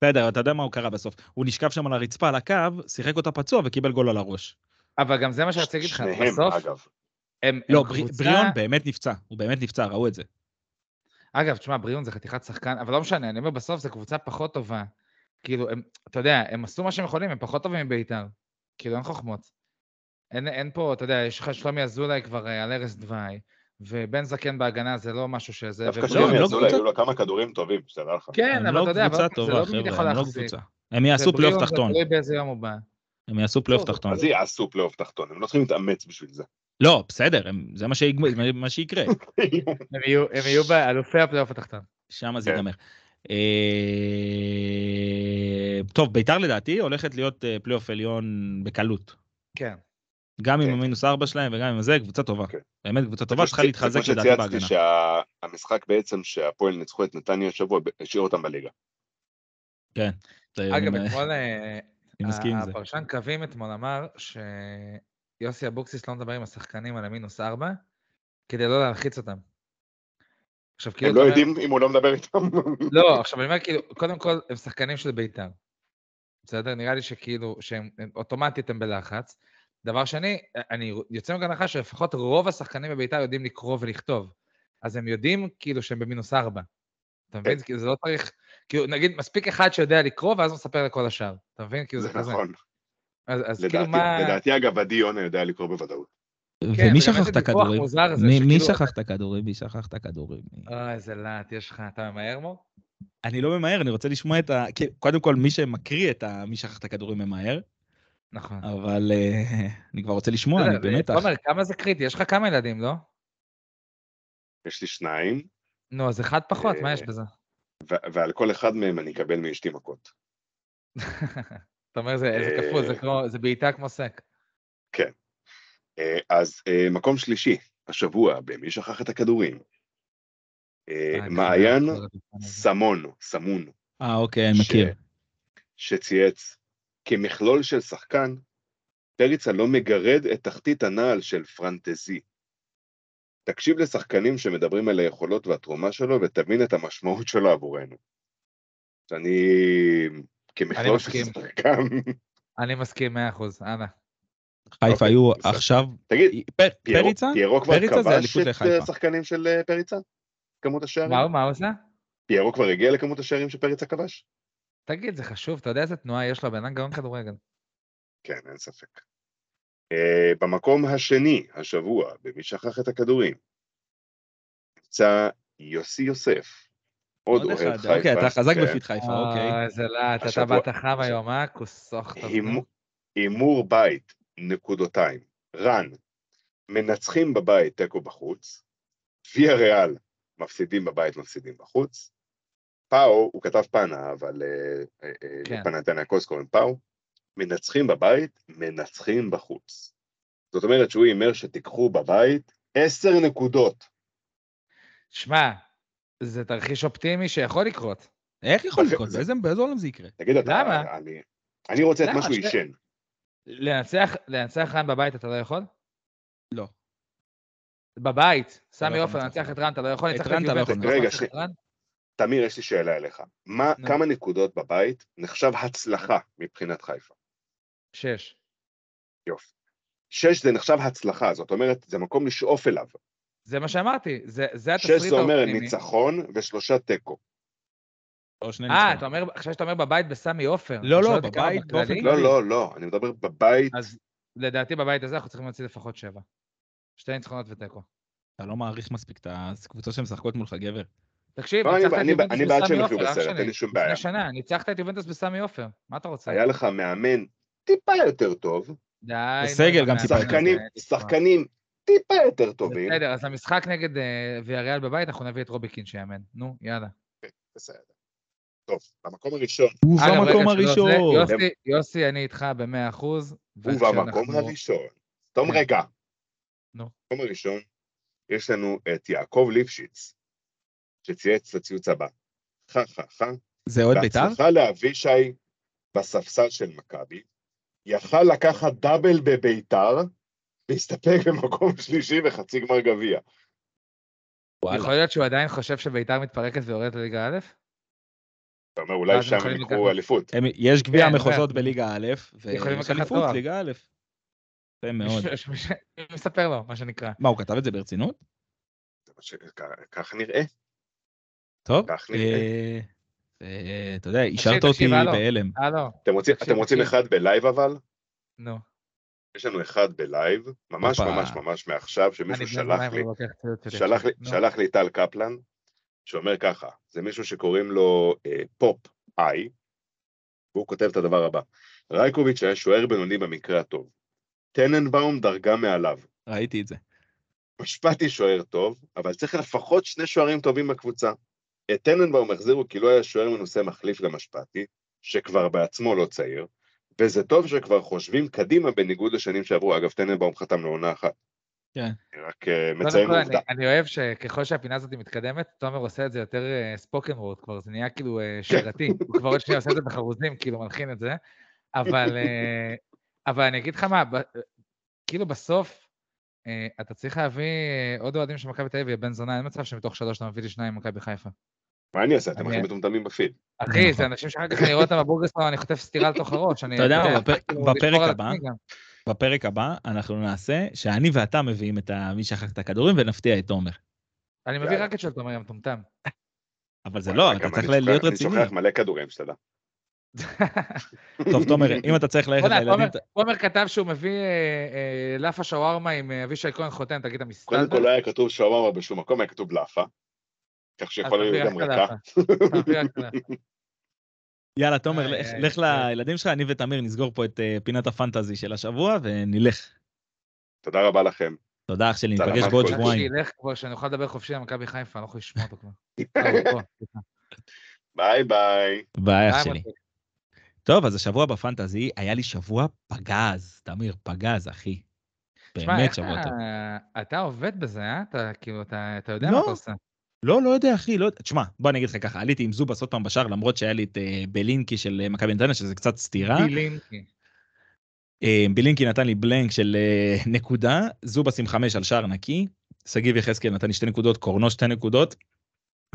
B: בסדר, אתה יודע מה הוא קרה בסוף. הוא נשכב שם על הרצפה, על הקו, שיחק אותה פצוע וקיבל גול על הראש.
D: אבל גם זה מה שרציתי להגיד לך,
C: שניהם,
D: בסוף,
C: אגב.
D: הם, הם
B: לא, ברי-
D: קבוצה...
B: בריון באמת נפצע, הוא באמת נפצע, ראו את זה.
D: אגב, תשמע, בריון זה חתיכת שחקן, אבל לא משנה, אני אומר, בסוף זו קבוצה פחות טובה. כאילו, הם, אתה יודע, הם עשו מה שהם יכולים, הם פחות טובים מבית"ר. כאילו, אין חוכמות. אין, אין פה, אתה יודע, יש לך שלומי אזולאי כבר אה, על ערש דווי, ובן זקן בהגנה זה לא משהו שזה...
C: דווקא
D: ובריון-
B: הם
C: שלומי
B: לא
C: אזולאי,
B: קבוצה-
C: היו לו כמה כדורים טובים, שתדע לך.
D: כן,
B: הם
D: אבל
B: לא
D: אתה יודע, אבל
B: קבוצה
D: זה לא
B: טובה,
D: תמיד יכול
B: חבר'ה, הם לא
D: להחזיק.
B: קבוצה. הם יעשו פלייאוף
D: ובריון זה
B: תחתון,
D: תלוי באיזה יום הוא בא.
B: הם יעשו פלייאוף תחתון.
C: אז יעשו פלייאוף תחתון, הם לא צריכים להתאמץ בשביל זה.
B: לא, בסדר, הם- זה מה שיגמ- זה מה שיקרה.
D: הם יהיו- הם יהיו באלופי הפלייאוף התחתון.
B: שם זה
C: כן.
B: ייגמר. אה, טוב, ביתר לדעתי הולכת להיות אה, פלייאוף עליון בקלות.
D: כן.
B: גם עם
C: כן.
B: המינוס ארבע שלהם וגם עם זה, קבוצה טובה.
C: כן.
B: באמת קבוצה טובה, צריכה להתחזק לדעתי
C: כמו
B: בהגנה.
C: שצייצתי שהמשחק בעצם שהפועל ניצחו את נתניה השבוע, השאיר אותם בליגה.
D: כן,
B: זה-
D: אגב, אה,
B: אני-
D: אתמול אה,
B: אני מסכים עם זה.
D: הפרשן קווים אתמול אמר שיוסי אבוקסיס לא מדבר עם השחקנים על המינוס ארבע, כדי לא להלחיץ אותם. עכשיו, כאילו...
C: הם לא
D: אתה אומר-
C: יודעים אם הוא לא מדבר איתם.
D: לא, עכשיו אני אומר כאילו, קודם כל, הם שחקנים של בית"ר. בסדר? נראה לי שכאילו, שהם הם, אוטומטית הם בלחץ. דבר שני, אני יוצא מגן הנחה שלפחות רוב השחקנים בבית"ר יודעים לקרוא ולכתוב. אז הם יודעים כאילו שהם במינוס ארבע. אתה מבין? כאילו זה לא צריך... כאילו, נגיד, מספיק אחד שיודע לקרוא, ואז הוא מספר לכל השאר. אתה מבין? כאילו,
C: זה
D: זה כזה.
C: נכון.
D: אז, אז כאילו,
C: לדעתי,
D: מה...
C: לדעתי אגב, עדי יונה יודע לקרוא בוודאות.
D: כן,
B: ומי
D: וגם
B: שכח
D: איזה
B: את
D: דיווח
B: הכדורים?
D: מוזר זה,
B: מי- מי
D: שכאילו- אה.
B: שכח את הכדורים? מי שכח את הכדורים?
D: אוי, איזה להט יש לך. אתה ממהר מור?
B: אני לא ממהר, אני רוצה לשמוע את ה... כן, קודם כל, מי שמקריא את ה... מי שכח את הכדורים ממהר,
D: נכון.
B: אבל אה, אני כבר רוצה לשמוע,
D: אתה
B: אני
D: יודע,
B: במתח.
D: תומר, כמה זה קריטי? יש לך כמה ילדים, לא?
C: יש לי שניים,
D: נו, אז אחד פחות, מה יש
C: אה,
D: בזה?
C: ו- ועל כל אחד מהם אני אקבל מאשתי מכות.
D: אתה אומר, זה איזה
C: אה,
D: כפול, זה כמו- זה בעיטה כמו סק.
C: אה, אז אה, מקום שלישי, השבוע, במי שכח את הכדורים? אה,
D: אה,
C: מעיין
D: כמה זה הדבר הזה.
C: סמון, סמון,
B: אה, אוקיי, אני
C: ש-
B: מכיר.
C: שצייץ, כמכלול של שחקן, פריצה לא מגרד את תחתית הנעל של פרנטזי. תקשיב לשחקנים שמדברים על היכולות והתרומה שלו ותבין את המשמעות שלו עבורנו. שאני כמכלול של
D: מסכים.
C: שחקן,
D: אני מסכים 100%, אנא.
B: חיפה
C: אוקיי,
B: היו
C: בסדר.
B: עכשיו...
C: תגיד,
B: פר-
C: פיירו-
B: פריצה?
C: פיירו כבר
B: פריצה זה
C: כבש
B: אליפות
C: את
B: לחיפה.
C: אה, השחקנים של אה, פריצה? כמות השערים?
D: מה הוא, מה הוא עושה?
C: פיירו כבר הגיע לכמות השערים שפריצה כבש?
D: תגיד, זה חשוב, אתה יודע איזה תנועה יש לו, בן אדם גאון כדורגל.
C: כן, אין ספק. אה, במקום השני, השבוע, במי שכח את הכדורים, נמצא יוסי יוסף, עוד
B: עוד
C: אוהד
B: אחד,
C: חיפה.
B: אוקיי, אתה חזק
C: כן.
B: בפית חיפה, אוקיי.
D: אוי, איזה להט, אה, אתה
C: השבוע-
D: באת חם היום, אה? כוסוך טוב. נו.
C: הימור- הימור בית, נקודותיים. רן, מנצחים בבית, תיקו בחוץ. ויה ריאל, מפסידים בבית, מפסידים בחוץ. פאו, הוא כתב פאנה, אבל אה, אה, אה,
D: כן.
C: לפנתנאיקוס קוראים פאו. מנצחים בבית, מנצחים בחוץ. זאת אומרת שהוא הימר שתיקחו בבית עשר נקודות.
D: שמע, זה תרחיש אופטימי שיכול לקרות.
B: איך יכול
C: זה-
B: לקרות?
C: זה-
B: באיזה באיזה עולם זה יקרה?
C: תגיד אתה,
D: למה?
C: אני, אני רוצה את
D: למה?
C: מה שהוא
D: שני-
C: עישן.
D: לנצח לנצח רן בבית אתה לא יכול?
B: לא.
D: בבית,
B: לא
D: סמי
B: יכול
D: עופר,
B: לנצח
D: לנצח
B: רן.
D: את רן, אתה לא יכול,
B: את
D: לנצח
B: רן אתה לא
D: יובנטוס,
B: יכול
D: לא
C: רגע,
D: לנצח את
C: ש-
D: רן?
C: תמיר, יש לי שאלה אליך. מה,
D: נו.
C: כמה נקודות בבית נחשב הצלחה מבחינת חיפה?
D: שש.
C: יופי. שש זה נחשב הצלחה, זאת אומרת, זה מקום לשאוף אליו.
D: זה מה שאמרתי, זה זה התסריט
C: שש
D: האופטימי.
C: זה אומר ניצחון ושלושה תיקו.
B: או שני
D: אה,
B: ניצחונות.
D: אתה אומר, עכשיו שאתה אומר בבית בסמי עופר.
B: לא,
D: אני
B: לא,
D: שואל אותי כמה
B: בבית באופן
D: בכללי?
B: כללי.
C: לא, לא, לא, אני מדבר בבית.
D: אז לדעתי בבית הזה אנחנו צריכים להוציא לפחות שבע. שתי ניצחונות ותיקו.
B: אתה לא מעריך מספיק את הקבוצות שמשחקות מולך, גבר.
D: תקשיב,
C: לא, אני-
D: ניצחת את
C: אני-
D: יובנטוס
C: אני בעד
D: בסמי
C: שהם יחיו
D: עופר, אח
C: בסרט, אין
D: שלי.
C: לי שום בעיה.
D: לפני שנה, ניצחת את יובנטוס בסמי עופר, מה אתה רוצה?
C: היה לך מאמן טיפה יותר טוב,
D: די, נו,
B: בסגל
D: עם
B: גם
D: המאמן
B: טיפה יותר
C: שחקנים,
D: הזה, תשמע.
C: שחקנים טיפה יותר טובים.
D: בסדר, אז המשחק נגד אה, ויאריאל בבית, אנחנו נביא את רוביקין שיאמן. נו, יאללה.
C: בסדר. טוב, במקום הראשון,
B: הוא לא
D: אגב, רגע,
B: במקום
D: שלא זה,
B: הראשון.
D: יוסי- יוסי, אני איתך במאה אחוז.
C: ובמקום הראשון, סתום
D: כן.
C: רגע.
D: נו.
C: במקום הראשון, יש לנו את יעקב ליפשיץ, שצייץ את הציוץ הבא. חה חה חה,
B: זה אוהד בית"ר?
C: בהצלחה לאבישי בספסל של מכבי, יכל לקחת דאבל בביתר, והסתפק במקום שלישי וחצי גמר גביע.
B: וואלה.
D: יכול להיות שהוא עדיין חושב שביתר מתפרקת ויורדת לליגה א'?
C: אתה אומר, אולי
D: ואז הם
C: שם הם
D: יכולים
C: יקחו
D: לקחת-
C: אליפות.
B: הם- יש גביע
D: כן,
B: המחוזות
D: כן.
B: בליגה א', ויש
D: יכולים לקחת
B: אליפות
D: תואר.
B: ליגה א'. יפה מאוד.
D: ש- ש- ש- מספר לו, מה שנקרא.
B: מה, הוא כתב את זה ברצינות?
C: זה מה ש- כ- ככה נראה.
B: טוב.
C: כך
B: אה,
C: נראה.
B: אה, אתה יודע, השארת אותי
D: כן. תקשיב, הלו.
B: בהלם.
D: הלו,
C: אתם רוצים-
D: תקשיב,
C: אתם רוצים
D: תקשיב.
C: אחד בלייב אבל?
D: אה, לא, נו.
C: יש לנו אחד בלייב, ממש
B: הופה.
C: ממש ממש מעכשיו,
D: אני
C: שמישהו
D: בן
C: שלח
D: זונה,
C: לי.
D: אבל לוקח ציוד שלי
C: שלח
D: עכשיו.
C: לי-
D: נו.
C: שלח לי טל קפלן, שאומר ככה, זה מישהו שקוראים לו אה, פופ איי, והוא כותב את הדבר הבא: רייקוביץ' היה שוער בינוני במקרה הטוב. טננבאום דרגה מעליו.
B: ראיתי את זה.
C: משפטי שוער טוב, אבל צריך לפחות שני שוערים טובים בקבוצה. את טננבאום החזירו כי לא היה שוער מנוסה מחליף למשפטי, שכבר בעצמו לא צעיר, וזה טוב שכבר חושבים קדימה בניגוד לשנים שעברו. אגב, טננבאום חתם לעונה אחת.
B: כן.
C: אני רק אה,
D: קודם
C: מציין
D: כל,
C: עובדה.
D: אני- אני אוהב שככל שהפינה הזאת מתקדמת, תומר עושה את זה יותר ספוקן וורד, כבר זה נהיה כאילו אה,
C: כן.
D: שירתי, הוא כבר עוד שנייה עושה את זה בחרוזים, כאילו מלחין את זה, אבל אה, אבל אני אגיד לך מה, ב- כאילו בסוף, אה, אתה צריך להביא אה, עוד אוהדים של מכבי תל אביב, בן זונה, אין מצב שמתוך שלוש אתה מביא לי שניים ממכבי חיפה.
C: מה אני אעשה? אתם
D: אני-
C: הכי מטומטמים בפיד.
D: אחי,
B: נכון.
D: זה אנשים שאחר כך אני רואה אותם בבורגסמן, אני חוטף סטירה לתוך הראש, אני...
B: אתה יודע מה, בפר-
D: כאילו,
B: בפרק
D: לשמור על
B: הבא,
D: עצמי גם.
B: בפרק הבא אנחנו נעשה שאני ואתה מביאים את ה- מי שכח את הכדורים ונפתיע את תומר.
D: אני מביא
C: יאללה.
D: רק את של תומר, יא מטומטם.
B: אבל זה לא,
C: רגע,
B: אתה
C: מה,
B: צריך
C: אני
B: להיות
C: שוכח-
B: רציני.
C: אני שוכח מלא כדורים שלה.
B: טוב, תומר, אם אתה צריך ללכת
D: בוא'נה,
B: לילדים... ת-
D: עומר כתב שהוא מביא אה, אה, לאפה שווארמה עם אה, אבישי כהן חותם, תגיד, אתה מסתלבט?
C: קודם כל לא היה כתוב שווארמה בשום מקום, היה כתוב לאפה. כך שיכול
D: אז
C: להיות גם
D: תביא רק
C: ריקה.
D: לאפה. תביא רק לאפה.
B: יאללה, תומר,
D: איי,
B: לך-
D: איי,
B: לך
D: איי.
B: לילדים שלך, אני ותמיר נסגור פה את אה, פינת הפנטזי של השבוע ונלך.
C: תודה רבה לכם.
B: תודה אח שלי,
C: אתה
B: ניפגש
C: למד
B: בעוד
C: כל-
B: שבועיים.
D: שילך כבר, שאני אוכל לדבר חופשי על מכבי חיפה, אני לא יכול לשמוע אותו כבר. אה, הוא פה, סליחה.
C: ביי ביי.
B: ביי אח
D: אה,
B: שלי.
D: מצחיק.
B: טוב, אז השבוע בפנטזי היה לי שבוע פגז, תמיר, פגז, אחי.
D: תשמע,
B: באמת
D: איך
B: שבוע
D: אתה-
B: טוב.
D: אתה עובד בזה, אה? אתה כאילו, אתה אתה יודע
B: לא.
D: מה אתה עושה.
B: לא, לא יודע, אחי, לא יודע. תשמע, בוא אני אגיד לך ככה, עליתי עם זובס עוד פעם בשער, למרות שהיה לי את אה, בלינקי של אה, מכבי נתניה, שזה קצת סתירה.
D: בילינקי.
B: אה, בילינקי נתן לי בלנק של אה, נקודה, זובס עם חמש על שער נקי, שגיב יחזקאל נתן לי שתי נקודות, קורנו שתי נקודות,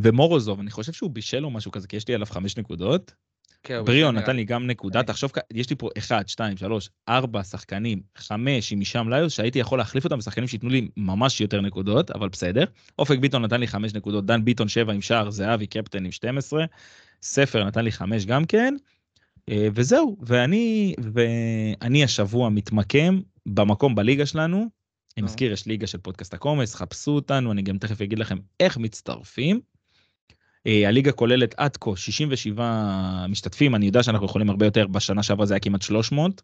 B: ומורוזוב, אני חושב שהוא בישל או משהו כזה, כי יש לי עליו חמש נקודות.
D: כן, הוא
B: בריון
D: בסדר.
B: נתן לי גם נקודה,
D: אוקיי.
B: תחשוב, כ- יש לי פה 1, 2, 3, 4 שחקנים, 5 עם משם ליוס, שהייתי יכול להחליף אותם בשחקנים שייתנו לי ממש יותר נקודות, אבל בסדר. אופק ביטון נתן לי 5 נקודות, דן ביטון 7 עם שער, זהבי קפטן עם 12, ספר נתן לי 5 גם כן, אה, וזהו, ואני, ואני השבוע מתמקם במקום בליגה שלנו. אני
D: נו.
B: מזכיר, יש ליגה של פודקאסט הקומץ, חפשו אותנו, אני גם תכף אגיד לכם איך מצטרפים. אה, הליגה כוללת עד כה 67 משתתפים, אני יודע שאנחנו יכולים הרבה יותר, בשנה שעברה זה היה כמעט 300.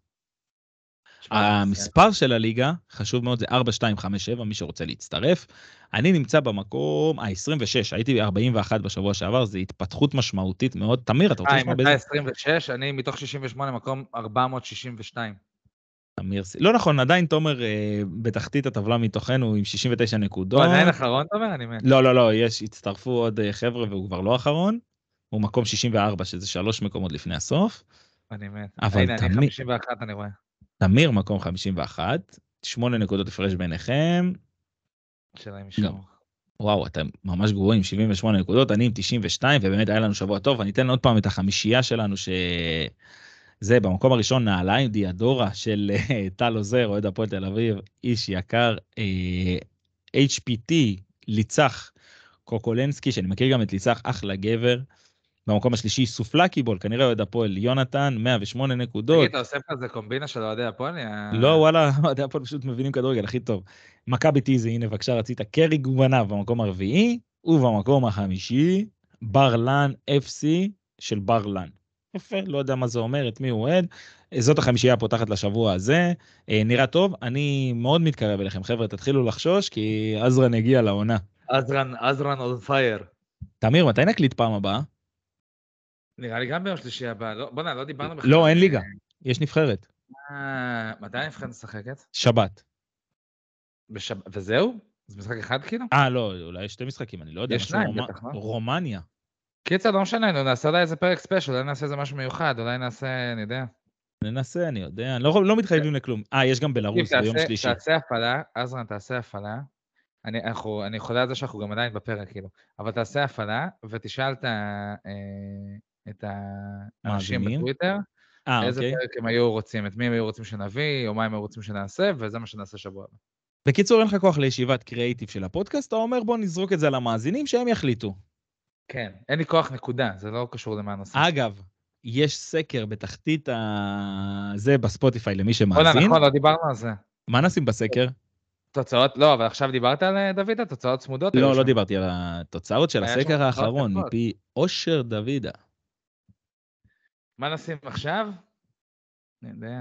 D: תשמע,
B: המספר של הליגה, חשוב מאוד, זה 4257, מי שרוצה להצטרף. אני נמצא במקום ה-26, הייתי 41 בשבוע שעבר, זו התפתחות משמעותית מאוד. תמיר, אתה רוצה
D: אה, עם
B: לשמוע באיזה...
D: 126, אני מתוך 68 מקום 462.
B: תמיר, ס- לא נכון, עדיין תומר אה, בתחתית הטבלה מתוכנו עם 69 נקודות.
D: הוא לא, עדיין אחרון, אתה אומר? אני מת.
B: לא, לא, לא, יש, הצטרפו עוד אה, חבר'ה והוא כבר לא אחרון. הוא מקום 64, שזה שלוש מקומות לפני הסוף.
D: אני מת.
B: אבל
D: הנה, אני
B: תמיד-
D: 51, אני רואה.
B: תמיר מקום 51, 8 נקודות הפרש ביניכם.
D: שאלה
B: לא.
D: אם ישמעו.
B: וואו, אתם ממש גרועים, 78 נקודות, אני עם 92, ובאמת היה לנו שבוע טוב. אני אתן עוד פעם את החמישייה שלנו, ש... זה במקום הראשון נעליים דיאדורה של אה, טל עוזר, אוהד הפועל תל אביב, איש יקר, אה, HPT, ליצח קוקולנסקי, שאני מכיר גם את ליצח, אחלה גבר. במקום השלישי סופלקיבול, כנראה אוהד הפועל יונתן, 108 נקודות.
D: תגיד, אתה עושה פה איזה קומבינה של אוהדי הפועל? אה, יא-
B: לא, וואלה, אוהדי הפועל פשוט מבינים כדורגל הכי טוב. מכבי טיזי, הנה, בבקשה, רצית קרי גובנה במקום הרביעי, ובמקום החמישי, בר לן FC של בר לן. יפה, לא יודע מה זה אומר, את מי הוא אוהד. אה, זאת החמישייה הפותחת לשבוע הזה. אה, נראה טוב, אני מאוד מתקרב אליכם, חבר'ה, תתחילו לחשוש, כי עזרן הגיע לעונה.
D: עזרן, עזרן און פייר.
B: תמיר, מתי נקליט פעם הבאה?
D: נראה לי גם ביום שלישי הבא. לא- בוא'נה, לא דיברנו בכלל.
B: לא, אין ליגה, יש נבחרת.
D: אה, מתי הנבחרת משחקת?
B: שבת.
D: בשב- וזהו? זה משחק אחד כאילו?
B: אה, לא, אולי יש שתי משחקים, אני לא יודע.
D: יש
B: משהו
D: שניים,
B: רומא-
D: בטח, לא?
B: רומניה.
D: קיצר, לא משנה, נו, נעשה אולי איזה פרק ספיישל, אולי נעשה איזה משהו מיוחד, אולי נעשה, אני יודע.
B: ננסה, אני יודע, אני לא, יכול- לא מתחייבים לכלום. אה, יש גם
D: תקשיב,
B: בלרוס ביום
D: תעשה-
B: שלישי.
D: תעשה הפעלה, עזרן, תעשה הפעלה. אני, אנחנו, אני חולה על זה שאנחנו גם עדיין בפרק, כאילו. אבל תעשה הפעלה, ותשאל את, ה, אה, את האנשים
B: מאזינים?
D: בטוויטר,
B: אה,
D: איזה
B: אוקיי.
D: פרק הם היו רוצים, את מי הם היו רוצים שנביא, או מה הם היו רוצים שנעשה, וזה מה שנעשה שבוע הבא.
B: בקיצור, אין לך כוח לישיבת קריאיטיב של הפודקאסט, אתה אומר בוא נזרוק את זה על המאזינים, שהם יחליטו.
D: כן, אין לי כוח נקודה, זה לא קשור למה הנושא.
B: אגב, יש סקר בתחתית ה... זה בספוטיפיי למי
D: נכון,
B: שמאזין.
D: נכון, לא דיברנו על זה.
B: מה נשים בסקר?
D: תוצאות, לא, אבל עכשיו דיברת על אה, דוידה, תוצאות צמודות. היו
B: לא, לא
D: שם.
B: דיברתי על התוצאות של
D: היה שם נכון,
B: הסקר
D: תוצאות
B: האחרון,
D: יפות.
B: מפי אושר דוידה.
D: מה נשים עכשיו? אני יודע.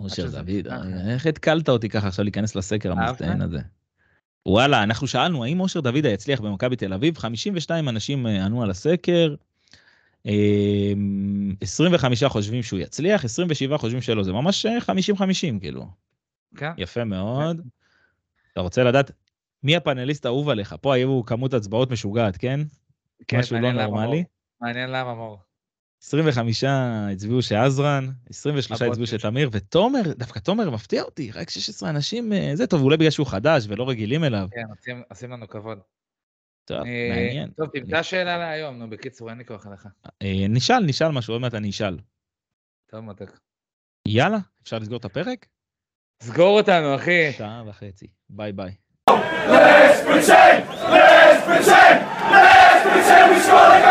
B: אושר
D: שזה
B: דוד,
D: ככה.
B: אה, איך התקלת אותי ככה עכשיו להיכנס לסקר
D: אהבת?
B: המזדיין הזה? וואלה, אנחנו שאלנו האם אושר דוידה יצליח במכבי תל אביב, 52 אנשים אה, ענו על הסקר, אה, 25 חושבים שהוא יצליח, 27 חושבים שלא, זה ממש אה, 50-50 כאילו,
D: כן.
B: יפה מאוד. אתה רוצה לדעת מי הפאנליסט האהוב עליך? פה היו כמות הצבעות משוגעת, כן?
D: כן,
B: משהו לא
D: מעניין למה,
B: נורמלי.
D: מור. מעניין למה, מור.
B: 25 הצביעו שעזרן, 23
D: הבוטים
B: הצביעו
D: שלו.
B: שתמיר, ותומר, דווקא תומר מפתיע אותי, רק 16 אנשים, אה, זה טוב, אולי בגלל שהוא חדש ולא רגילים אליו.
D: כן, עושים- עושים לנו כבוד.
B: טוב,
D: אה,
B: מעניין.
D: טוב, תמצא שאלה להיום, נו, בקיצור, אין לי כוח אליך.
B: אה, נשאל, נשאל משהו, עוד מעט אני אשאל.
D: טוב, מתוק.
B: יאללה, אפשר לסגור את הפרק?
D: סגור אותנו, אחי.
B: שעה וחצי, ביי ביי.
A: Let's pretend, let's pretend, let's pretend we score like